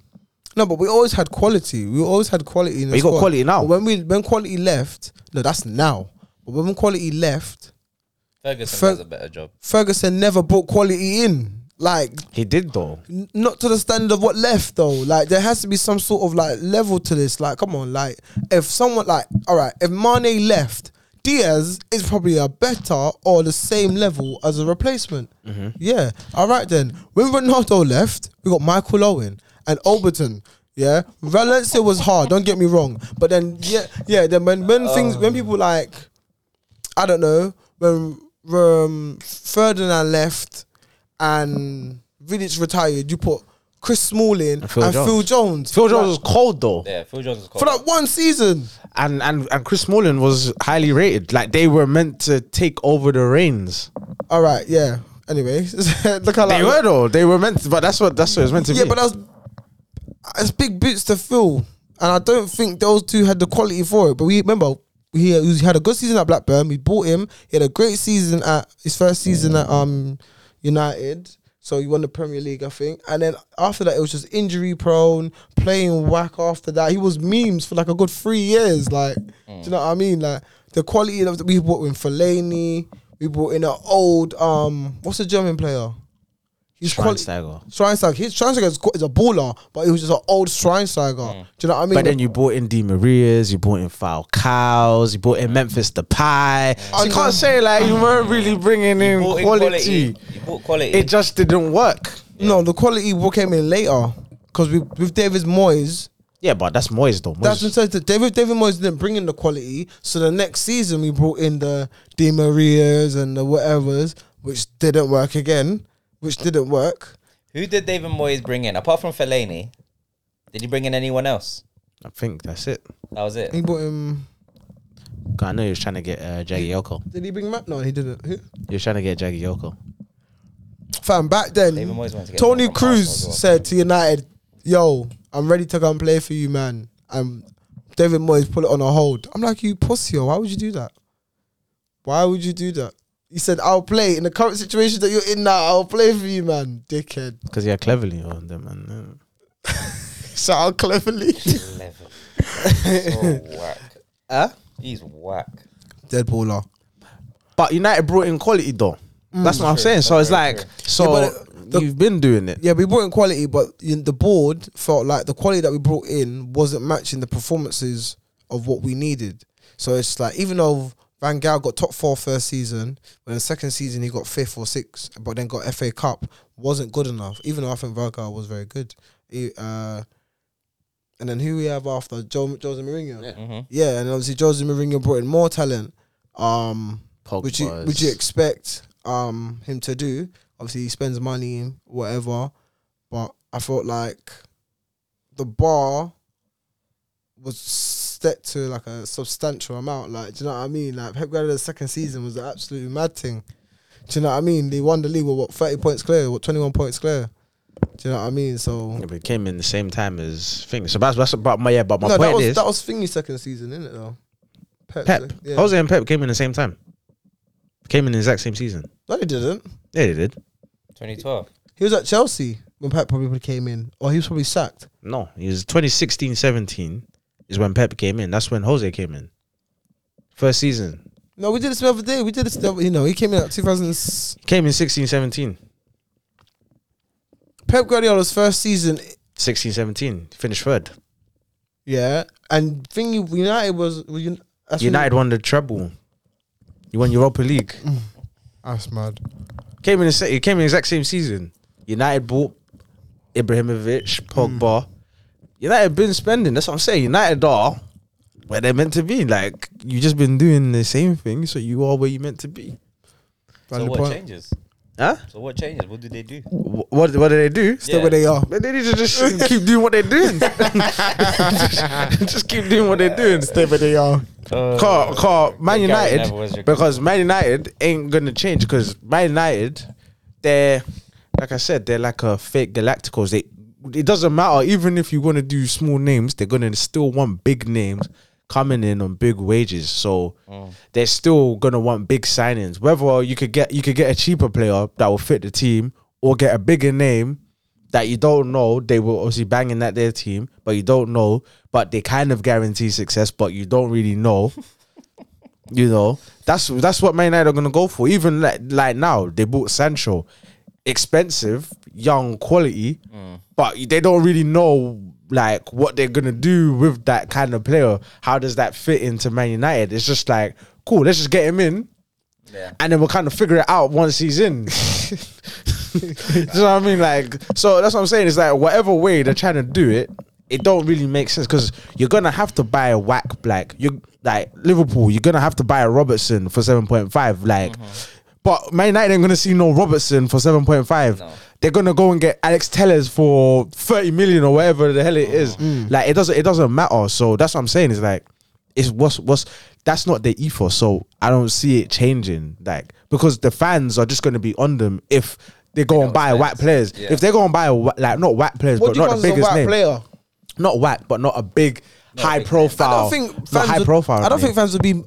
S3: No, but we always had quality. We always had quality. In the
S2: But you got
S3: squad.
S2: quality now.
S3: But when we when quality left, no, that's now. But when quality left,
S1: Ferguson
S3: Fer-
S1: does a better job.
S3: Ferguson never brought quality in. Like
S2: He did though.
S3: n- not to the standard of what left though. Like there has to be some sort of like level to this. Like come on, like if someone like all right, if Mane left, Diaz is probably a better or the same level as a replacement. Yeah. All right then. When Ronaldo left, we got Michael Owen and Alberton. Yeah, Valencia was hard. Don't get me wrong, but then yeah, yeah. Then when when things when people like I don't know when um, Ferdinand left and Vidic retired. You put Chris Smalling and Phil
S2: Phil
S3: Jones.
S2: Jones.
S3: Phil Jones,
S2: Phil Jones was cold though,
S1: Yeah, Phil Jones is
S3: for that one season.
S2: and and and Chris Smalling was highly rated. Like they were meant to take over the reins.
S3: All right, yeah. Anyway, look how
S2: They
S3: like,
S2: were though. They were meant, to, but that's what that's what it was meant to
S3: yeah,
S2: be.
S3: but that's it's big boots to fill, and I don't think those two had the quality for it. But we remember he, he had a good season at Blackburn. We bought him. He had a great season at his first season at um United. So he won the Premier League, I think. And then after that, it was just injury prone, playing whack. After that, he was memes for like a good three years. Like, do you know what I mean? Like the quality of we brought in Fellaini. We brought in an old um, what's the German player? He's quality.
S2: Schweinsteiger.
S3: Schweinsteiger. His Schweinsteiger is, is a baller, but he was just an old Schweinsteiger. Do you know what I mean?
S2: Mm. But then you bought in Di Maria's, you bought in Falcao's, you bought in Memphis Depay. So you
S3: know.
S2: can't say like you weren't really bringing in
S1: Bought
S2: quality.
S1: in quality. You bought quality.
S2: It just didn't work.
S3: no, the quality wa- came in later because we, with David Moyes,
S2: Yeah, but that's Moyes though.
S3: that's
S2: Moyes.
S3: what I'm saying. David David Moyes didn't bring in the quality, so the next season we brought in the Di Marias and the whatevers, which didn't work again, which didn't work.
S1: Who did David Moyes bring in? Apart from Fellaini, did he bring in anyone else?
S2: I think that's it.
S1: That was it.
S3: He brought him.
S2: 'Cause I know he was trying to get uh, Jagielko.
S3: Did he bring Matt? No, he didn't. Who?
S2: He was trying to get Jagielko.
S3: Fam, back
S1: David
S3: then,
S1: Moyes wanted to get
S3: Tony
S1: someone from Arsenal
S3: Cruz
S1: as well.
S3: said to United, "Yo, I'm ready to come play for you, man." And David Moyes put it on a hold. I'm like, "You pussy, why would you do that? Why would you do that?" He said, "I'll play in the current situation that you're in now. I'll play for you, man, dickhead."
S2: Because he had cleverly on them and uh,
S3: Shout out cleverly.
S1: Level. so whack.
S2: uh,
S1: He's whack.
S3: Dead baller.
S2: But United brought in quality though. that's what I'm saying. So
S1: that's
S2: it's
S1: very
S2: like so
S3: Yeah, but the-
S2: you've been doing it.
S3: Yeah, we brought in quality, but in the board felt like the quality that we brought in wasn't matching the performances of what we needed. So it's like even though Van Gaal got top four first season, but the second season he got fifth or sixth, but then got FA Cup, wasn't good enough. Even though I think Van Gaal was very good. He, uh, and then who we have after Joe, Jose Mourinho? Yeah.
S1: Mhm.
S3: and obviously Jose Mourinho brought in more talent. Um,
S2: Pogba's.
S3: would you would you expect um him to do? Obviously, he spends money, whatever. But I felt like the bar was set to like a substantial amount. Like, do you know what I mean? Like Pep Guardiola's second season was an absolutely mad thing. Do you know what I mean? They won the league with what thirty points clear, what twenty one points clear. Do you know what I mean? So
S2: Yeah, but it came in the same time as things. So that's that's about my yeah. But my
S3: no,
S2: point
S3: that was
S2: is
S3: that was Thingy's second season, isn't it though? Pep's
S2: Pep,
S3: sec- yeah.
S2: Jose and Pep came in the same time. Came in the exact same season.
S3: no, they didn't.
S2: Yeah, they did.
S1: 2012.
S3: He was at Chelsea when Pep probably came in, or he was probably sacked.
S2: No, it was 2016-17 is when Pep came in. That's when Jose came in. First season.
S3: No, we did this the other day. We did this. The other, you know, he came in at 2000.
S2: He came in 16-17.
S3: Pep Guardiola's first season,
S2: 16-17. Finished third.
S3: yeah. And thingy United was were you- that's when-
S2: United won the treble. You won Europa League.
S3: That's mad.
S2: Came in the se- it came in the exact same season. United bought Ibrahimovic, Pogba. United been spending. That's what I'm saying. United are where they're meant to be. Like you just been doing the same thing, so you are where you meant to be.
S1: So
S3: Valid
S1: what
S3: point.
S1: changes?
S2: Huh?
S1: So what changes? What do they do?
S2: Wh- What what do they do?
S3: Stay where they are.
S2: They need to just keep doing what they're doing. just keep doing what they're doing.
S3: Stay where they are.
S1: Uh,
S2: Car, car, Man
S1: Gareth
S2: United,
S1: Neville was your-
S2: because Man United ain't gonna change. Because Man United, they're like I said, they're like a fake Galacticos. They it doesn't matter. Even if you want to do small names, they're gonna still want big names coming in on big wages. So
S1: Mm.
S2: they're still gonna want big signings. Whether you could get you could get a cheaper player that will fit the team, or get a bigger name that you don't know. They were obviously banging at their team, but you don't know. But they kind of guarantee success, but you don't really know. You know, that's that's what Man United are gonna go for. Even like like now, they bought Sancho, expensive, young quality, but they don't really know like what they're gonna do with that kind of player. How does that fit into Man United? It's just like cool. Let's just get him in,
S1: Yeah.
S2: and then we'll kind of figure it out once he's in. Do you know what I mean? Like, so that's what I'm saying. Is like whatever way they're trying to do it, it don't really make sense because you're gonna have to buy a whack black. You like Liverpool, you're gonna have to buy a Robertson for seven point five. Like, but Man United ain't gonna see no Robertson for seven point five.
S1: No.
S2: They're gonna go and get Alex Tellers for thirty million or whatever the hell it is. Like it doesn't it doesn't matter. So that's what I'm saying. Is like it's what's what's that's not their ethos. So I don't see it changing. Like because the fans are just going to be on them if they go and buy
S1: expect-
S2: whack players.
S1: yeah.
S2: If they go and buy a, wha- like not whack players,
S3: What
S2: but
S3: do you
S2: not the
S3: consider a
S2: biggest
S3: whack
S2: name,
S3: player?
S2: not whack, but not a big high
S1: big name.
S2: profile.
S3: I don't think fans
S2: Oh, not high
S3: would,
S2: profile.
S3: I don't
S2: name.
S3: think fans would be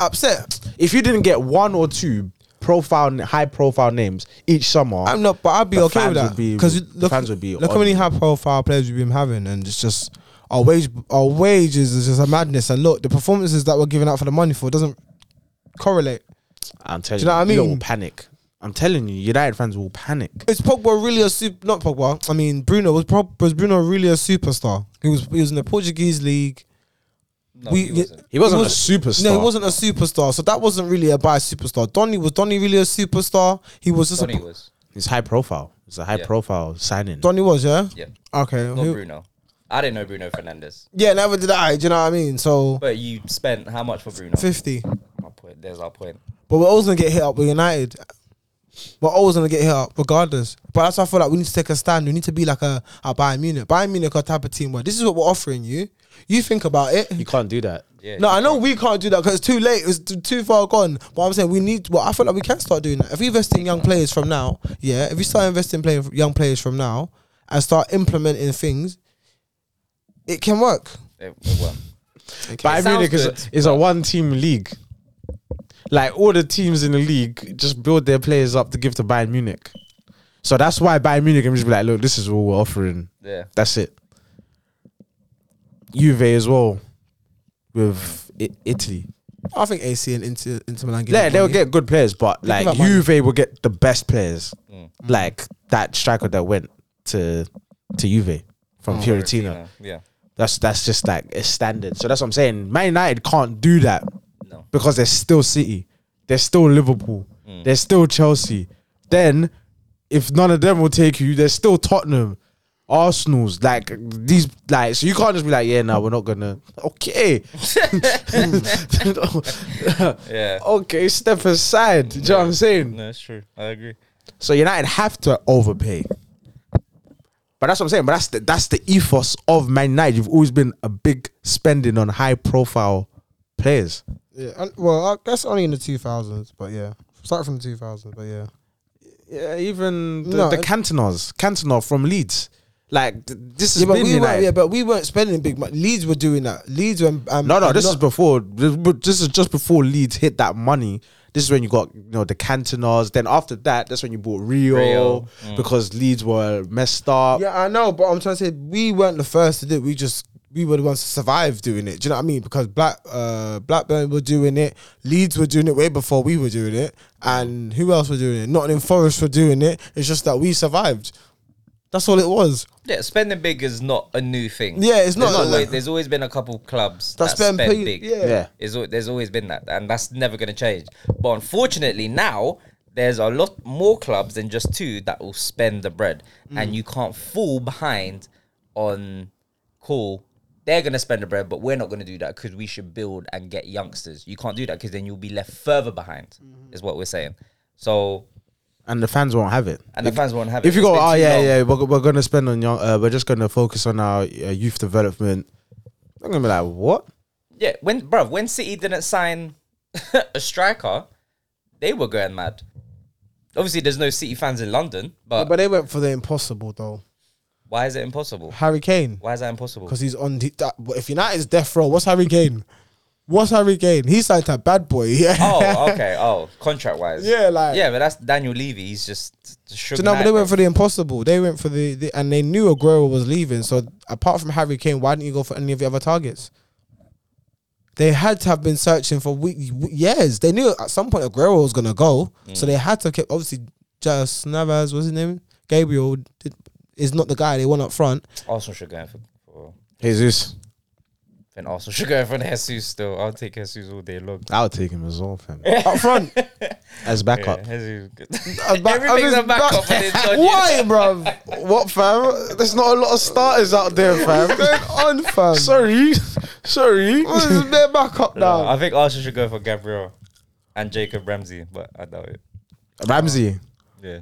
S3: upset.
S2: if you didn't get one or two profile high profile names each summer,
S3: I'm not, but I'd be
S2: The
S3: okay
S2: fans
S3: with that
S2: would be-
S3: because
S2: the
S3: look,
S2: fans would be
S3: look how many
S2: on-
S3: high profile players we've been having, and it's just our wage, our wages is just a madness. And look, the performances that we're giving out for the money for doesn't correlate.
S2: I'm telling
S3: Do you know what I
S2: you lot
S3: mean?
S2: will panic. I'm telling you, United fans will panic.
S3: Is Pogba really a super? Not Pogba. I mean, Bruno was prob- was Bruno really a superstar? He was he was in the Portuguese league.
S1: No,
S3: We-
S1: he wasn't.
S2: He wasn't
S3: was-
S2: a superstar.
S3: No, he wasn't a superstar. So that wasn't really a biased superstar. Donny was Donny really a superstar? He was just
S1: Donny
S3: a
S1: was.
S2: It's high profile. It's a high
S1: Yeah.
S2: profile signing.
S3: Donny was yeah.
S1: Yeah.
S3: Okay.
S1: Not
S3: who-
S1: Bruno. I didn't know Bruno Fernandez.
S3: yeah, never did I. Do you know what I mean? So
S1: But you spent how much for Bruno?
S3: fifty.
S1: Our point. There's our point.
S3: But we're always gonna get hit up with United. We're always gonna get hit up, regardless. But that's why I feel like we need to take a stand. We need to be like a, a Bayern Munich. Bayern Munich are the type of team where this is what we're offering you. You think about it.
S2: You can't do that.
S1: Yeah.
S3: No, I know we can't do that because it's too late. It's t- too far gone. But I'm saying we need. Well, I feel like we can start doing that. If we invest in young players from now, yeah. If we start investing play, young players from now and start implementing things, it can work.
S1: It, it won't.
S2: But
S1: It
S2: Bayern Munich
S1: sounds
S2: is,
S1: good,
S2: is a one team league. Like all the teams in the league just build their players up to give to Bayern Munich. So that's why Bayern Munich can just be like, look, this is what we're offering.
S1: Yeah.
S2: That's it. Juve as well with I- Italy.
S3: I think AC and Inter, Inter Milan. give
S2: Yeah,
S3: it
S2: they'll
S3: money.
S2: get good players, but like
S3: that money.
S2: Juve will get the best players.
S1: Mm.
S2: Like that striker that went to to Juve
S3: Oh,
S2: from Fiorentina.
S1: Yeah.
S2: That's that's just like a standard. So that's what I'm saying. Man United can't do that
S1: No.
S2: because they're still City, they're still Liverpool, they're still Chelsea. Then, if none of them will take you, they're still Tottenham, Arsenal's. Like these, like so you can't just be like, yeah, no, we're not gonna. Okay,
S1: Yeah.
S3: Oh,
S2: okay, step aside. Do you know what I'm saying?
S1: No, it's true. I agree.
S2: So United have to overpay. But that's what I'm saying. But that's the that's the ethos of Man United. You've always been a big spending on high profile players.
S3: Yeah, and, well, I guess only in the two thousands, but yeah, start from the two thousands, but yeah.
S2: Yeah, even the,
S3: No,
S2: the
S3: it-
S2: Cantoners, Cantona from Leeds. Like th- this has
S3: Yeah, but
S2: been
S3: we weren't.
S2: United.
S3: Yeah, but we weren't spending big money. Leeds were doing that. Leeds were. Um,
S2: no, no, this
S3: not-
S2: is before. This but this is just before Leeds hit that money. This is when you got you know the Cantoners. Then after that, that's when you bought Rio,
S1: Rio, mm.
S2: because Leeds were messed up.
S3: Yeah, I know, but I'm trying to say we weren't the first to do it. We just we were the ones to survive doing it. Do you know what I mean? Because Black uh, Blackburn were doing it, Leeds were doing it way before we were doing it, and who else were doing it? Nottingham Forest were doing it. It's just that we survived. That's all it was.
S1: Yeah, spending big is not a new thing.
S3: Yeah, it's not
S1: There's,
S3: like-
S1: always, there's always been a couple clubs
S3: That
S1: that,
S3: spend
S1: spend,
S3: pe-
S1: big.
S3: yeah.
S2: Yeah.
S1: It's al- there's always been that, and that's never going to change. But unfortunately, now there's a lot more clubs than just two that will spend the bread,
S3: Mm.
S1: and you can't fall behind on cool. They're going to spend the bread, but we're not going to do that because we should build and get youngsters. You can't do that because then you'll be left further behind,
S3: Mm-hmm.
S1: is what we're saying. So,
S2: and the fans won't have it.
S1: and the fans won't have it.
S2: if you
S1: It's
S2: go,
S1: been
S2: oh
S1: too
S2: yeah,
S1: long."
S2: yeah, we're, we're gonna spend on young, uh, we're just gonna focus on our uh, youth development. I'm gonna be like, what?
S1: Yeah, when bruv, when City didn't sign a striker, they were going mad. Obviously, there's no City fans in London, but,
S3: But they went for the impossible though.
S1: Why is it impossible?
S3: Harry Kane
S1: Why is that impossible?
S3: because he's on the, that. But if United's death row, what's Harry Kane? What's Harry Kane? He's like a bad boy. Yeah.
S1: Oh, okay. Oh, contract wise.
S3: Yeah, like-
S1: yeah, but that's Daniel Levy. He's just sugar.
S3: So no, but they
S1: Knight,
S3: went
S1: bro.
S3: for the impossible. They went for the, the and they knew Aguero was leaving. So apart from Harry Kane, why didn't you go for any of the other targets? They had to have been searching for week, years. They knew at some point Aguero was gonna go,
S1: Mm.
S3: so they had to keep. Obviously, just Navas was his name. Gabriel did, is not the guy they want up front.
S1: Arsenal should go in for. for
S2: Jesus,
S1: then Arsenal should go in for Jesus still. I'll take Jesus all day long.
S2: I'll take him as well, fam.
S3: Up front,
S2: As backup.
S1: Yeah, Jesus.
S3: I'm back- I'm
S1: Everything's
S3: just
S1: a backup for
S3: back-
S1: this. don't you?
S2: Why, bruv? What, fam? There's not a lot of starters out there,
S3: what's
S2: fam.
S3: going on, fam?
S2: Sorry, sorry.
S3: What is their backup now?
S1: I think Arsenal should go for Gabriel and Jacob Ramsey, but I doubt it.
S2: Ramsey,
S1: Yeah,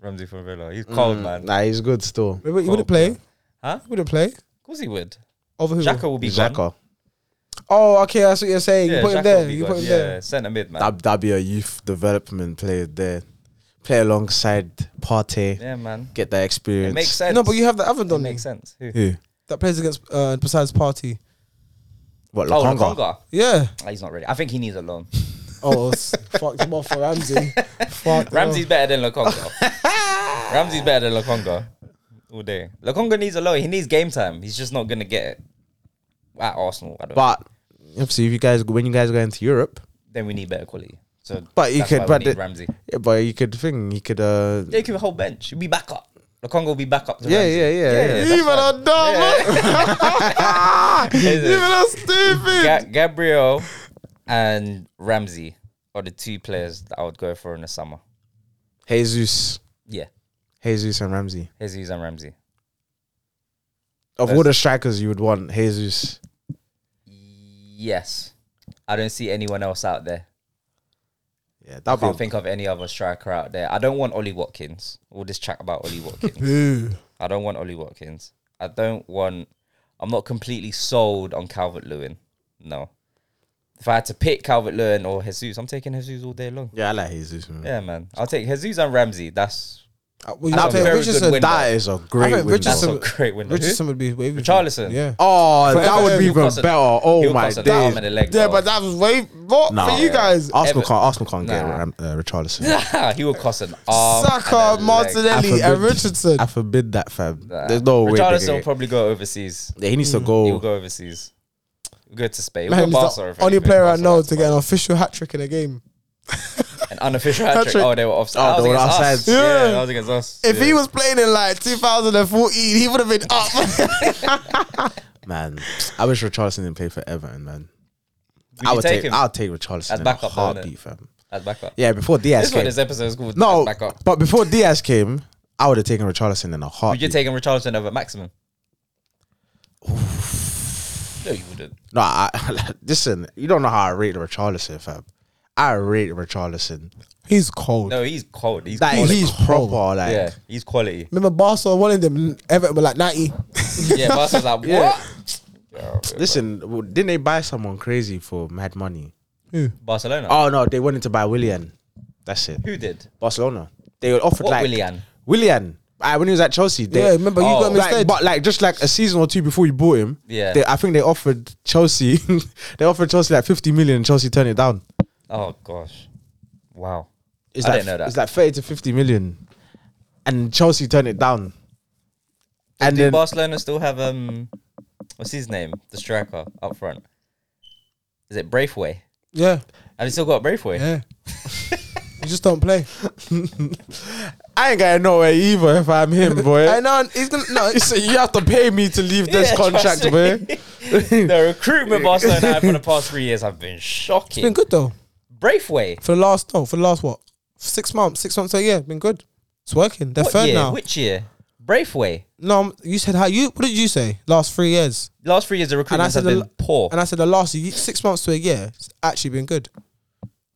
S1: Ramsey from Villa. He's cold, man.
S2: Mm, nah, he's good still.
S3: Wait, wait, you wouldn't
S1: Cool,
S3: play?
S1: Huh?
S3: You wouldn't play
S1: Of course he would.
S3: over who?
S1: Xhaka will be gone.
S2: Xhaka,
S3: Oh, okay, that's what you're saying.
S1: Yeah,
S3: you
S1: Xhaka
S3: put him
S1: will
S3: there.
S1: be
S3: You
S1: gone.
S3: put him
S1: yeah,
S3: there.
S1: centre mid, man.
S2: that that'd be a youth development player there. Play alongside Partey,
S1: yeah, man.
S2: get that experience.
S1: It makes sense.
S3: No, but you have the other
S1: It
S3: Donny
S1: makes sense. Who?
S2: Who?
S3: that plays against uh, besides party.
S2: What?
S1: Oh,
S2: Lokonga?
S1: Lokonga.
S3: Yeah.
S1: Ah, He's not ready. I think he needs a loan.
S3: Oh, s- fucked him off for Ramsey. Fucked him
S1: Ramsey's
S3: off.
S1: better than Lokonga. Ramsey's better than Lokonga all day. Lokonga needs a loan. He needs game time. He's just not gonna get it at Arsenal. I don't
S2: But obviously, if you guys when you guys go into Europe,
S1: then we need better quality. So,
S2: But you
S1: that's
S2: could-
S1: why we
S2: but
S1: need
S2: the-
S1: Ramsey.
S2: yeah, but you could thing, you could uh,
S1: They could whole bench. He'll be back up. Lokonga will be back up. To
S2: Yeah,
S1: Ramsey.
S2: yeah, yeah, yeah.
S1: that's
S3: Even
S1: fine.
S3: a dumb
S1: Is it?
S3: Even a stupid.
S1: Ga- Gabriel and Ramsey are the two players that I would go for in the summer.
S2: Jesus,
S1: Yeah,
S2: Jesus and Ramsey.
S1: Jesus and Ramsey.
S2: Of all the strikers you would want, Jesus.
S1: Yes, I don't see anyone else out there.
S2: Yeah,
S1: I
S2: that'd be.
S1: can't think of any other striker out there. I don't want Ollie Watkins. All this chat about Ollie Watkins.
S3: Ooh.
S1: I don't want Ollie Watkins. I don't want. I'm not completely sold on Calvert Lewin. No. If I had to pick Calvert Lewin or Jesus, I'm taking Jesus all day long.
S2: yeah, I like Jesus. Man.
S1: Yeah, man. I'll take Jesus and Ramsey. That's
S3: Uh, well, you
S1: That's
S3: know,
S1: a very good
S3: Richardson.
S1: window.
S2: That is a great
S3: I
S2: window.
S3: think
S1: that's a
S3: Richardson-
S1: great window.
S3: Richardson would be wavy.
S1: Richarlison.
S3: Yeah.
S2: Oh,
S3: For
S2: that would be even
S1: Newcastle-
S2: better. Oh
S1: He'll
S2: my
S1: cost an arm
S2: days.
S1: and a leg.
S3: Oh, Yeah,
S1: though.
S3: but that was way what
S2: Nah.
S3: for you guys.
S2: Arsenal
S1: Ever-
S2: can't. Arsenal can't
S1: Nah.
S2: get Ram, uh, Richarlison.
S1: he will cost an arm.
S3: Saka,
S1: and a leg.
S3: Martinelli,
S2: I
S3: and
S2: forbid-
S3: Richardson.
S2: I forbid that, fam.
S1: Nah.
S2: There's no way. they
S1: Richarlison
S2: can
S1: will
S2: get-
S1: probably go overseas.
S2: Yeah, he needs to
S3: Mm.
S1: He will
S2: go.
S1: go overseas. He'll go to Spain. He'll
S3: Man,
S1: go
S3: he's
S1: Barca,
S3: the
S1: if
S3: only
S1: anything.
S3: player I
S1: Barca
S3: know
S1: likes
S3: to
S1: him.
S3: get an official hat trick in a game.
S1: an unofficial hat trick.
S3: Hat-trick.
S1: Oh, they were offside.
S2: Oh,
S1: that
S2: they
S1: was
S2: were
S1: against
S2: offside.
S1: us. Yeah.
S3: Yeah.
S1: that was against us.
S3: If
S1: yeah.
S3: he was playing in like 2014, he would have been up.
S2: Man, I wish Richarlison didn't play for Everton, man.
S1: Would
S2: I
S1: you
S2: would
S1: take
S2: take.
S1: him
S2: I'll take Richarlison
S1: As
S2: in
S1: backup,
S2: a
S1: though, innit?
S2: heartbeat, fam.
S1: as backup.
S2: Yeah, before
S1: This
S2: Diaz
S1: is what
S2: came.
S1: this episode is called.
S2: No,
S1: backup.
S2: but before Diaz came, I would have taken Richarlison in a
S1: Would you
S2: heartbeat.
S1: taking Richarlison over maximum? no, you wouldn't.
S2: no, I, listen, you don't know how I rate Richarlison, fam. I rate Richarlison.
S3: He's cold.
S1: No, he's cold. He's
S2: Like,
S1: quality.
S2: he's proper, like.
S1: yeah, he's quality.
S3: Remember Barca wanted them Everton were like 90.
S1: Yeah, Barca's like what?
S2: Yeah.
S1: Yeah,
S2: Listen, w- didn't they buy someone crazy for mad money?
S1: Barcelona.
S2: Oh no, they wanted to buy Willian. That's it.
S1: Who did?
S2: Barcelona. They were offered
S1: What
S2: like
S1: Willian?
S2: Willian. Ah, when he was at Chelsea, they,
S3: yeah, remember you
S1: Oh.
S3: got him
S2: like,
S3: instead.
S2: but like just like a season or two before you bought him,
S1: Yeah.
S2: they, I think they offered Chelsea, they offered Chelsea like fifty million, and Chelsea turned it down.
S1: Oh gosh, wow.
S2: It's
S1: I
S2: like,
S1: didn't know that.
S2: It's like thirty to fifty million, and Chelsea turned it down. And
S1: Do
S2: then
S1: Barcelona still have um, what's his name, the striker up front? Is it Braithwaite?
S3: yeah,
S1: Have you still got Braithwaite?
S3: yeah. you just don't play.
S2: I ain't going nowhere either if I'm him, boy.
S3: I know um, he's gonna no.
S2: You say you have to pay me to leave this
S1: Yeah,
S2: contract,
S1: trust
S2: boy.
S1: me. the recruitment Barcelona had for the past three years have been shocking.
S3: It's been good though.
S1: Braithwaite.
S3: For the last no, for the last what? Six months, six months a year, been good. It's working. They're
S1: What
S3: third
S1: year?
S3: now.
S1: Which year? Braithwaite.
S3: No, I'm- you said how you what did you say? Last three years.
S1: Last three years, the recruitment has
S3: said the
S1: been
S3: l-
S1: poor.
S3: And I said the last ye- six months to a year, it's actually been good.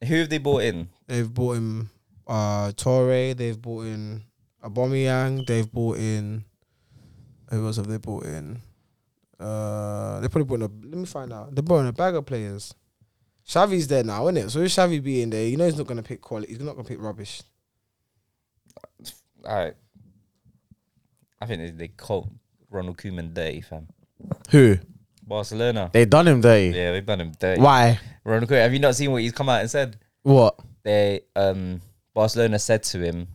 S1: Who have they brought in?
S3: They've bought in uh Torre, they've bought in Aubameyang, they've bought in who else have they bought in? Uh they probably bought in a let me find out. They brought in a bag of players. Xavi's there now, isn't it? So if Xavi be in there, you know he's not gonna pick quality, he's not gonna pick rubbish.
S1: All right. I think they, they caught Ronald Koeman dirty, fam.
S2: Who?
S1: Barcelona.
S2: They done him dirty.
S1: Yeah, they've done him dirty.
S2: Why?
S1: Ronald Koeman, have you not seen what he's come out and said?
S2: What?
S1: They um Barcelona said to him,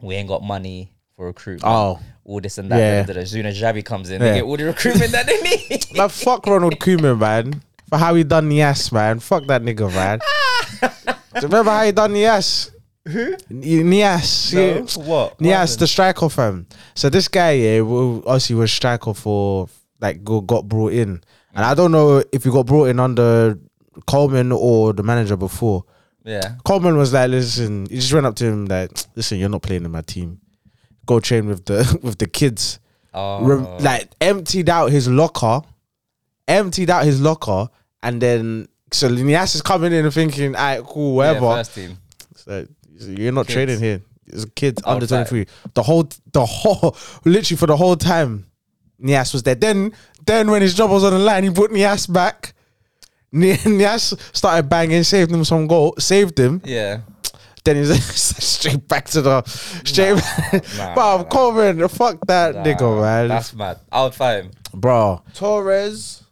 S1: "We ain't got money for recruitment.
S2: Oh.
S1: All this and that.
S2: Yeah.
S1: da, da, da. As soon as Xavi comes in,
S2: Yeah.
S1: they get all the recruitment that they need."
S2: Like fuck Ronald Koeman, man. For how he done the ass, man. Fuck that nigga, man. Do you remember how he done the ass? Who? Nias.
S1: No?
S2: Yeah.
S1: What?
S2: Nias, the striker fam. So this guy, yeah, w- obviously was striker for like go- got brought in, and I don't know if he got brought in under Coleman or the manager before.
S1: Yeah.
S2: Coleman was like, listen, he just went up to him like, listen, you're not playing in my team. Go train with the with the kids.
S1: Oh.
S2: Rem- like emptied out his locker, emptied out his locker, and then so Linias is coming in and thinking, all right, cool,
S1: Yeah,
S2: whatever.
S1: first team.
S2: So you're not
S1: Kids.
S2: training here. It's kids
S1: whole
S2: under
S1: time.
S2: 23. The whole, the whole, literally for the whole time, Nias was there. Then, then when his job was on the line, he put Nias back. Ni- Nias started banging, saved him some goal, saved him.
S1: Yeah.
S2: Then he's straight back to the straight. back.
S1: nah,
S2: but I'm
S1: nah.
S2: Coleman, fuck that nigga,
S1: Nah,
S2: man,
S1: That's mad. I would fight him.
S2: bro.
S3: Torres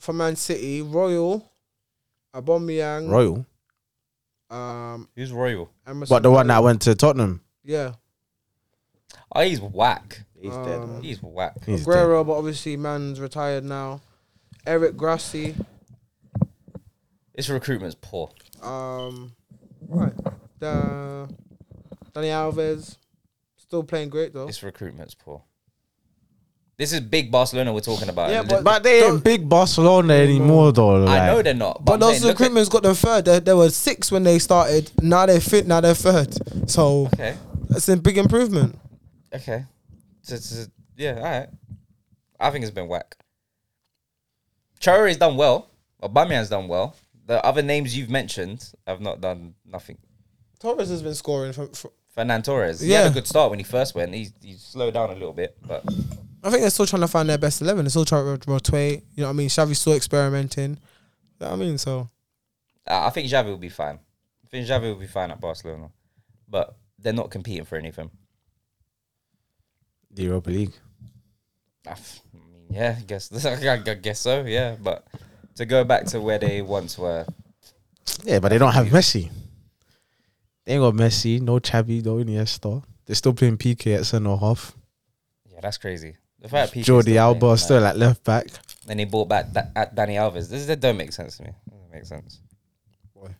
S3: for Man City, Royal, Aubameyang,
S2: Royal,
S3: um,
S1: Who's Royal?
S3: Emerson.
S2: but the one
S3: Royal.
S2: that went to Tottenham,
S3: Yeah,
S1: Oh, he's whack.
S4: He's dead.
S3: Um,
S4: man.
S1: He's whack.
S2: he's dead.
S3: Guerrero, but obviously man's retired now. Eric Grassi,
S1: This recruitment's poor.
S3: um, right, uh, Danny Alves, still playing great though.
S1: This recruitment's poor. This is big Barcelona we're talking about.
S3: Yeah, but-
S2: But they ain't
S3: Don't-
S2: big Barcelona anymore, though.
S1: I
S2: like.
S1: know they're not.
S3: But
S1: But, I'm
S3: those
S1: saying, look at-
S3: recruitments got them third. There, there were six when they started. Now they're fit. Now they're third. So
S1: okay,
S3: that's a big improvement.
S1: okay. So, so- yeah, all right. I think it's been whack. Traore's done well. Aubameyang's done well. The other names you've mentioned have not done nothing.
S3: Torres has been scoring. From, from,
S1: Fernand Torres, he had
S3: Yeah.
S1: a good start when he first went. He he slowed down a little bit, but
S3: I think they're still trying to find their best eleven. They're still trying to rotate. You know what I mean? Xavi's still experimenting. You know what I mean? So
S1: I I think Xavi will be fine. I think Xavi will be fine at Barcelona, but they're not competing for anything.
S2: the Europa League.
S1: I f- I mean, yeah, I guess I g- I guess so. Yeah, but to go back to where they once were,
S2: Yeah, but they don't have Messi. They ain't got Messi, no Chabi, no Iniesta. They're still playing PK at centre half.
S1: yeah, that's crazy. The fact that
S2: Jordi Alba
S1: playing,
S2: still at left back.
S1: Then they brought back da- at Danny Alves. This that don't make sense to me. Doesn't make sense.
S3: Why?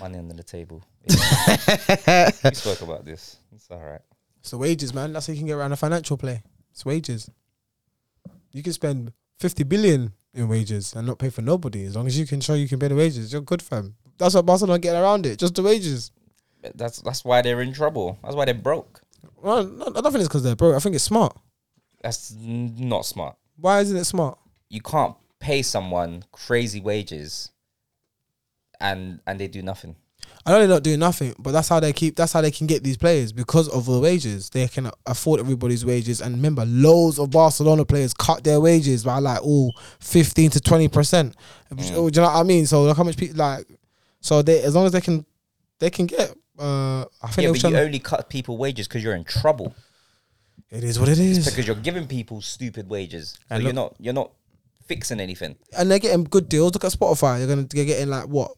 S1: Money under the table. we spoke about this. It's all right.
S3: it's the wages, man. That's how you can get around the financial play. It's wages. You can spend fifty billion in wages and not pay for nobody as long as you can show you can pay the wages. You're good, fam. That's what Barcelona get around it. Just the wages.
S1: But That's that's why they're in trouble. That's why they're broke.
S3: Well, no, I don't think it's because they're broke. I think it's smart.
S1: That's n- not smart.
S3: Why isn't it smart?
S1: You can't pay someone crazy wages, and and they do nothing.
S3: I know they're not doing nothing, but that's how they keep. That's how they can get these players because of the wages. They can afford everybody's wages, and remember, loads of Barcelona players cut their wages by like all fifteen to twenty percent. Do you know
S1: Mm.
S3: what I mean? So look how much people like. So they, as long as they can, they can get. Uh, I think
S1: Yeah,
S3: they
S1: but
S3: was
S1: you
S3: trying-
S1: only cut people wages because you're in trouble.
S3: it is what it is,
S1: because you're giving people stupid wages. So
S3: And
S1: you're
S3: look-
S1: not you're not fixing anything.
S3: and they're getting good deals. Look at Spotify; they're gonna they're getting like what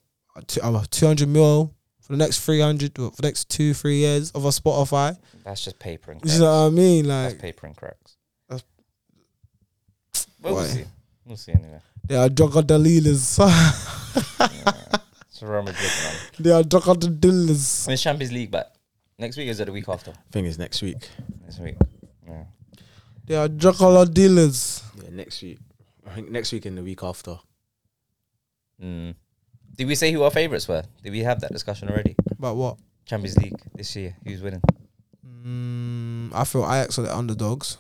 S3: two hundred mil for the next three hundred for the next two three years of a Spotify.
S1: That's just paper and cracks.
S3: You know what I mean? Like
S1: That's paper and cracks.
S3: That's-
S1: Well, we'll
S3: Why?
S1: see. We'll see anyway.
S3: they are Jogger Dalilas.
S1: It's a Real Madrid man.
S3: They are Dr. the Dillers.
S1: When's Champions League back? Next week or is it the week after?
S2: I think it's next week.
S1: Next week. Yeah.
S3: They are Dr. the Dillers.
S2: Yeah, next week. I think next week and the week after.
S1: Mm. Did we say who our favourites were? Did we have that discussion already?
S3: About what?
S1: Champions League this year. Who's winning?
S3: Mm, I feel Ajax are the underdogs.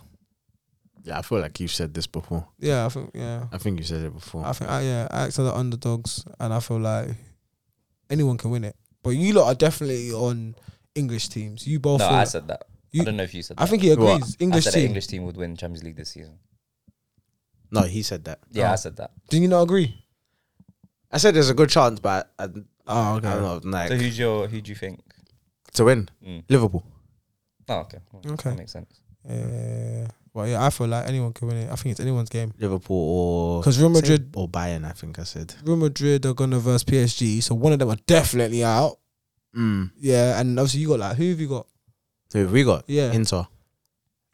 S2: Yeah, I feel like you've said this before.
S3: Yeah, I think, yeah.
S2: I think you said it before.
S3: I think, uh, yeah, Ajax are the underdogs. And I feel like anyone can win it. But you lot are definitely on English teams. You both.
S1: no,
S3: feel-
S1: I said that.
S3: you-
S1: I don't know if you said that. uh,
S3: I think he agrees.
S2: What?
S1: I
S3: English
S1: said
S3: team.
S1: the English team would win Champions League this season.
S2: no, he said that.
S1: Yeah,
S3: Oh.
S1: I said that.
S3: Do you not agree?
S2: I said there's a good chance, but I, I don't
S3: Oh,
S2: know, like
S1: So who's your who do you think?
S2: to win
S1: Mm.
S2: Liverpool.
S1: Oh, okay. Well,
S3: Okay.
S1: That makes sense.
S3: Uh, but yeah, I feel like anyone can win it. I think it's anyone's game.
S2: Liverpool or
S3: Because Real
S2: say-
S3: Madrid,
S2: or Bayern. I think I said.
S3: Real Madrid are gonna verse PSG, so one of them are definitely out.
S2: Mm.
S3: Yeah, and obviously you got like who have you got?
S2: Who have we got?
S3: Yeah,
S2: Inter.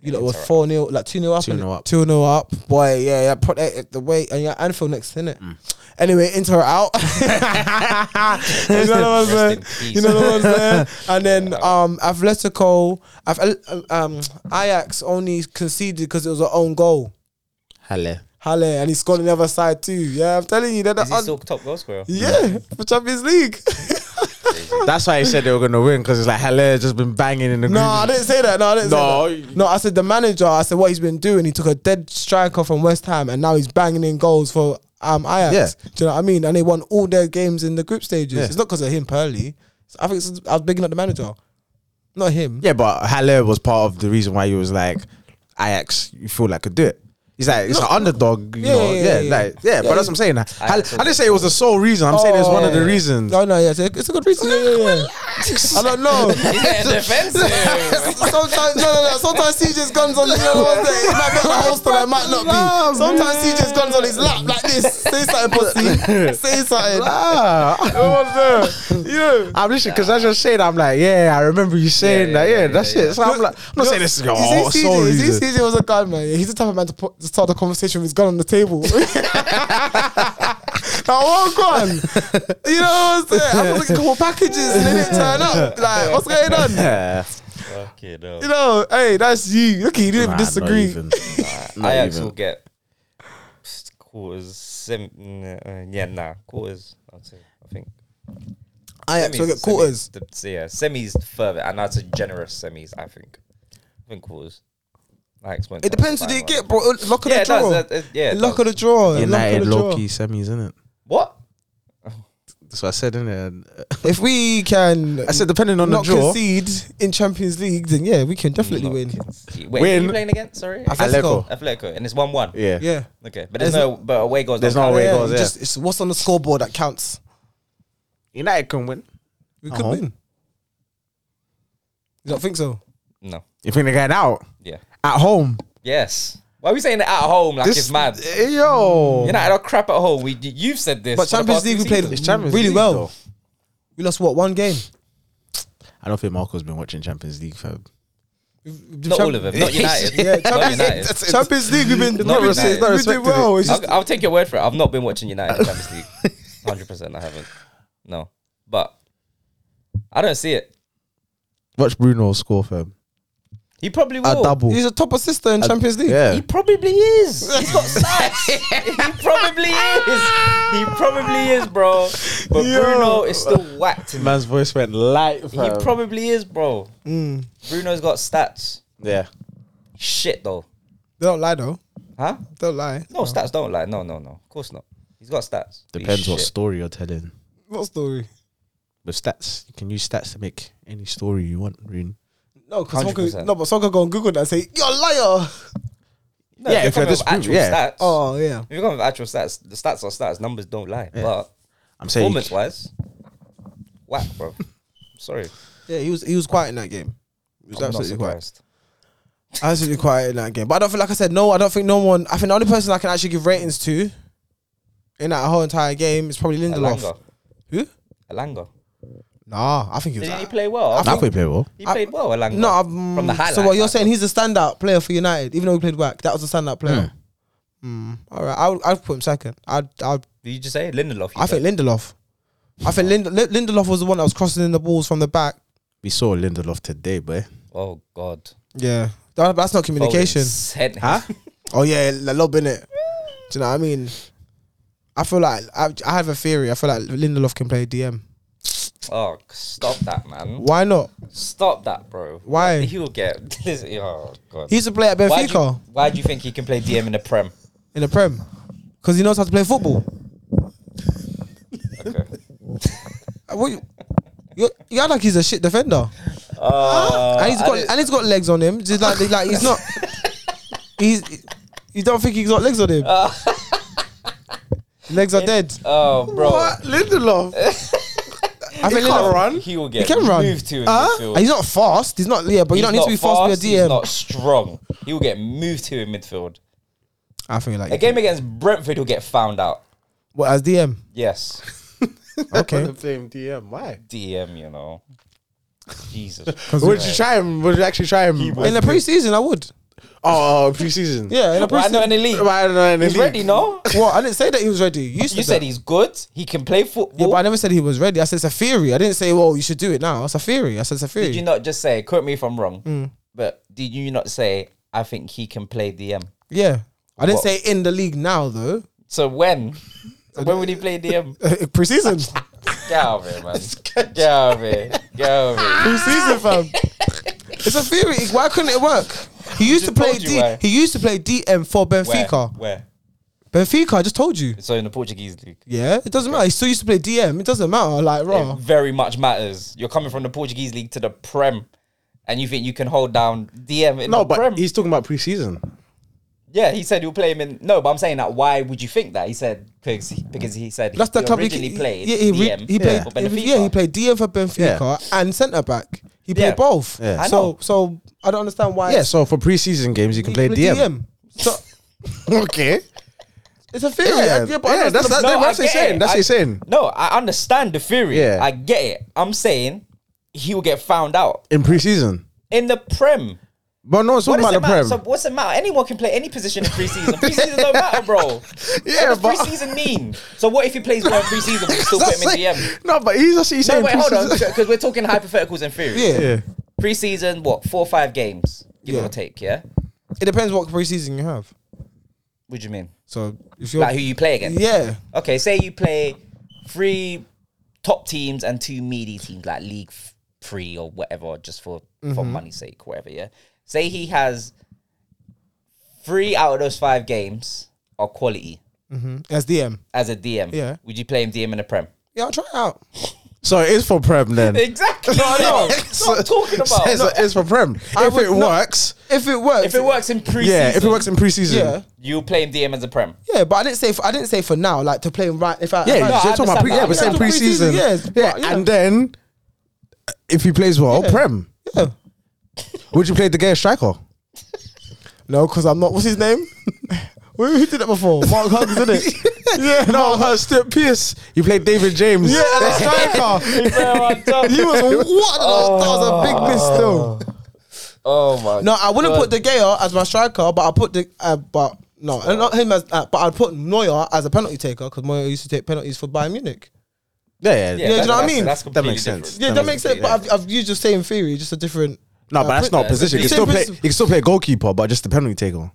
S3: you lot were
S1: Inter are
S3: four 0 like two 0 up,
S2: 2-0 up.
S3: two 0 up. Boy, yeah, yeah. Put that at the weight, and yeah, Anfield next in it.
S2: Mm.
S3: Anyway, Inter are out. you know what I'm
S2: uh,
S1: Rest
S3: saying?
S1: in peace.
S3: You know what I'm saying? And then
S1: Yeah.
S3: um, Atletico, Ath- um, Ajax only conceded because it was an own goal.
S2: Halle.
S3: Halle, and he scored on the other side too. Yeah, I'm telling you, they're the
S1: Is he
S3: un-
S1: still top goal scorer?
S3: yeah for Champions League.
S2: That's why he said they were gonna win because it's like Halle just been banging in the.
S3: no, I didn't say that. No, I didn't
S2: No.
S3: say that. No, I said the manager. I said what he's been doing. He took a dead striker from West Ham, and now he's banging in goals for um Ajax. Do you know what I mean? And they won all their games in the group stages.
S2: Yeah.
S3: It's not because of him, Pearly. I think it's, I was bigging up the manager, not him.
S2: Yeah, but Halle was part of the reason why he was like Ajax. You feel like could do it. He's like it's an underdog, you
S3: Yeah,
S2: know.
S3: yeah,
S2: Yeah,
S3: yeah, yeah.
S2: like yeah, but that's what I'm saying. Halle,
S1: Ajax
S2: I didn't say it was the sole reason. I'm saying it's one of the
S3: Oh.
S2: reasons.
S3: No, no, yeah, it's a, it's a good reason. Yeah, yeah, yeah. I don't know.
S1: He's getting defensive.
S3: sometimes no no no. Sometimes CJ's guns on the other one day. It might be on the holster, it might not be. Sometimes CJ's guns on his lap like this. Say something, pussy. Say something.
S2: Ah, yeah. I'm listening because as you're saying, I'm like, yeah, I remember you saying
S1: yeah,
S2: that. Yeah,
S1: yeah,
S2: that's
S1: yeah,
S2: it. So I'm like, I'm not saying this is your
S3: You
S2: whole
S3: see,
S2: sole
S3: CJ, you see,
S2: reason.
S3: CJ was a gun man. Yeah, he's the type of man to, put, to start a conversation with his gun on the table. now what gun? You know what I'm saying? I was looking for packages and they didn't turn up. Like what's going on?
S2: Yeah.
S1: Okay, no.
S3: You know, hey, that's you. Look, he didn't
S2: Nah,
S3: even
S2: not
S3: disagree.
S2: even. Not
S1: Ajax
S2: even.
S1: will get quarters. Sem- uh, yeah, nah, quarters. I'd say. I think.
S3: Ajax will
S1: Semis-
S3: get quarters.
S1: Semis, the, yeah, semis further, and that's a generous semis. I think. I think quarters. Ajax went
S3: It
S1: to
S3: depends who
S1: the
S3: they
S1: final.
S3: get, bro. Luck of
S1: Yeah,
S3: the
S1: it does.
S3: draw.
S1: That, that- yeah, it
S3: luck
S1: does.
S3: of the draw.
S2: United
S3: luck of
S2: low
S3: the
S2: key semis, isn't it?
S1: what?
S2: That's what I said, innit?
S3: draw. If we can
S2: I said, depending on the
S3: not
S2: draw.
S3: concede in Champions League, then yeah, we can definitely win.
S1: Wait,
S2: Win.
S1: who are you playing against? Sorry,
S2: Atletico.
S1: Atletico, and it's one-one.
S2: Yeah.
S3: Yeah.
S1: Okay, but there's
S3: There's
S1: no, but away goes.
S2: there's
S1: don't count.
S2: no away
S3: yeah,
S2: goals,
S3: it's
S2: yeah.
S3: Just, it's what's on the scoreboard that counts.
S2: United can win.
S3: We
S2: Uh-huh.
S3: could win. You don't think so?
S1: No.
S2: You think they're getting out
S1: Yeah.
S2: at home?
S1: Yes. Why are we saying that at home? Like it's mad.
S2: Eh, Yo.
S1: You're not crap at home. We, you- you've said this.
S3: But
S1: for the
S3: Champions
S1: past two
S3: League, we played
S1: seasons.
S2: It's Champions
S3: really
S2: League,
S3: well.
S2: though.
S3: We lost what one game?
S2: I don't think Marco's been watching Champions League, fam.
S1: Not all of them. Not United.
S3: yeah,
S1: not
S3: Champions League.
S1: United.
S3: Champions League, we've been
S1: It's not
S3: we've
S1: respect- it's
S3: been-
S1: not
S3: we
S2: respect
S3: did
S2: to
S3: well. It's
S1: I'll,
S3: just
S1: I'll take your word for it. I've not been watching United Champions League. Hundred percent, I haven't. No, but I don't see it.
S2: Watch Bruno score, fam.
S1: He probably
S2: A
S1: will.
S2: double.
S3: he's a top assister in Champions League.
S1: He
S2: Yeah.
S1: probably is. He's got size. he probably is. He probably is, bro. But
S2: Yo.
S1: Bruno is still whacked. to me.
S2: Man's voice went light,
S1: He probably is, bro.
S3: Mm.
S1: Bruno's got stats.
S2: yeah.
S1: Shit though,
S3: They don't lie though.
S1: huh?
S3: Don't lie.
S1: No, stats don't lie. No, no, no. Of course not. He's got stats. But he's
S2: Depends what
S1: shit.
S2: story you're telling.
S3: What story?
S2: With stats, you can use stats to make any story you want, Rune.
S3: No, because someone could,
S1: 100%.
S3: no, but someone could go on Google that and say you're a liar.
S1: No,
S2: Yeah,
S1: if you're coming with
S2: if you're this
S1: actual
S2: group, yeah.
S1: stats.
S3: Oh yeah.
S1: If you're coming with actual stats, the stats are stats. Numbers don't lie.
S2: Yeah.
S1: But
S2: I'm saying
S1: performance wise, whack, bro. Sorry,
S3: Yeah, he was he was quiet in that game. He was
S1: I'm not
S3: absolutely quiet.
S1: surprised.
S3: Absolutely quiet in that game. But I don't think, like I said, no, I don't think no one. I think the only person I can actually give ratings to in that whole entire game is probably Lindelof.
S1: Alanga,
S3: Who?
S1: Alanga.
S3: Nah, I think he was.
S1: Didn't he play well? I
S2: I
S1: think
S2: think play well.
S1: he
S3: I-
S1: played well. Alanga.
S3: no, um,
S1: From the
S3: So
S1: highlights,
S3: what
S1: I
S3: you're saying?
S1: thought.
S3: He's the standout player for United, even though he played back. That was a standout player. Hmm. All right, I would, I'd put him second. I'd, I'd,
S1: Did you just say Lindelof? you
S3: I think Lindelof. I think Lind- Lin- Lindelof was the one that was crossing in the balls from the back.
S2: We saw Lindelof today, boy.
S1: Oh God.
S3: Yeah, That- that's not communication.
S1: Foden's head.
S2: Huh?
S3: Oh yeah, the lob in it. Do you know what I mean? I feel like I, I have a theory. I feel like Lindelof can play DM.
S1: Oh, stop that, man.
S3: Why not?
S1: Stop that, bro.
S3: Why?
S1: He'll get. listen, oh God.
S3: He used to play at
S1: Why do, you,
S3: Benfica
S1: why do you think he can play DM in the Prem?
S3: in the Prem because he knows how to play football.
S1: Okay.
S3: Uh, What you, you, you act like he's a shit defender,
S1: Uh,
S3: and he's
S1: I
S3: got
S1: didn't-
S3: and he's got legs on him. Just like like he's not. He's you don't think he's got legs on him?
S1: Uh.
S3: legs are dead.
S1: Oh, bro.
S2: Lindelof? I think
S3: can't
S2: Leno-
S3: run.
S1: He will
S3: He
S1: get
S3: can run.
S1: moved to in
S3: Huh?
S1: midfield.
S3: He's not fast. He's not. Yeah, but
S1: He's
S3: you don't need to be fast,
S1: fast,
S3: with a
S1: He's
S3: DM.
S1: not strong. He will get moved to in midfield.
S3: I feel like
S1: A game against Brentford, he'll get found out.
S3: Well, as DM,
S1: Yes,
S3: okay.
S2: Blame DM. Why?
S1: DM, you know. Jesus.
S2: Would you try him? Would you actually try him?
S3: in the preseason, I would.
S2: oh, oh, preseason.
S3: Yeah, in the
S1: Why not
S3: preseason.
S1: in the league?
S2: Why not in the
S1: He's
S2: league?
S1: ready, no?
S3: What? I didn't say that he was ready. You,
S1: You said
S3: that.
S1: he's good. He can play football.
S3: Yeah, but I never said he was ready. I said it's a theory. I didn't say, well, you should do it now. It's a theory. I said it's a theory.
S1: Did you not just say, correct me if I'm wrong,
S3: Mm.
S1: but did you not say, I think he can play DM?
S3: yeah. I didn't
S1: What?
S3: say in the league now though.
S1: So when? So when would he play DM?
S3: preseason.
S1: Get out of here, man. Get out of here. Get out of here.
S3: preseason, fam. It's a theory. Why couldn't it work? He used to
S1: just
S3: play
S1: told you
S3: D.
S1: why.
S3: He used to play DM for
S1: Where?
S3: Benfica.
S1: Where?
S3: Benfica, I just told you.
S1: So in the Portuguese league.
S3: Yeah, it doesn't matter. He still used to play DM. It doesn't matter. Like, raw.
S1: It very much matters. You're coming from the Portuguese league to the Prem, and you think you can hold down DM in
S2: No,
S1: the
S2: but
S1: Prem?
S2: he's talking about preseason.
S1: yeah, he said he'll play him in. No, but I'm saying that. Why would you think that? He said because he, because he said
S3: That's the
S1: he
S3: club he-
S1: originally played
S3: Yeah, he, re-
S1: DM.
S3: he played.
S1: for
S3: Yeah.
S1: Benfica.
S3: he played DM for Benfica and centre back. He played
S1: Yeah.
S3: both.
S2: Yeah.
S1: I
S3: So,
S1: know.
S3: so I don't understand why.
S2: Yeah, so for preseason games, you
S3: he
S2: can play
S3: played
S2: DM.
S3: So
S2: okay.
S3: it's a theory.
S2: Yeah, yeah,
S3: Yeah, but I don't
S2: that's,
S3: understand-
S1: No,
S2: that, that's
S1: I
S2: what he's
S1: get
S2: saying.
S1: it.
S2: That's what
S1: I-
S2: he's saying.
S1: No, I understand the theory.
S2: Yeah.
S1: I get it. I'm saying he will get found out
S2: In preseason.
S1: in the Prem.
S2: But no, it's
S1: What
S2: talking
S1: does it
S2: about the
S1: matter?
S2: Prem.
S1: So what's the matter? Anyone can play any position in preseason. Preseason don't matter, bro.
S2: Yeah,
S1: what does
S2: but-
S1: preseason mean? So what if he plays well in preseason? We still put
S2: That's
S1: him in
S2: like-
S1: DM.
S2: No, but he's actually
S1: No,
S2: saying
S1: Oh, wait, hold on,
S2: preseason.
S1: because we're talking hypotheticals and theories.
S3: Yeah.
S2: Yeah.
S1: Preseason, what four or five games, give
S3: Yeah.
S1: or take. Yeah.
S3: It depends what preseason you have.
S1: What do you mean?
S3: So if you're
S1: Like who you play against?
S3: yeah,
S1: Okay, say you play three top teams and two meaty teams, like League f- Three or whatever, just for for money's sake, whatever. Yeah. Say he has three out of those five games are quality
S3: mm-hmm. as DM.
S1: as a DM.
S3: Yeah.
S1: Would you play him DM in a prem?
S3: Yeah, I'll try it out.
S2: So it is for Prem then.
S1: Exactly. no, no. That's what I'm talking
S2: So
S1: about.
S2: it's, it's for Prem.
S3: I
S2: if
S3: would
S2: it
S3: not-
S2: works,
S3: If it works,
S1: If it works in preseason,
S2: yeah. If it works in preseason,
S3: yeah,
S1: you play him DM as a prem.
S3: yeah. But I didn't say for, I didn't say for now. Like to play him right. If I
S2: yeah.
S3: if I-
S2: you're
S1: I
S2: talking about pre-
S1: understand
S2: yeah,
S1: that.
S2: we're saying
S3: Yeah, the preseason,
S2: preseason.
S3: yes,
S2: yeah,
S3: but, yeah.
S2: and then uh, if he plays well, Prem.
S3: yeah.
S2: Would you play the gay striker?
S3: no, because I'm not. What's his name? who, who did that before? Mark Huggs, did it?
S2: yeah, no, uh, Stuart Pearce. You played David James.
S3: yeah, and a striker. He was what? That was a big miss still.
S1: oh my.
S3: No, I wouldn't put De Gea as my striker, but I put the uh, but no, and not him as uh, but I'd put Neuer as a penalty taker because Neuer used to take penalties for Bayern Munich.
S2: yeah, yeah.
S1: Yeah,
S3: you know
S1: that-
S3: what I
S1: that's-
S3: mean?
S1: That's
S2: That
S1: completely
S2: makes sense.
S1: different.
S3: Yeah, that,
S2: That
S3: makes
S2: makes
S3: sense.
S2: sense,
S3: But
S2: yeah.
S3: I've, I've used the same theory, just a different.
S2: No, but that's
S1: put-
S2: not position. You can
S3: Same
S2: still play.
S3: principle.
S2: You can still play goalkeeper, but just a penalty taker.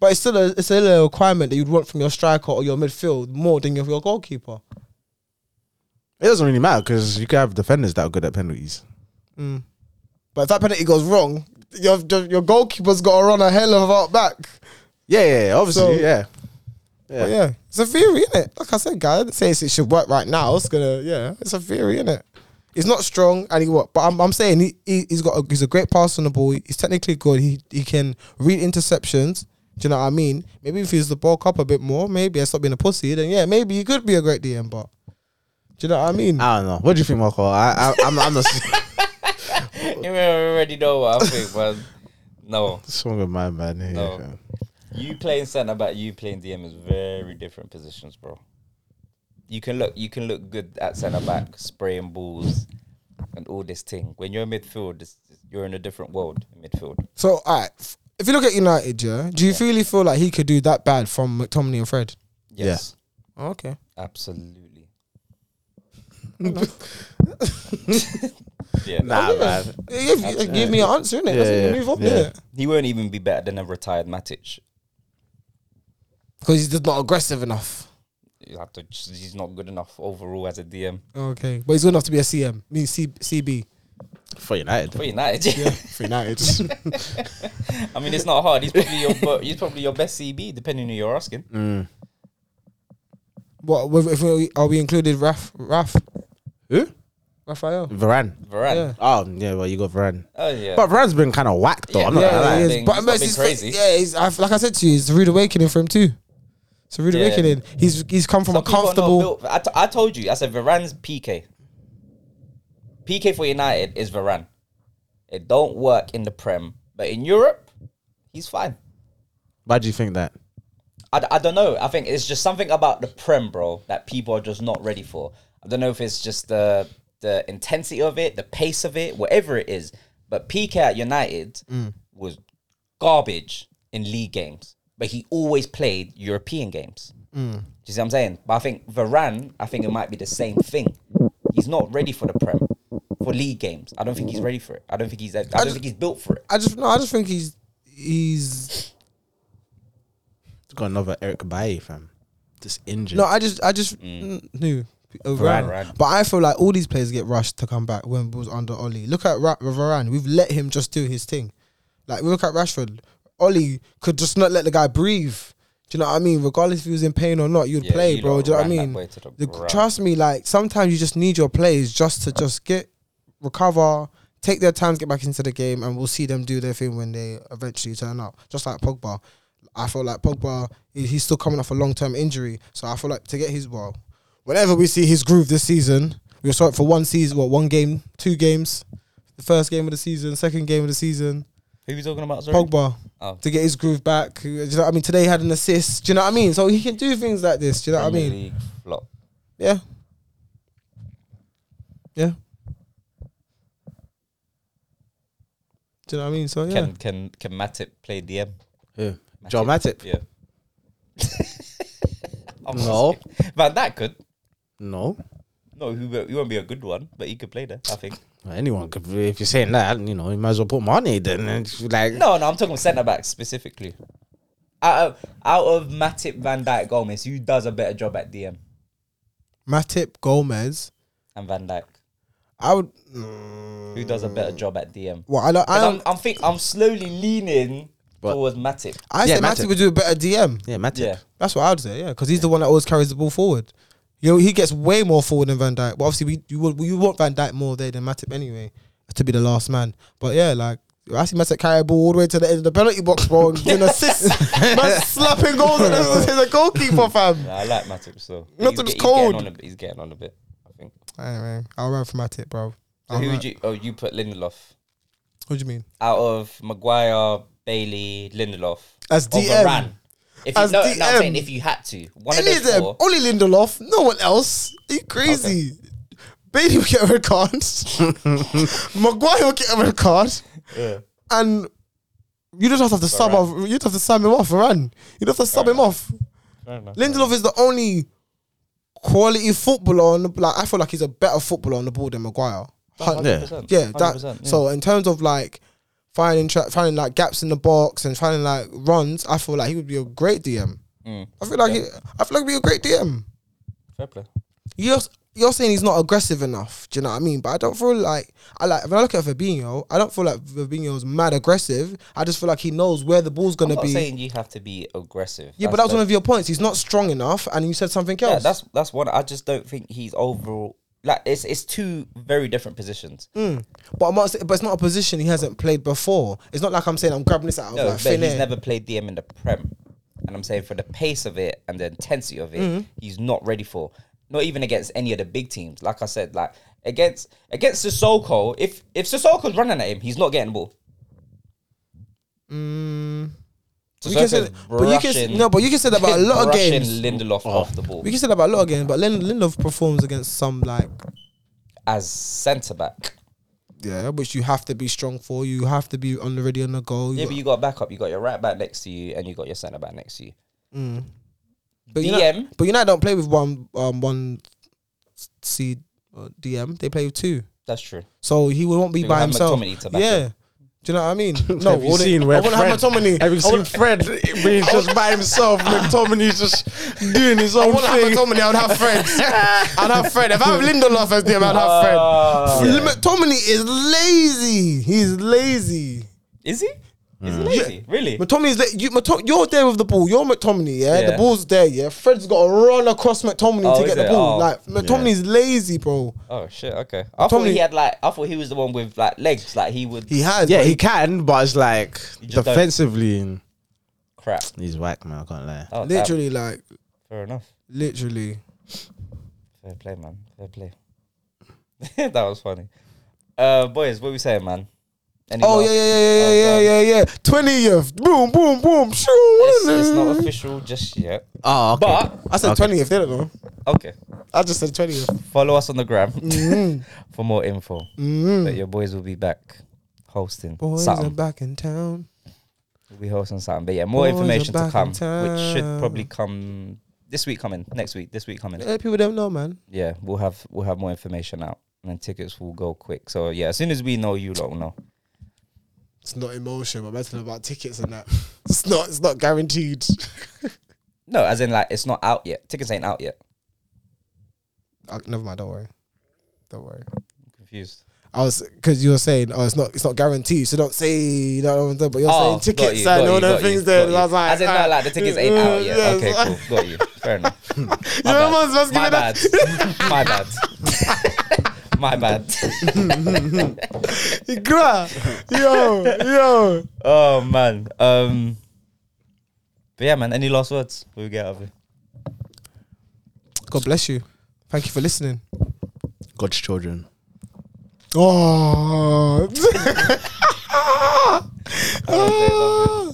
S3: But it's still a it's still a requirement that you'd want from your striker or your midfield more than your, your goalkeeper.
S2: It doesn't really matter because you can have defenders that are good at penalties.
S3: But if that penalty goes wrong, your your, your goalkeeper's got to run a hell of a lot back.
S2: Yeah, yeah, yeah obviously,
S3: So-
S2: yeah.
S3: But yeah, it's a theory, innit? Like I said, guys, I didn't say it should work right now. It's gonna, yeah, it's a theory, innit? It's not strong, and he what? But I'm, I'm saying he, he he's got a, he's a great pass on the ball. He's technically good. He he can read interceptions. Do you know what I mean? Maybe if he was to bulk up a bit more, maybe I stop being a pussy. Then yeah, maybe he could be a great DM. But do you know what I mean?
S2: I don't know. What do you think, Marco? I, I, I'm, I'm not.
S1: You already know what I think, man. No,
S2: What's wrong with my man here?
S1: No.
S2: fam?
S1: you playing centre back, you playing DM is very different positions, bro. You can look, you can look good at centre back, spraying balls, and all this thing. When you're in midfield, it's, you're in a different world in midfield.
S3: So all right, f- if you look at United, yeah, do you really feel like he could do that bad from McTominay and Fred?
S1: Yes,
S2: Oh,
S3: Okay.
S1: absolutely. yeah,
S2: Nah, man.
S3: Give, give me an answer, innit?
S2: Yeah,
S3: That's it,
S2: yeah,
S3: move on,
S2: yeah.
S3: innit?
S1: he won't even be better than a retired Matic.
S3: Because he's just not aggressive enough.
S1: You have to, he's not good enough overall as a DM
S3: Okay, but he's good enough to be a CM. I mean C- CB.
S2: For United.
S1: for United.
S3: For United.
S1: I mean, it's not hard. He's probably your bu- he's probably your best CB, depending who you're asking.
S2: Mm.
S3: what? with- If we, are we included? Raf, Raf,
S2: Who?
S3: Raphael.
S2: Varane.
S1: Varane.
S3: Yeah.
S2: Oh, yeah, well, you got Varane.
S1: Oh yeah.
S2: But Varane's been kind of whacked, though. I'm not
S1: Yeah,
S2: gonna lie.
S1: yeah,
S3: he is.
S1: Being-
S3: But,
S1: he's
S3: but
S1: not
S3: it's
S1: being
S3: his
S1: crazy.
S3: Yeah, he's, I've, like I said to you, it's a rude awakening for him too. It's a rude
S1: Yeah.
S3: awakening. He's he's come from
S1: Some
S3: a
S1: people are not
S3: comfortable.
S1: built- I, t- I told you. I said Varane's PK. PK for United is Varane. It don't work in the Prem, but in Europe, he's fine.
S2: Why do you think that?
S1: I, I don't know. I think it's just something about the prem, bro, that people are just not ready for. I don't know if it's just the the intensity of it, the pace of it, whatever it is. But PK at United
S3: Mm.
S1: was garbage in league games, but he always played European games.
S3: Mm.
S1: Do you see what I'm saying? But I think Varane, I think it might be the same thing. He's not ready for the prem, for league games. I don't think he's ready for it. I don't think he's. I don't
S3: just-
S1: think he's built for it.
S3: I just no, I just think he's he's
S2: It's got another Eric Bailly fam. Just injured.
S3: no, I just I just mm. no. Varane.
S1: Varane.
S3: but I feel like all these players get rushed to come back when was under Oli. Look at Ra- Varane, we've let him just do his thing. Like we look at Rashford, Oli could just not let the guy breathe. Do you know what I mean? Regardless if he was in pain or not, you'd
S1: Yeah,
S3: play,
S1: you
S3: bro.
S1: lot
S3: Do you know what I
S1: ran that
S3: mean?
S1: boy to the
S3: The-
S1: ground.
S3: trust me, like sometimes you just need your plays just to just get recover, take their time, to get back into the game, and we'll see them do their thing when they eventually turn up. Just like Pogba, I feel like Pogba he- he's still coming off a long term injury, so I feel like to get his well, whenever we see his groove this season, we saw it for one season, what one game, two games, the first game of the season, second game of the season,
S1: Who are you talking about? Sorry?
S3: Pogba
S1: Oh.
S3: to get his groove back. Do you know what I mean? Today he had an assist. Do you know what I mean? So he can do things like this. Do you know what I
S1: Premier
S3: mean?
S1: League flop.
S3: Yeah. Yeah. Do you know what I mean? So yeah.
S1: Can can can Matip play DM?
S2: Who? Joe Matip.
S1: Yeah. I'm
S2: No.
S1: just- man, that could.
S2: No.
S1: No, he, wo- he won't be a good one, but he could play there. I think.
S2: Well, anyone could if you're saying that, you know, you might as well put money then and just be like
S1: No, no, I'm talking centre backs specifically. Out of, out of Matip, Van Dijk, Gomez, who does a better job at DM
S3: Matip Gomez.
S1: and Van Dijk?
S3: I would mm,
S1: Who does a better job at DM?
S3: well I don't I,
S1: 'Cause
S3: don't,
S1: I'm, I'm think I'm slowly leaning
S2: What?
S1: towards Matip.
S3: I
S2: Yeah,
S3: say Matip.
S2: Matip.
S3: would do a better DM.
S2: Yeah, Matip.
S1: Yeah.
S3: That's what I would say, yeah, because he's the one that always carries the ball forward. You know, he gets way more forward than Van Dyke. But obviously we you would you want Van Dyke more there than Matip anyway, to be the last man. But yeah, like I see Matip carry a ball all the way to the end of the penalty box, bro, and getting assists. Man slapping goals and the goalkeeper, fam.
S1: Nah, I like Matip still.
S3: Matip's
S1: He's get- He's
S3: cold.
S1: getting, on a, bit- he's getting on a bit. I think.
S3: Anyway, I'll run for my tip, bro.
S1: So who would you? Oh, you put Lindelof.
S3: What do you mean?
S1: out of Maguire, Bailey, Lindelof.
S3: As
S1: or
S3: DM.
S1: Varane. If you,
S3: As
S1: no, no, I'm
S3: DM.
S1: saying if you had to. One
S3: Any
S1: of
S3: of them?
S1: those four.
S3: Only Lindelof. No one else. Are you crazy? Bailey will get a red card. Maguire will get a red card,
S1: Yeah.
S3: and you don't have to sub off. You don't have to sub him off, Varane. You don't have to sub him off. Lindelof is the only quality footballer. On the, like I feel like he's a better footballer on the ball than Maguire. Hun- Yeah, that. So in terms of like finding tra- finding like gaps in the box and finding like runs, I feel like he would be a great DM.
S1: Mm.
S3: I feel like he, I feel like he'd be a great DM.
S1: fair play.
S3: You're you're saying he's not aggressive enough. Do you know what I mean? But I don't feel like I like when I look at Fabinho, I don't feel like Fabinho's mad aggressive. I just feel like he knows where the ball's
S1: I'm
S3: gonna
S1: not
S3: be.
S1: saying you have to be aggressive.
S3: yeah, but that was one
S1: the-
S3: of your points. He's not strong enough, and you said something else.
S1: yeah, that's that's one. I just don't think he's overall like it's it's two very different positions.
S3: Mm. but I'm not, but it's not a position he hasn't played before. It's not like I'm saying I'm grabbing this out of
S1: No,
S3: like
S1: but
S3: thin
S1: he's
S3: air.
S1: never played DM in the Prem. And I'm saying for the pace of it and the intensity of it,
S3: Mm-hmm.
S1: he's not ready for. Not even against any of the big teams. Like I said, like against against Sissoko, if if Sissoko's running at him, he's not getting the ball.
S3: You Mm. can say,
S1: Sissoko's
S3: but you can
S1: brushing-
S3: no, but you can say that about a lot of
S1: brushing
S3: games.
S1: Lindelof off the ball
S3: We can say that about a lot of games, but Lin- Lindelof performs against some like
S1: as centre back.
S3: yeah, which you have to be strong for. You have to be on the ready on the goal.
S1: Yeah,
S3: You
S1: but you got a backup. You got your right back next to you, and you got your centre back next to you.
S3: got- but
S1: DM.
S3: United, but United don't play with one um one C uh, DM. They play with two,
S1: That's true.
S3: so he won't be
S1: They
S3: by
S1: have
S3: himself.
S1: McTominay to back
S3: Yeah. Do you know what I mean? No,
S2: Have you
S3: all the-
S2: seen where
S3: I want to have
S2: Fred-
S3: McTominay.
S2: Have you seen Fred being just by himself and Tomini's just doing his
S3: I
S2: own
S3: want to have
S2: thing?
S3: McTominay. I would have Fred. I'd have Fred. If I have Lindelof as DM, I'd have Fred.
S1: Uh,
S3: Fl- McTominay is lazy. He's lazy.
S1: Is he? Is he lazy? Really?
S3: McTominay's like you. McTom- you're there with the ball. You're McTominay. Yeah?
S1: Yeah.
S3: the ball's there. Yeah, Fred's got to run across McTominay
S1: Oh,
S3: to
S1: is
S3: get the
S1: it?
S3: ball.
S1: Oh.
S3: Like McTominay's lazy, bro.
S1: Oh shit! Okay, I thought
S3: Tommy-
S1: he had like I thought he was the one with like legs, like he would
S3: He has.
S2: Yeah,
S3: but
S2: he can, but it's like
S1: just don't-
S2: defensively
S1: crap.
S2: he's whack, man. I can't lie.
S1: Oh, damn.
S3: literally like
S1: fair enough.
S3: literally.
S1: Fair play, man. Fair play. that was funny. Uh, boys, what we saying, man? Any
S3: Oh
S1: last-
S3: yeah, yeah, yeah, yeah, yeah,
S1: Oh,
S3: yeah, yeah. Twentieth, boom, boom, boom. Shoo,
S1: It's, it's not official just yet.
S2: Oh, okay.
S1: But
S3: I said
S2: Okay.
S3: twentieth, didn't know.
S1: okay,
S3: I just said twentieth.
S1: follow us on the gram
S3: Mm,
S1: for more info. But
S3: mm.
S1: your boys will be back hosting
S3: Boys are
S1: something.
S3: back in town.
S1: We'll be hosting something. But yeah, more
S3: Boys are
S1: information to
S3: back
S1: come,
S3: in
S1: which should
S3: town.
S1: probably come this week, coming next week, this week coming.
S3: Yeah, people don't know, man.
S1: Yeah, we'll have we'll have more information out, and then tickets will go quick. So yeah, as soon as we know, you lot will know.
S3: It's not emotion. I'm mentioning about tickets and that. It's not. It's not guaranteed.
S1: No, as in like it's not out yet. Tickets ain't out yet.
S3: Uh, never mind. Don't worry. Don't worry.
S1: I'm confused.
S3: I was because you were saying, oh, it's not, it's not guaranteed. So don't say you know what I'm doing, but you're
S1: Oh,
S3: saying tickets
S1: got you,
S3: and
S1: got
S3: all
S1: you,
S3: those
S1: got you,
S3: things. There,
S1: got you.
S3: I was like,
S1: as in no,
S3: ah,
S1: like the tickets ain't out yet.
S3: yeah,
S1: okay,
S3: so-
S1: cool, got you. Fair enough. My
S3: You know, man's just
S1: My
S3: giving up.
S1: bad. My bad. My bad.
S3: Gra, yo, yo.
S1: Oh man. Um. But yeah, man. Any last words? We get out of here.
S3: God bless you. Thank you for listening.
S2: God's children.
S3: Oh,
S1: Oh, Rosé,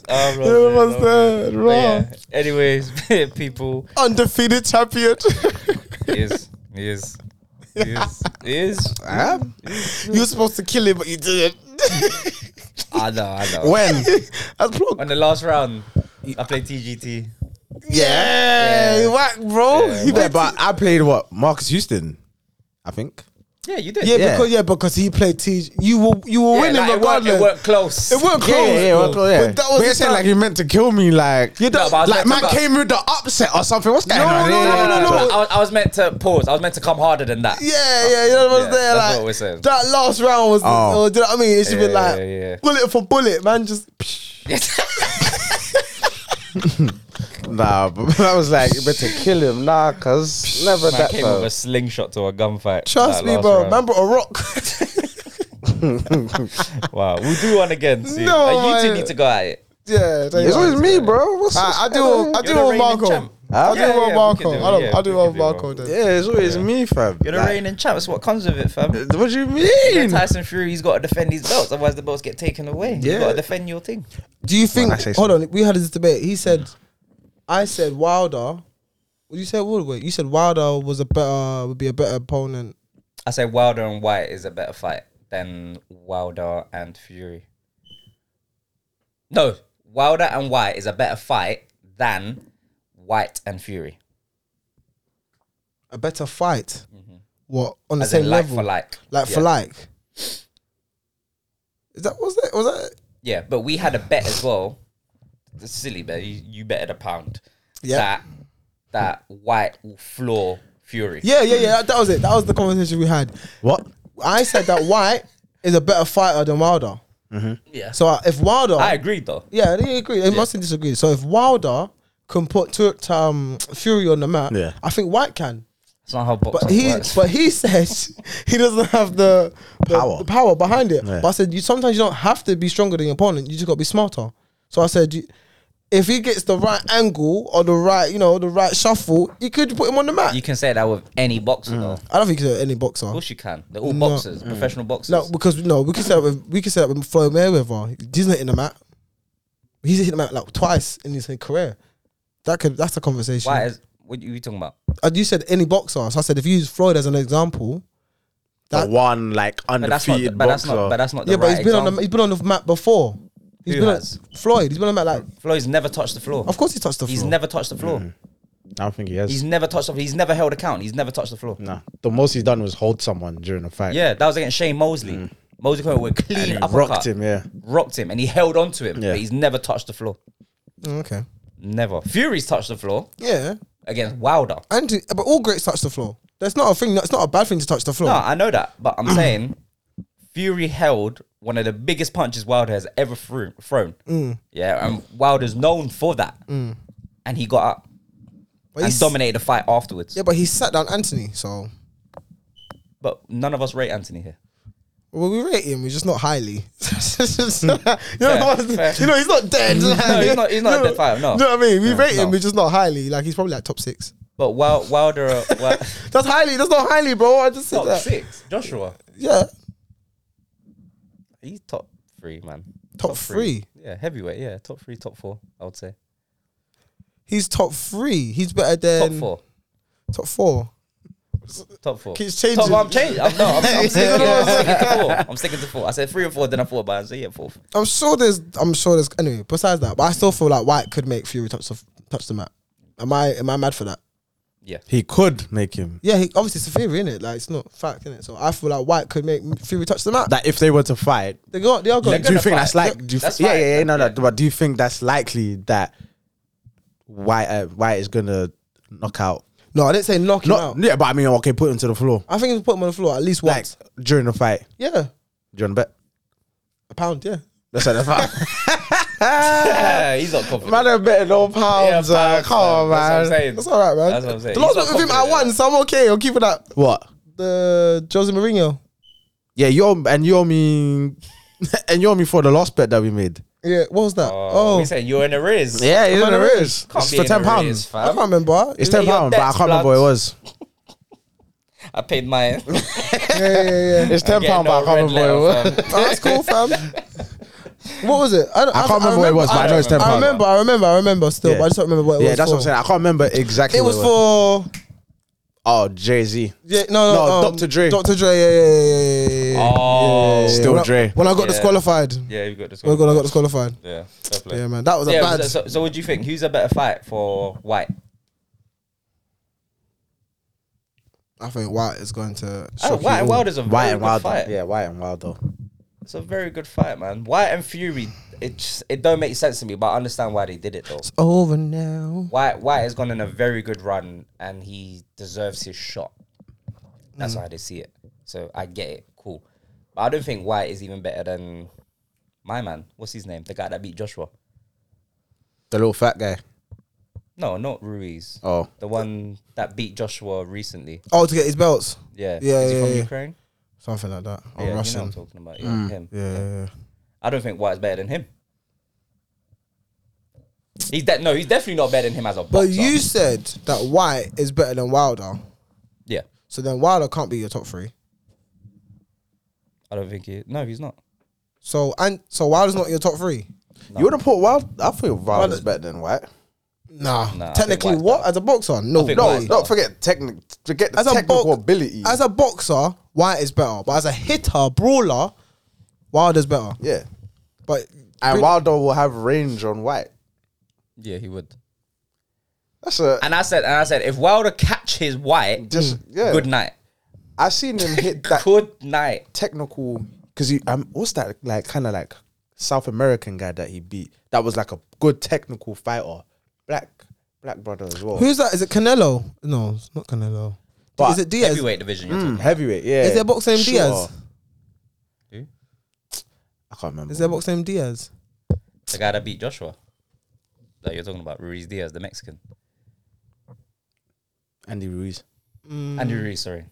S3: Ah, Yeah, what's
S1: Rosé.
S3: that,
S1: But
S3: raw.
S1: yeah. Anyways, people.
S3: undefeated champion.
S1: He is. He is. He is. He is.
S3: you were supposed to kill him, but you didn't.
S1: I know. I know.
S2: When?
S3: That's plug.
S1: On the last round, I played TGT.
S3: Yeah,
S1: Yeah.
S3: whack, bro.
S1: Yeah,
S3: He
S2: Yeah,
S3: went-
S2: but I played what Marcus Houston, I think.
S1: Yeah, you did.
S3: yeah,
S2: Yeah.
S3: because yeah, because he played T. You were you were winning
S1: like, it weren't-
S3: regardless.
S1: It worked close.
S3: It weren't close.
S2: Yeah, yeah, yeah,
S3: bro.
S2: well, cool, yeah.
S3: But that
S2: But
S3: was
S2: you're
S3: the
S2: saying
S3: time-
S2: like you meant to kill me, like
S3: You don't-
S1: No, but I was
S2: like
S1: meant
S2: man
S1: to-
S2: came with the upset or something. What's going
S3: No,
S2: on?
S3: no,
S2: here?
S3: no, no, no, no.
S1: I was, I was meant to pause. I was meant to come harder than that.
S3: yeah, yeah, you know what
S1: Yeah,
S3: I'm saying?
S1: that's
S3: Like
S1: what we're saying.
S3: that last round was,
S2: Oh.
S3: oh, do you know what I mean? It should
S1: Yeah,
S3: be like
S1: yeah, yeah.
S3: bullet for bullet, man. Just
S2: Nah, but I was like, you better kill him, nah, cause never
S1: Man
S2: that.
S1: came
S2: far.
S1: with a slingshot to a gunfight.
S3: trust
S1: that
S3: me,
S1: last
S3: bro.
S1: round.
S3: Man brought a rock.
S1: Wow, we'll do one again soon.
S3: No,
S1: Like, you two
S3: I-
S1: need to go at it.
S3: yeah, there you
S2: It's
S3: go.
S2: always me, bro. What's
S3: I, I
S2: what's
S3: do,
S2: going
S3: I
S2: on?
S3: do
S1: the
S3: want
S1: reigning
S3: Marco.
S1: champ.
S2: Huh?
S3: I do
S1: Yeah, yeah, we
S3: want Marco.
S1: can do it,
S3: I don't-
S1: yeah,
S3: I do
S1: we
S3: want
S1: can do it,
S3: Marco.
S1: Marco.
S3: Then.
S2: Yeah, it's always me, fam.
S1: You're the
S2: Like,
S1: reigning champ. That's what comes with it, fam.
S2: What do you
S1: When
S2: mean?
S1: Tyson Fury's got to defend his belts, otherwise the belts get taken away. you
S2: Yeah.
S1: got to defend your thing.
S3: Do you think?
S2: I say
S3: hold on, we had this debate. He said, I said Wilder. What you said? Woodward. You said Wilder was a better would be a better opponent.
S1: I say Wilder and White is a better fight than Wilder and Fury. No, Wilder and White is a better fight than White and Fury.
S3: a better fight. What on
S1: Mm-hmm.
S3: the
S1: As
S3: same
S1: in like
S3: level,
S1: for like.
S3: like
S1: Yeah.
S3: for like. Is that was that was that?
S1: Yeah, but we had a bet as well. It's silly bet. You, you betted a pound.
S3: Yeah.
S1: That that White will floor Fury.
S3: Yeah, yeah, yeah. That, that was it. That was the conversation we had.
S2: What?
S3: I said that White is a better fighter than Wilder.
S1: Yeah. So
S3: So uh, if Wilder,
S1: I agreed though.
S3: yeah, they agree. They mustn't disagree. So if Wilder can put Tur- um, Fury on the map,
S2: Yeah.
S3: I think White can.
S1: That's not how boxing
S3: But he,
S1: works.
S3: but he says he doesn't have the, the
S2: Power.
S3: the power behind it.
S2: Yeah.
S3: But I said you sometimes you don't have to be stronger than your opponent. You just got to be smarter. So I said, you- if he gets the right angle or the right, you know, the right shuffle, you could put him on the mat.
S1: you can say that with any boxer though. Of
S3: I don't think he's any boxer.
S1: course you can. They're all
S3: Mm. No.
S1: boxers, professional boxers.
S3: No, because no, we can say that with we can say that with Floyd Mayweather. He's not in the mat. He's hit the mat like twice in his career. That could that's a conversation.
S1: Why is what are you talking about?
S3: And you said any boxer. So I said if you use Floyd as an example,
S2: The
S3: That-
S2: one like
S1: But that's not.
S2: undefeated
S1: But that's
S2: boxer.
S1: not. But that's not. The
S3: yeah,
S1: right
S3: but he's been on the
S1: example.
S3: he's been on the mat before. He's
S1: Who
S3: been
S1: has?
S3: on Floyd. He's been on the mat like
S1: Floyd's never touched the floor.
S3: of course Mm. he touched the
S1: He's
S3: floor.
S1: never touched the floor.
S2: I don't think he has.
S1: He's never touched the. He's never held a count. He's never touched the
S3: Mm.
S1: floor.
S2: nah. The most he's done was hold someone during a fight.
S1: Yeah, that was against Shane Mosley.
S3: Mm.
S1: Mosley came with a
S2: And
S1: clean
S2: he
S1: uppercut,
S2: rocked him, yeah.
S1: rocked him, and he held on to him.
S2: Yeah.
S1: But he's never touched the floor.
S3: Mm, okay.
S1: Never. Fury's touched the floor
S3: Yeah.
S1: against Wilder.
S3: And to- but all greats touch the floor. That's not a thing. That's not a bad thing to touch the floor.
S1: No, I know that, but
S3: Mm.
S1: I'm saying Fury held one of the biggest punches Wilder has ever threw, thrown.
S3: Mm.
S1: Yeah, and Wilder's known for that, and he got up
S3: but
S1: and
S3: he's,
S1: dominated the fight afterwards.
S3: yeah, but he sat down Anthony. So
S1: But none of us rate Anthony here.
S3: well, we rate him. We're just not highly. you, know what I'm-
S1: fair.
S3: you know he's not dead.
S1: No, he's not- he's not a dead fighter, no.
S3: You know what I mean? We
S1: Yeah,
S3: rate
S1: no.
S3: him. We're just not highly. Like he's probably like top six.
S1: But Wil- Wilder, uh, Wil-
S3: That's highly. That's not highly, bro. I just said
S1: top
S3: that.
S1: six, Joshua.
S3: Yeah.
S1: he's top three, man.
S3: Top,
S1: Top
S3: three.
S1: three. Yeah, heavyweight. Yeah, top three, top four. I would say
S3: He's top three. He's better than
S1: top four,
S3: Top four.
S1: top four.
S2: Keeps
S1: Top,
S2: changing.
S1: I'm changing. I'm, no, I'm, I'm sticking,
S3: Yeah.
S1: I'm sticking to four. I'm sticking to four. I said three or four. Then I thought about it. I said yeah, fourth.
S3: I'm sure there's. I'm sure there's. Anyway, besides that, but I still feel like White could make Fury touch the touch the map. Am I am I mad for that?
S2: He could make him.
S3: Yeah, he, obviously it's a theory, innit? Like it's not fact, innit? So I feel like White could make Fury touch the map.
S2: That if they were to fight,
S3: They got. They are
S2: do
S3: going.
S1: They're
S2: you
S1: gonna
S2: think
S1: fight.
S2: that's like? Do you
S1: That's
S2: yeah,
S1: fine.
S2: yeah, yeah, no, no.
S1: Yeah.
S2: But do you think that's likely that White uh, White is gonna knock out?
S3: No, I didn't say knock him
S2: Not
S3: out.
S2: yeah, but I mean, okay, put him to the floor.
S3: I think he's put him on the floor at least once.
S2: Like during the fight.
S3: yeah,
S2: Do you want to bet?
S3: a pound. Yeah.
S2: That's like the fight.
S1: he's not confident.
S2: man, I'm betting all pounds.
S1: Yeah,
S2: uh,
S1: pounds,
S2: come on,
S1: man. That's what I'm
S2: man.
S1: saying.
S3: That's all right, man.
S1: That's what I'm saying.
S3: The
S1: He's
S3: lot's
S1: not
S3: not with him at
S1: confident.
S3: once. I'm okay. I'm keeping that.
S2: What?
S3: The Jose Mourinho.
S2: Yeah, you're and you're me, and you're me for the last bet that we made.
S3: Yeah. What was that?
S1: Oh,
S3: Oh,
S1: we saying you're in a riz.
S2: it's
S3: on the
S2: is.
S1: Can't
S2: It's
S1: be
S2: for
S1: in a
S2: ten
S1: riz,
S2: pounds.
S1: fam.
S3: I can't remember.
S2: It's
S1: Look
S2: ten
S1: at your
S2: pounds, but I
S1: debts,
S2: can't remember what it was.
S1: I paid mine.
S3: Yeah, yeah, yeah.
S2: It's ten
S1: Getting
S2: pounds,
S1: no
S2: but I can't
S1: red
S2: remember what it was.
S1: letter, fam.
S3: Oh, that's cool, fam. What was it? don't-
S2: I can't remember what it was, but I know it's ten
S3: I
S2: pounds.
S3: remember, I remember, I remember still,
S2: Yeah.
S3: but I just don't remember what it
S2: Yeah,
S3: was.
S2: that's what I'm
S3: for.
S2: saying. I can't remember exactly.
S3: It
S2: what
S3: was for
S2: oh Jay Z.
S3: yeah, no, no,
S2: No,
S3: um,
S2: Dr. Dre.
S3: Dr. Dre, yeah, yeah, yeah, yeah, yeah, yeah.
S1: Oh.
S3: yeah, yeah.
S2: Still
S3: when
S2: Dre.
S3: I, when I got
S1: Yeah.
S3: disqualified,
S1: Yeah, you got this
S3: when I
S1: one.
S3: got, I got disqualified.
S1: Yeah, fair play.
S3: Yeah, man, that was a
S1: Yeah,
S3: bad.
S1: so, so what do you think? Who's a better fight for White?
S3: I think White is going to.
S1: Oh,
S3: shock you
S1: White and
S3: all.
S1: Wilder's a
S2: White
S1: very
S2: and
S1: good
S2: Wilder.
S1: fight.
S2: Yeah, White and Wilder.
S1: It's a very good fight, man. White and Fury, it just, it don't make sense to me, but I understand why they did it though.
S3: It's over now.
S1: White White has gone on a very good run and he deserves his shot. That's how they see it. So I get it. Cool. But I don't think White is even better than my man. What's his name? The guy that beat Joshua.
S2: The little fat guy.
S1: No, not Ruiz.
S2: Oh,
S1: The one that beat Joshua recently.
S3: Oh, to get his belts,
S1: Yeah.
S3: Yeah,
S1: Is he
S3: yeah,
S1: from
S3: yeah.
S1: Ukraine?
S3: something like that.
S1: yeah,
S3: I'm
S1: you know what
S3: Russian.
S1: I'm talking about. Yeah, him.
S3: Yeah, yeah, yeah.
S1: I don't think White's better than him. He's de- no, he's definitely not better than him as a boxer.
S3: But you said that White is better than Wilder,
S1: yeah,
S3: so then Wilder can't be your top three.
S1: I don't think he. No, he's not.
S3: So and so Wilder's not your top three.
S1: No.
S2: you wouldn't put Wild. I feel Wilder's better than White.
S3: Nah,
S1: Nah, I think
S3: technically,
S1: White's
S3: what
S1: better.
S3: as a boxer? No,
S1: think
S3: no,
S1: White's
S2: No, don't forget technic. Forget the
S3: As a
S2: technical
S3: box-
S2: ability.
S3: As a boxer, White is better, but as a hitter, brawler, Wilder's better.
S2: yeah,
S3: But
S2: and Wilder will have range on White.
S1: Yeah, he would.
S2: That's a
S1: And I said, and I said, if Wilder catches White,
S2: just yeah.
S1: good night,
S2: I seen him hit that
S1: good night.
S2: technical because he um what's that like kind of like South American guy that he beat that was like a good technical fighter, black black brother as well.
S3: who's that? Is it Canelo? No, it's not Canelo.
S2: But
S3: is it Diaz?
S1: Heavyweight division. You're
S2: Mm,
S1: talking.
S2: heavyweight, yeah.
S3: Is there a boxer named Diaz?
S1: Who?
S2: I can't remember.
S3: Is there a boxer named Diaz?
S1: The guy that beat Joshua. That you're talking about, Ruiz Diaz, the Mexican.
S2: Andy Ruiz? Mm.
S1: Andy Ruiz, sorry.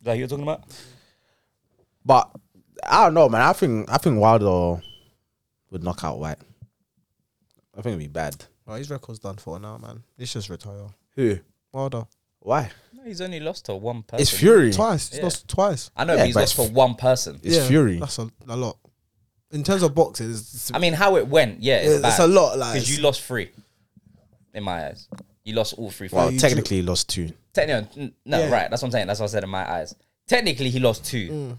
S1: That you're talking about?
S2: But I don't know, man. I think I think Wilder would knock out White. I think it'd be bad.
S3: Oh, his record's done for now, man. It's just retire.
S2: Who?
S3: Wilder
S2: Why?
S1: No, he's only lost to one person.
S2: It's Fury.
S3: twice. He's
S1: Yeah.
S3: lost twice.
S1: I know,
S2: Yeah,
S1: but he's
S2: but
S1: lost
S2: it's-
S1: to one person.
S2: It's Fury.
S3: That's a, a lot. In terms of boxing, it's,
S1: I mean, how it went, yeah, it's,
S3: it's
S1: bad.
S3: a lot. Like
S1: Because you lost three, in my eyes. You lost all three.
S2: Well,
S1: fights.
S2: technically he lost two.
S1: Technically, no,
S3: Yeah.
S1: right. That's what I'm saying. That's what I said in my eyes. Technically, he lost two.
S3: Mm.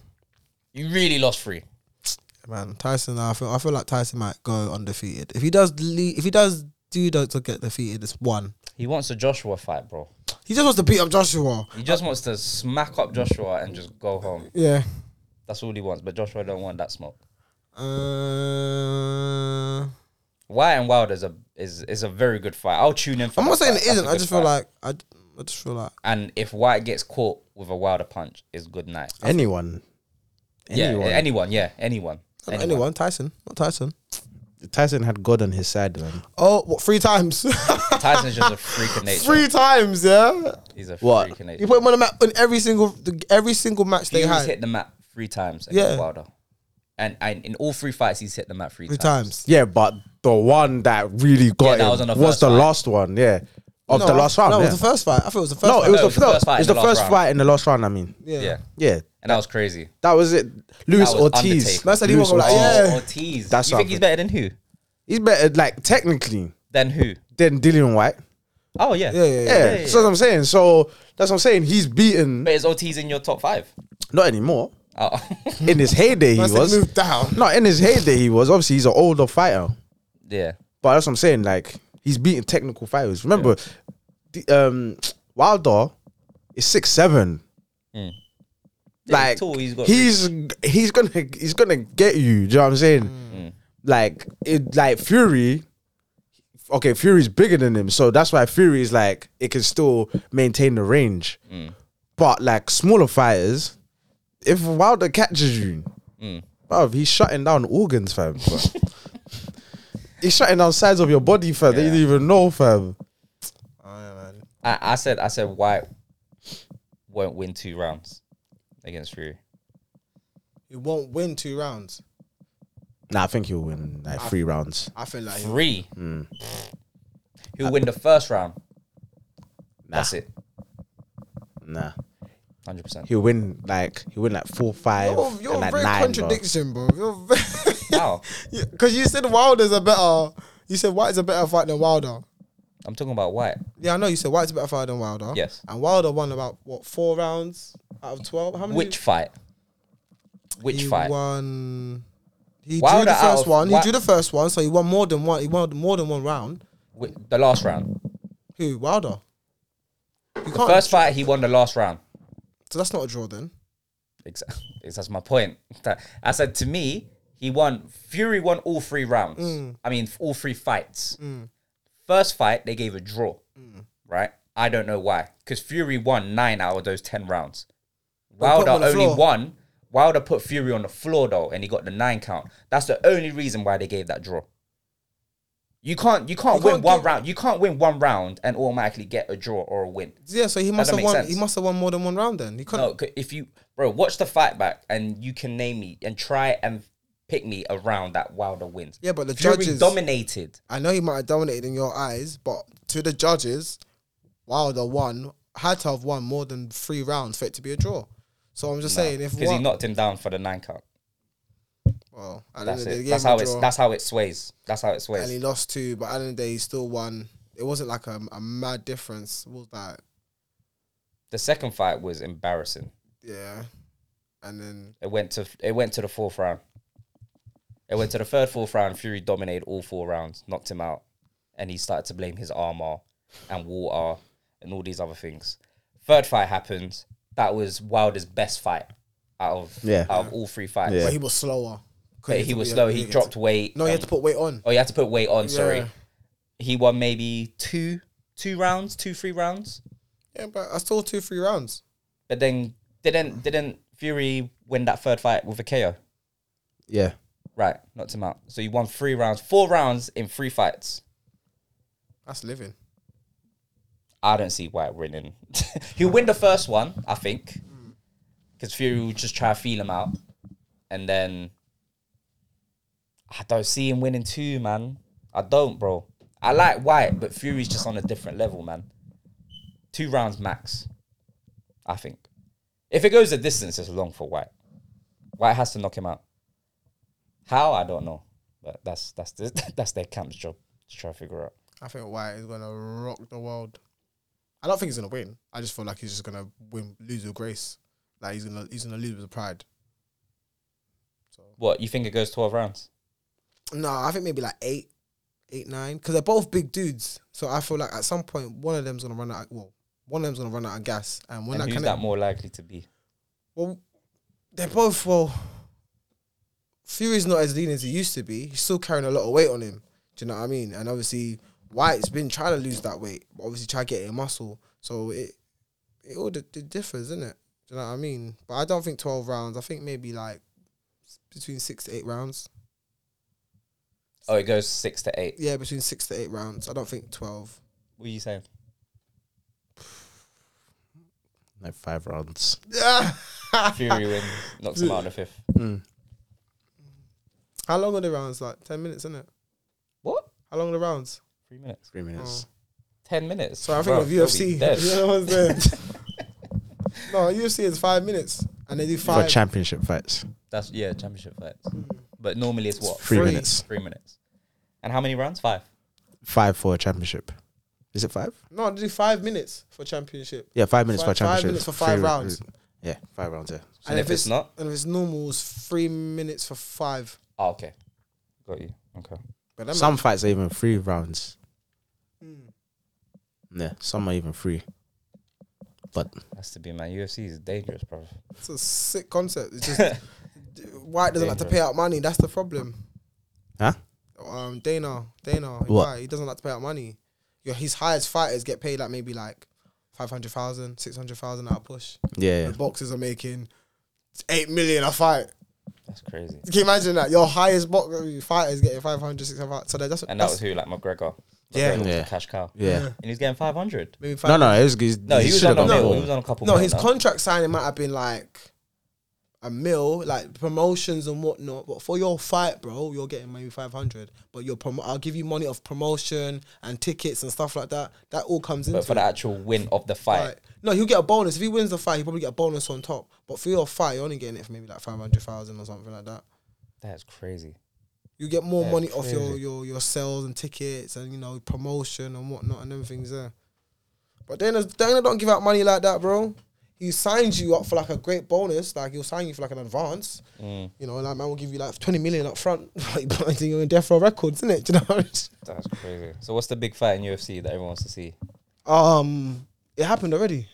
S1: You really lost three.
S3: man, Tyson. I feel I feel like Tyson might go undefeated. If he does, le- if he does do that to get defeated, it's one.
S1: He wants a Joshua fight, bro.
S3: He just wants to beat up Joshua.
S1: He just wants to smack up Joshua and just go home.
S3: Yeah.
S1: That's all he wants. But Joshua don't want that smoke.
S3: Uh,
S1: White and Wild is a is is a very good fight. I'll tune in. For
S3: I'm
S1: that
S3: not saying
S1: fight.
S3: it
S1: That's a
S3: isn't. I
S1: good
S3: just feel
S1: fight.
S3: like I, I just feel like
S1: and if White gets caught with a Wilder punch, it's good night.
S2: Anyone.
S1: Yeah, anyone. Yeah, anyone.
S3: not
S1: Anyone.
S3: anyone. Tyson, not Tyson.
S2: Tyson had God on his side, man.
S3: Oh, what three times?
S1: Tyson's just a freak of nature.
S3: three times, yeah.
S1: He's a
S2: What?
S1: freak of
S3: You
S1: nature.
S3: put him on the map in every single every single match they
S1: He's
S3: had.
S1: hit the mat three times against
S3: Yeah.
S1: Wilder. And, and in all three fights, he's hit the mat three,
S3: three
S1: times.
S3: times.
S2: Yeah, but the one that really
S1: Yeah,
S2: got
S1: that
S2: him
S1: was
S2: was,
S1: on the
S2: the,
S1: first fight.
S2: last one, yeah. Of
S3: No,
S2: the
S3: I-
S2: last round.
S3: No,
S2: yeah.
S3: it was the first fight. I thought it was the first.
S2: no,
S3: fight.
S2: it was
S1: No,
S2: the first. It's the first
S1: round.
S2: fight in the last round, I mean.
S3: yeah.
S1: Yeah.
S2: Yeah.
S1: and that was crazy.
S2: That was it. Luis
S1: That was
S2: Ortiz.
S1: Undertaker.
S3: Man said he
S2: Luis
S3: woke up like,
S2: Ortiz.
S3: yeah.
S1: Oh, Ortiz.
S2: That's
S1: you think he's
S2: something.
S1: better than who?
S2: He's better, like technically,
S1: Than who?
S2: than Dillian White.
S1: Oh yeah.
S3: Yeah, yeah,
S2: Yeah,
S3: yeah.
S1: Yeah, yeah,
S2: so that's what I'm saying. So that's what I'm saying. He's beaten,
S1: But is Ortiz in your top five?
S2: not anymore.
S1: Oh.
S2: In his heyday, he
S3: Man said
S2: was.
S3: moved down.
S2: No, in his heyday, he was. Obviously, he's an older fighter.
S1: yeah.
S2: But that's what I'm saying. Like he's beating technical fighters. Remember, the, um, Wilder is six seven.
S1: Mm. Yeah,
S2: Like
S1: he's tall, he's got
S2: he's he's gonna he's gonna get you. Do you know what I'm saying?
S1: Mm.
S2: Like it like Fury. Okay, Fury's bigger than him, so that's why Fury is like it can still maintain the range.
S1: Mm.
S2: But like smaller fighters, if Wilder catches you,
S1: Mm.
S2: bro, he's shutting down organs, fam. bruv. he's shutting down sides of your body, fam. They
S1: Yeah.
S2: didn't even know, fam.
S3: Oh, yeah, man.
S1: I, I said I said White won't win two rounds against Fury.
S3: He won't win two rounds.
S2: Nah, I think he'll win like three rounds.
S3: I feel like he-
S1: Three.
S2: Hmm.
S1: Who'll win the first round? That's it.
S2: Nah,
S1: Hundred percent.
S2: he'll win like he'll win like four, five,
S3: you're, you're
S2: and like
S3: very
S2: nine. bruv.
S3: contradiction, bro. You're very
S1: How?
S3: because you said Wilder's a better. You said White's a better fight than Wilder.
S1: I'm talking about White.
S3: Yeah, I know you said White's a better fighter than Wilder.
S1: Yes.
S3: And Wilder won about what four rounds out of twelve. How many?
S1: Which fight? Which
S3: he
S1: fight?
S3: won? He drew
S1: Wilder
S3: the
S1: out
S3: first
S1: of-
S3: one. He
S1: Wi-
S3: drew the first one, so he won more than one. He won more than one round.
S1: Wi- the last round.
S3: Who Wilder? You can't.
S1: First fight, he won the last round.
S3: so that's not a draw then.
S1: Exactly. That's my point. That- I said to me, he won. Fury won all three rounds.
S3: Mm.
S1: I mean, all three fights. First fight, they gave a draw,
S3: Mm.
S1: right? I don't know why, because Fury won nine out of those ten rounds.
S3: put him
S1: Wilder
S3: on the
S1: only
S3: floor.
S1: won. Wilder put Fury on the floor though, and he got the nine count. That's the only reason why they gave that draw. You can't, you can't
S3: You
S1: win
S3: can't
S1: one
S3: give-
S1: round. You can't win one round and automatically get a draw or a win.
S3: Yeah, so he must
S1: don't make
S3: have won.
S1: sense.
S3: He must have won more than one round then. He couldn't.
S1: No, 'cause if you, bro, watch the fight back and you can name me and try and pick me around that Wilder wins.
S3: Yeah, but the
S1: Fury
S3: judges.
S1: dominated.
S3: I know he might have dominated in your eyes, but to the judges, Wilder won had to have won more than three rounds for it to be a draw. So I'm just saying, if
S1: because he
S3: one,
S1: knocked him down for the nine count.
S3: well, at the end
S1: That's
S3: of the day,
S1: it.
S3: he
S1: That's
S3: gave him
S1: how
S3: a
S1: it's.
S3: draw,
S1: That's how it sways. That's how it
S3: and he
S1: sways.
S3: lost two, but at the end of the day, he still won. It wasn't like a, a mad difference. What was that?
S1: The second fight was embarrassing.
S3: Yeah, and then
S1: It went to. It went to the fourth round. It went to the third, fourth round. Fury dominated all four rounds, knocked him out, and he started to blame his armor and water and all these other things. Third fight happens. That was Wilder's best fight out of
S2: Yeah.
S1: out of all three fights.
S2: Yeah.
S3: but he was slower.
S1: But he was slow. He dropped weight.
S3: No, he had to
S1: um,
S3: put weight on.
S1: oh, he had to put weight on. Sorry,
S3: Yeah.
S1: he won maybe two, two rounds, two, three rounds.
S3: Yeah, but I saw two, three rounds.
S1: But then didn't didn't Fury win that third fight with a KO?
S2: Yeah,
S1: Right, knocked him out. So he won three rounds, four rounds in three fights.
S3: That's living.
S1: I don't see White winning. He'll win the first one, I think, because Fury will just try to feel him out, and then I don't see him winning two, man. I don't, bro. I like White, but Fury's just on a different level, man. Two rounds max, I think. If it goes the distance, it's long for White. White has to knock him out. How I don't know, but that's that's that's their camp's job to try to figure out.
S3: I think White is gonna rock the world. I don't think he's gonna win. I just feel like he's just gonna win, lose with grace. Like he's gonna he's gonna lose with pride.
S1: What you think it goes twelve rounds?
S3: No, I think maybe like eight, eight, nine, because they're both big dudes. So I feel like at some point one of them's gonna run out. Well, one of them's gonna run out of gas, and when
S1: And
S3: that
S1: who's
S3: kind
S1: that
S3: of
S1: more likely to be?
S3: well, they're both well. Fury's not as lean as he used to be. He's still carrying a lot of weight on him. Do you know what I mean? And obviously White's been trying to lose that weight, but obviously try to get in muscle. So it it all d- it differs, isn't it? Do you know what I mean? But I don't think twelve rounds. I think maybe like s- between six to eight rounds.
S1: Oh, it goes six to eight.
S3: Yeah, between six to eight rounds. I don't think twelve.
S1: What are you saying?
S2: like five rounds.
S1: Fury wins, knocks him out in the fifth.
S2: Mm,
S3: How long are the rounds? Like ten minutes, isn't it?
S1: What?
S3: How long are the rounds?
S1: Three minutes?
S2: Three
S3: Mm.
S2: minutes.
S1: Ten minutes?
S3: So I think
S1: Bro,
S3: of
S1: you'll be
S3: UFC.
S1: dead.
S3: You know what I'm saying? no, UFC is five minutes. and they do
S2: for
S3: five.
S2: championship fights.
S1: That's yeah, championship fights. But normally it's what
S2: Three,
S3: Three.
S2: minutes,
S1: three minutes. And how many rounds? Five.
S2: five for a championship. Is it five?
S3: no, they do five minutes for championship.
S2: Yeah, five minutes
S3: Five-
S2: for a championship.
S3: five minutes for five
S2: ra-
S3: rounds.
S2: Yeah, five rounds. Yeah.
S1: And, if, it's, not,
S3: and if it's normal, it's three minutes for five.
S1: oh, okay, got you. Okay,
S3: But that
S2: some fights are even three rounds.
S3: Mm.
S2: Yeah, some are even three.
S1: has to be man. UFC is dangerous, bro.
S3: It's a sick concept. It's just White doesn't like to pay out money. That's the problem.
S2: Huh?
S3: Um, Dana, Dana,
S2: What?
S3: why he doesn't like to pay out money. Your his highest fighters get paid like maybe like 500,000, 600,000 at a push.
S2: Yeah,
S3: The boxers are making eight million a fight.
S1: That's crazy.
S3: Can you imagine that? Your highest box fighters getting 500, 600. So that- that's
S1: And that was
S3: that's-
S1: who like McGregor.
S3: Yeah.
S1: McGregor was
S2: Yeah.
S1: a cash cow,
S2: yeah.
S1: and he's getting five hundred.
S3: maybe five.
S2: No, no, it was. He's,
S1: No, he, was on a
S3: got
S1: mil.
S3: more.
S1: He was on a couple.
S3: No,
S1: mil
S3: his
S1: now.
S3: contract signing might have been like a mil, like promotions and whatnot. But for your fight, bro, you're getting maybe five hundred. But your prom- I'll give you money of promotion and tickets and stuff like that. That all comes into
S1: but for the actual win of the
S3: it.
S1: fight,
S3: Like, no, he'll get a bonus if he wins the fight. He'll probably get a bonus on top. But for your fight, you're only getting it for maybe like five hundred thousand or something like that.
S1: that's crazy.
S3: You get more
S1: Yeah,
S3: money off your,
S1: crazy.
S3: your your sales and tickets and you know promotion and whatnot and everything's there. But Dana Dana don't give out money like that, bro. He signs you up for like a great bonus, like he'll sign you for like an advance.
S1: Mm,
S3: You know, like man will give you like twenty million up front. Like but you're in death row records, isn't it? Do you know? What I'm saying?
S1: that's crazy. So what's the big fight in UFC that everyone wants to see?
S3: Um, it happened already.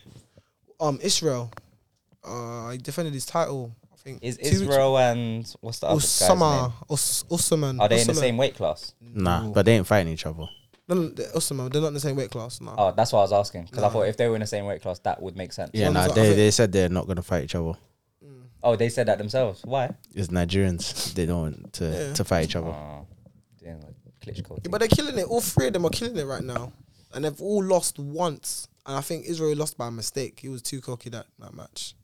S3: Um, Israel, uh, he defended his title. I think
S1: Is
S3: two weeks-
S1: Israel and what's the other guy's
S3: Osama
S1: name?
S3: Os- Osman?
S1: Are they in the
S3: Osman.
S1: same weight class?
S2: Nah, but they ain't fighting each other.
S3: No, no, they're Osama. They're not in the same weight class. No.
S1: Oh, that's what I was asking because I thought if they were in the same weight class, that would make sense.
S2: Yeah,
S3: One's
S2: nah,
S3: like-
S2: they, they said they're not gonna fight each other.
S1: Oh, they said that themselves. Why?
S2: It's Nigerians. They don't want to, to fight each other.
S1: Oh, doing like Klitschko.
S3: Yeah,
S1: thing.
S3: but they're killing it. All three of them are killing it right now, and they've all lost once. And I think Israel lost by mistake. He was too cocky that, that match.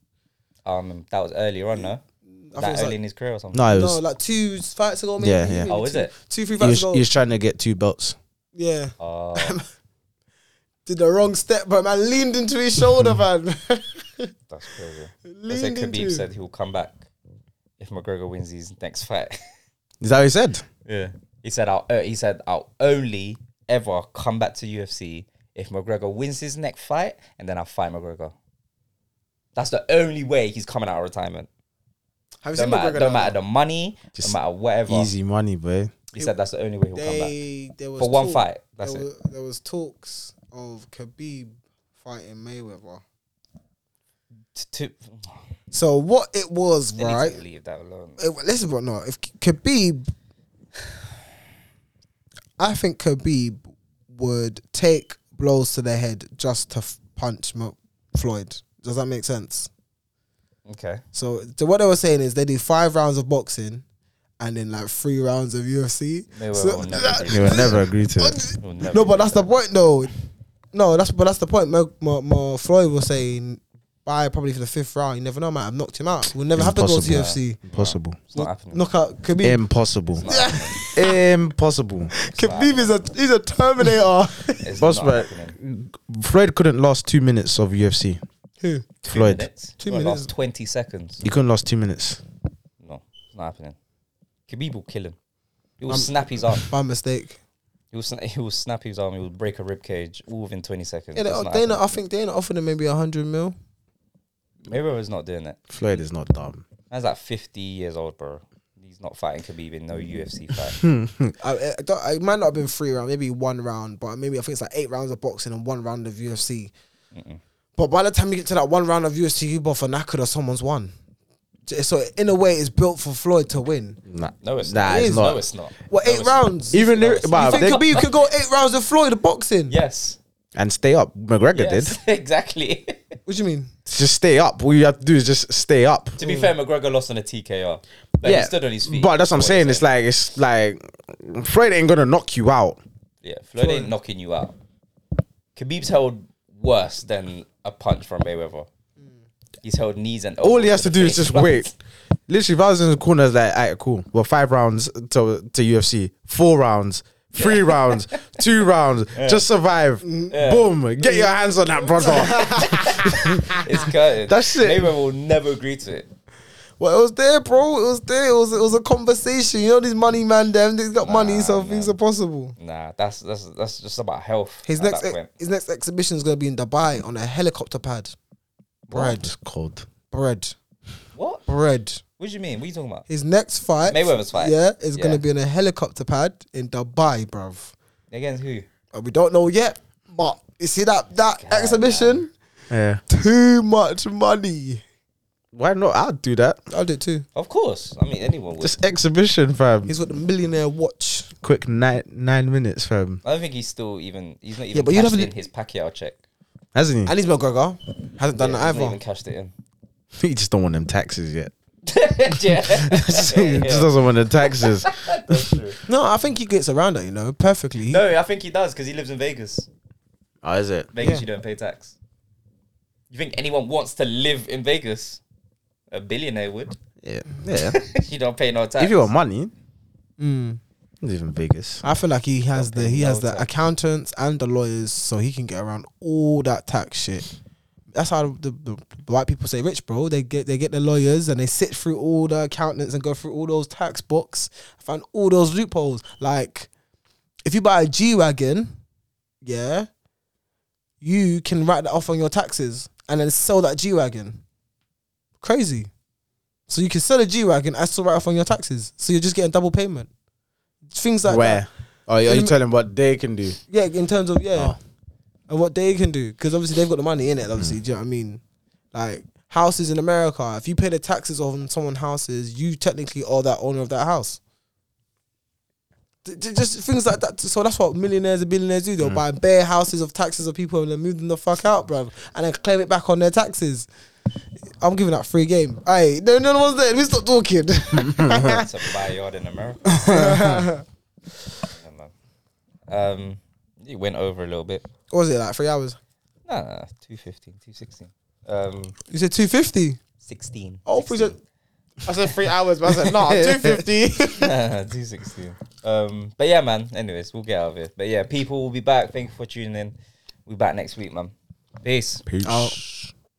S1: Um, that was earlier on, no?
S3: I
S1: that
S3: think
S1: early
S3: it was
S1: in
S3: like,
S1: his career or something.
S2: No, it
S3: no,
S2: was.
S3: like two fights ago. Maybe,
S2: Yeah, yeah.
S3: Maybe
S1: Oh, is
S3: two-
S1: it?
S3: two, three
S2: he,
S3: fights
S2: was
S3: ago?
S2: he was trying to get two belts.
S3: yeah,
S1: Oh,
S3: did the wrong step, but man leaned into his shoulder, man.
S1: that's crazy. They said
S3: leaned into.
S1: Khabib
S3: him.
S1: said he'll come back if McGregor wins his next fight.
S2: Is that what he said?
S1: yeah, he said I'll. Uh, he said I'll only ever come back to UFC if McGregor wins his next fight, and then I'll fight McGregor. That's the only way he's coming out of retirement.
S3: Have you
S1: Don't
S3: seen
S1: matter,
S3: McGregor
S1: don't
S3: now?
S1: matter the money,
S2: Just
S1: no matter whatever.
S2: Easy money, boy.
S1: He said that's the only way he'll come back
S3: They there was
S1: for one
S3: talk-
S1: fight. That's
S3: there,
S1: it.
S3: Was, there was talks of Khabib fighting Mayweather.
S1: T- t-
S3: So what it was,
S1: they need to
S3: right?
S1: leave that alone.
S3: Uh, listen, but no, if K- Khabib, I think Khabib would take blows to the head just to f- punch Mo- Floyd. Does that make sense?
S1: Okay.
S3: So, so what they were saying is they do five rounds of boxing and then like three rounds of UFC.
S1: Mayweather
S3: So-
S1: will never do
S2: They would never agree to it.
S1: Will never
S3: No,
S1: do
S3: but that's
S1: that.
S3: the point, though. No, that's but that's the point. Mo, Mo, Mo Floyd was saying by probably for the fifth round, you never know, man. I've knocked him out. We'll never have to go to
S2: Impossible.
S3: UFC.
S2: Impossible.
S1: It's not happening.
S3: Knockout Khabib.
S2: Impossible. Impossible.
S3: Khabib is a he's a Terminator.
S1: It's
S2: Boss,
S1: not
S2: but
S1: happening.
S2: Floyd couldn't last two minutes of UFC.
S3: Who?
S1: Two
S2: Floyd.
S1: minutes.
S3: Two
S1: Well,
S3: minutes.
S1: last twenty seconds.
S2: He couldn't last two minutes.
S1: No, it's not happening. Khabib will kill him. He will snap his arm.
S3: By mistake.
S1: He will, sna- he will snap his arm. He will break a rib cage all within twenty seconds.
S3: Yeah, they,
S1: It's not
S3: Dana.
S1: happening.
S3: I think Dana offered him maybe a hundred mil.
S1: Mayweather's not doing it.
S2: Floyd is not dumb.
S1: That's like fifty years old, bro. He's not fighting Khabib in no UFC fight.
S3: I, I don't, it might not have been three rounds, maybe one round, but maybe I think it's like eight rounds of boxing and one round of UFC. But by the time you get to that one round of UFC, you both for knackered or someone's won. J- So in a way, it's built for Floyd to win.
S2: Nah.
S1: No, it's
S2: Nah,
S1: not.
S2: it's not.
S1: No, it's not.
S3: What
S1: No,
S3: eight
S1: it's not.
S3: rounds?
S2: Even
S1: No,
S2: if,
S1: it's-
S2: but
S3: you think
S2: they-
S3: Khabib could go eight rounds of Floyd of boxing?
S1: Yes.
S2: and stay up. McGregor
S1: Yes.
S2: did.
S1: Exactly.
S3: What do you mean?
S2: Just stay up. All you have to do is just stay up.
S1: to be fair, McGregor lost on a TKR. But he stood on his feet.
S2: But that's what I'm
S1: What
S2: saying.
S1: is
S2: It's like it's like Floyd ain't gonna knock you out.
S1: Yeah, Floyd ain't knocking you out. Khabib's held worse than a punch from Mayweather.
S3: Mm.
S1: He's held knees and
S2: All he
S1: elbows
S2: has to
S1: the
S2: do is
S1: face
S2: just
S1: once.
S2: wait. Literally, if I was in the corner, I was like, alright, cool. Well, five rounds to to UFC, four rounds, three rounds, two rounds, just survive. Boom, get your hands on that brother.
S1: It's curtain.
S2: That's it.
S1: Mayweather will never agree to it.
S3: Well, it was there, bro. It was there. It was, it was a conversation. You know, these money man, them, they've got money, so things are possible.
S1: Nah, that's that's that's just about health.
S3: His
S1: at
S3: next e-
S1: that
S3: ex-
S1: point.
S3: his next exhibition is going to be in Dubai on a helicopter pad. Bread,
S2: It's cold.
S3: bread,
S1: What?
S3: bread.
S1: What do you mean? What are you talking about?
S3: His next fight,
S1: Mayweather's fight.
S3: yeah, is going
S1: Yeah.
S3: to be in a helicopter pad in Dubai, bruv.
S1: Against who?
S3: And we don't know yet, but you see that that exhibition,
S2: Yeah.
S3: too much money.
S2: Why not? I'll do that.
S3: I'll do it too.
S1: Of course. I mean, anyone would.
S2: This exhibition, fam.
S3: He's got the millionaire watch.
S2: Quick nine nine minutes, fam.
S1: I don't think he's still even. He's not even
S3: Yeah, but you'd
S1: cashed
S3: have
S1: in
S3: to-
S1: his Pacquiao check.
S2: Hasn't
S3: And he's McGregor. Hasn't done
S1: Yeah, he's
S3: that
S1: not
S3: either.
S1: even cashed it in.
S2: he? He just don't want them taxes yet.
S1: yeah.
S2: he just doesn't want the taxes.
S3: No, I think he gets around that, you know, perfectly.
S1: No, I think he does because he lives in Vegas.
S2: Oh, is it?
S1: Vegas,
S3: Yeah.
S1: you don't pay tax. You think anyone wants to live in Vegas? A billionaire would.
S2: Yeah. Yeah.
S1: you don't pay no tax.
S2: if you want money,
S3: Mm.
S2: live in Vegas.
S3: I feel like he has the he
S1: no
S3: has the
S1: tax.
S3: accountants and the lawyers, so he can get around all that tax shit. That's how the, the white people say rich, bro. They get they get the lawyers and they sit through all the accountants and go through all those tax books, find all those loopholes. Like, if you buy a G wagon, yeah, you can write that off on your taxes and then sell that G wagon. Crazy. So you can sell a G wagon and still write off on your taxes. So you're just getting double payment. Things like that.
S2: Where? Oh, yeah,
S3: So
S2: you
S3: you-
S2: tell them what they can do.
S3: Yeah, in terms of yeah,
S2: Oh.
S3: and what they can do because obviously they've got the money in it. Obviously, do you know what I mean? Like houses in America, if you pay the taxes on someone's houses, you technically are that owner of that house. D- d- Just things like that. So that's what millionaires and billionaires do. They'll buy bare houses of taxes of people and then move them the fuck out, bruv. And then claim it back on their taxes. I'm giving that free game. Hey, no, no one's there. We stop talking.
S1: to buy a yard in America. Yeah, man. um, it went over a little bit.
S3: what was it like? Three hours?
S1: Nah, nah, 215, 216. Um,
S3: You said 250?
S1: 16.
S3: Oh, please. I said three hours, but I said, no, 250.
S1: 216. Um, but yeah, man. Anyways, we'll get out of here. But yeah, people will be back. Thank you for tuning in. We'll be back next week, man. Peace.
S2: Peace.
S3: Out.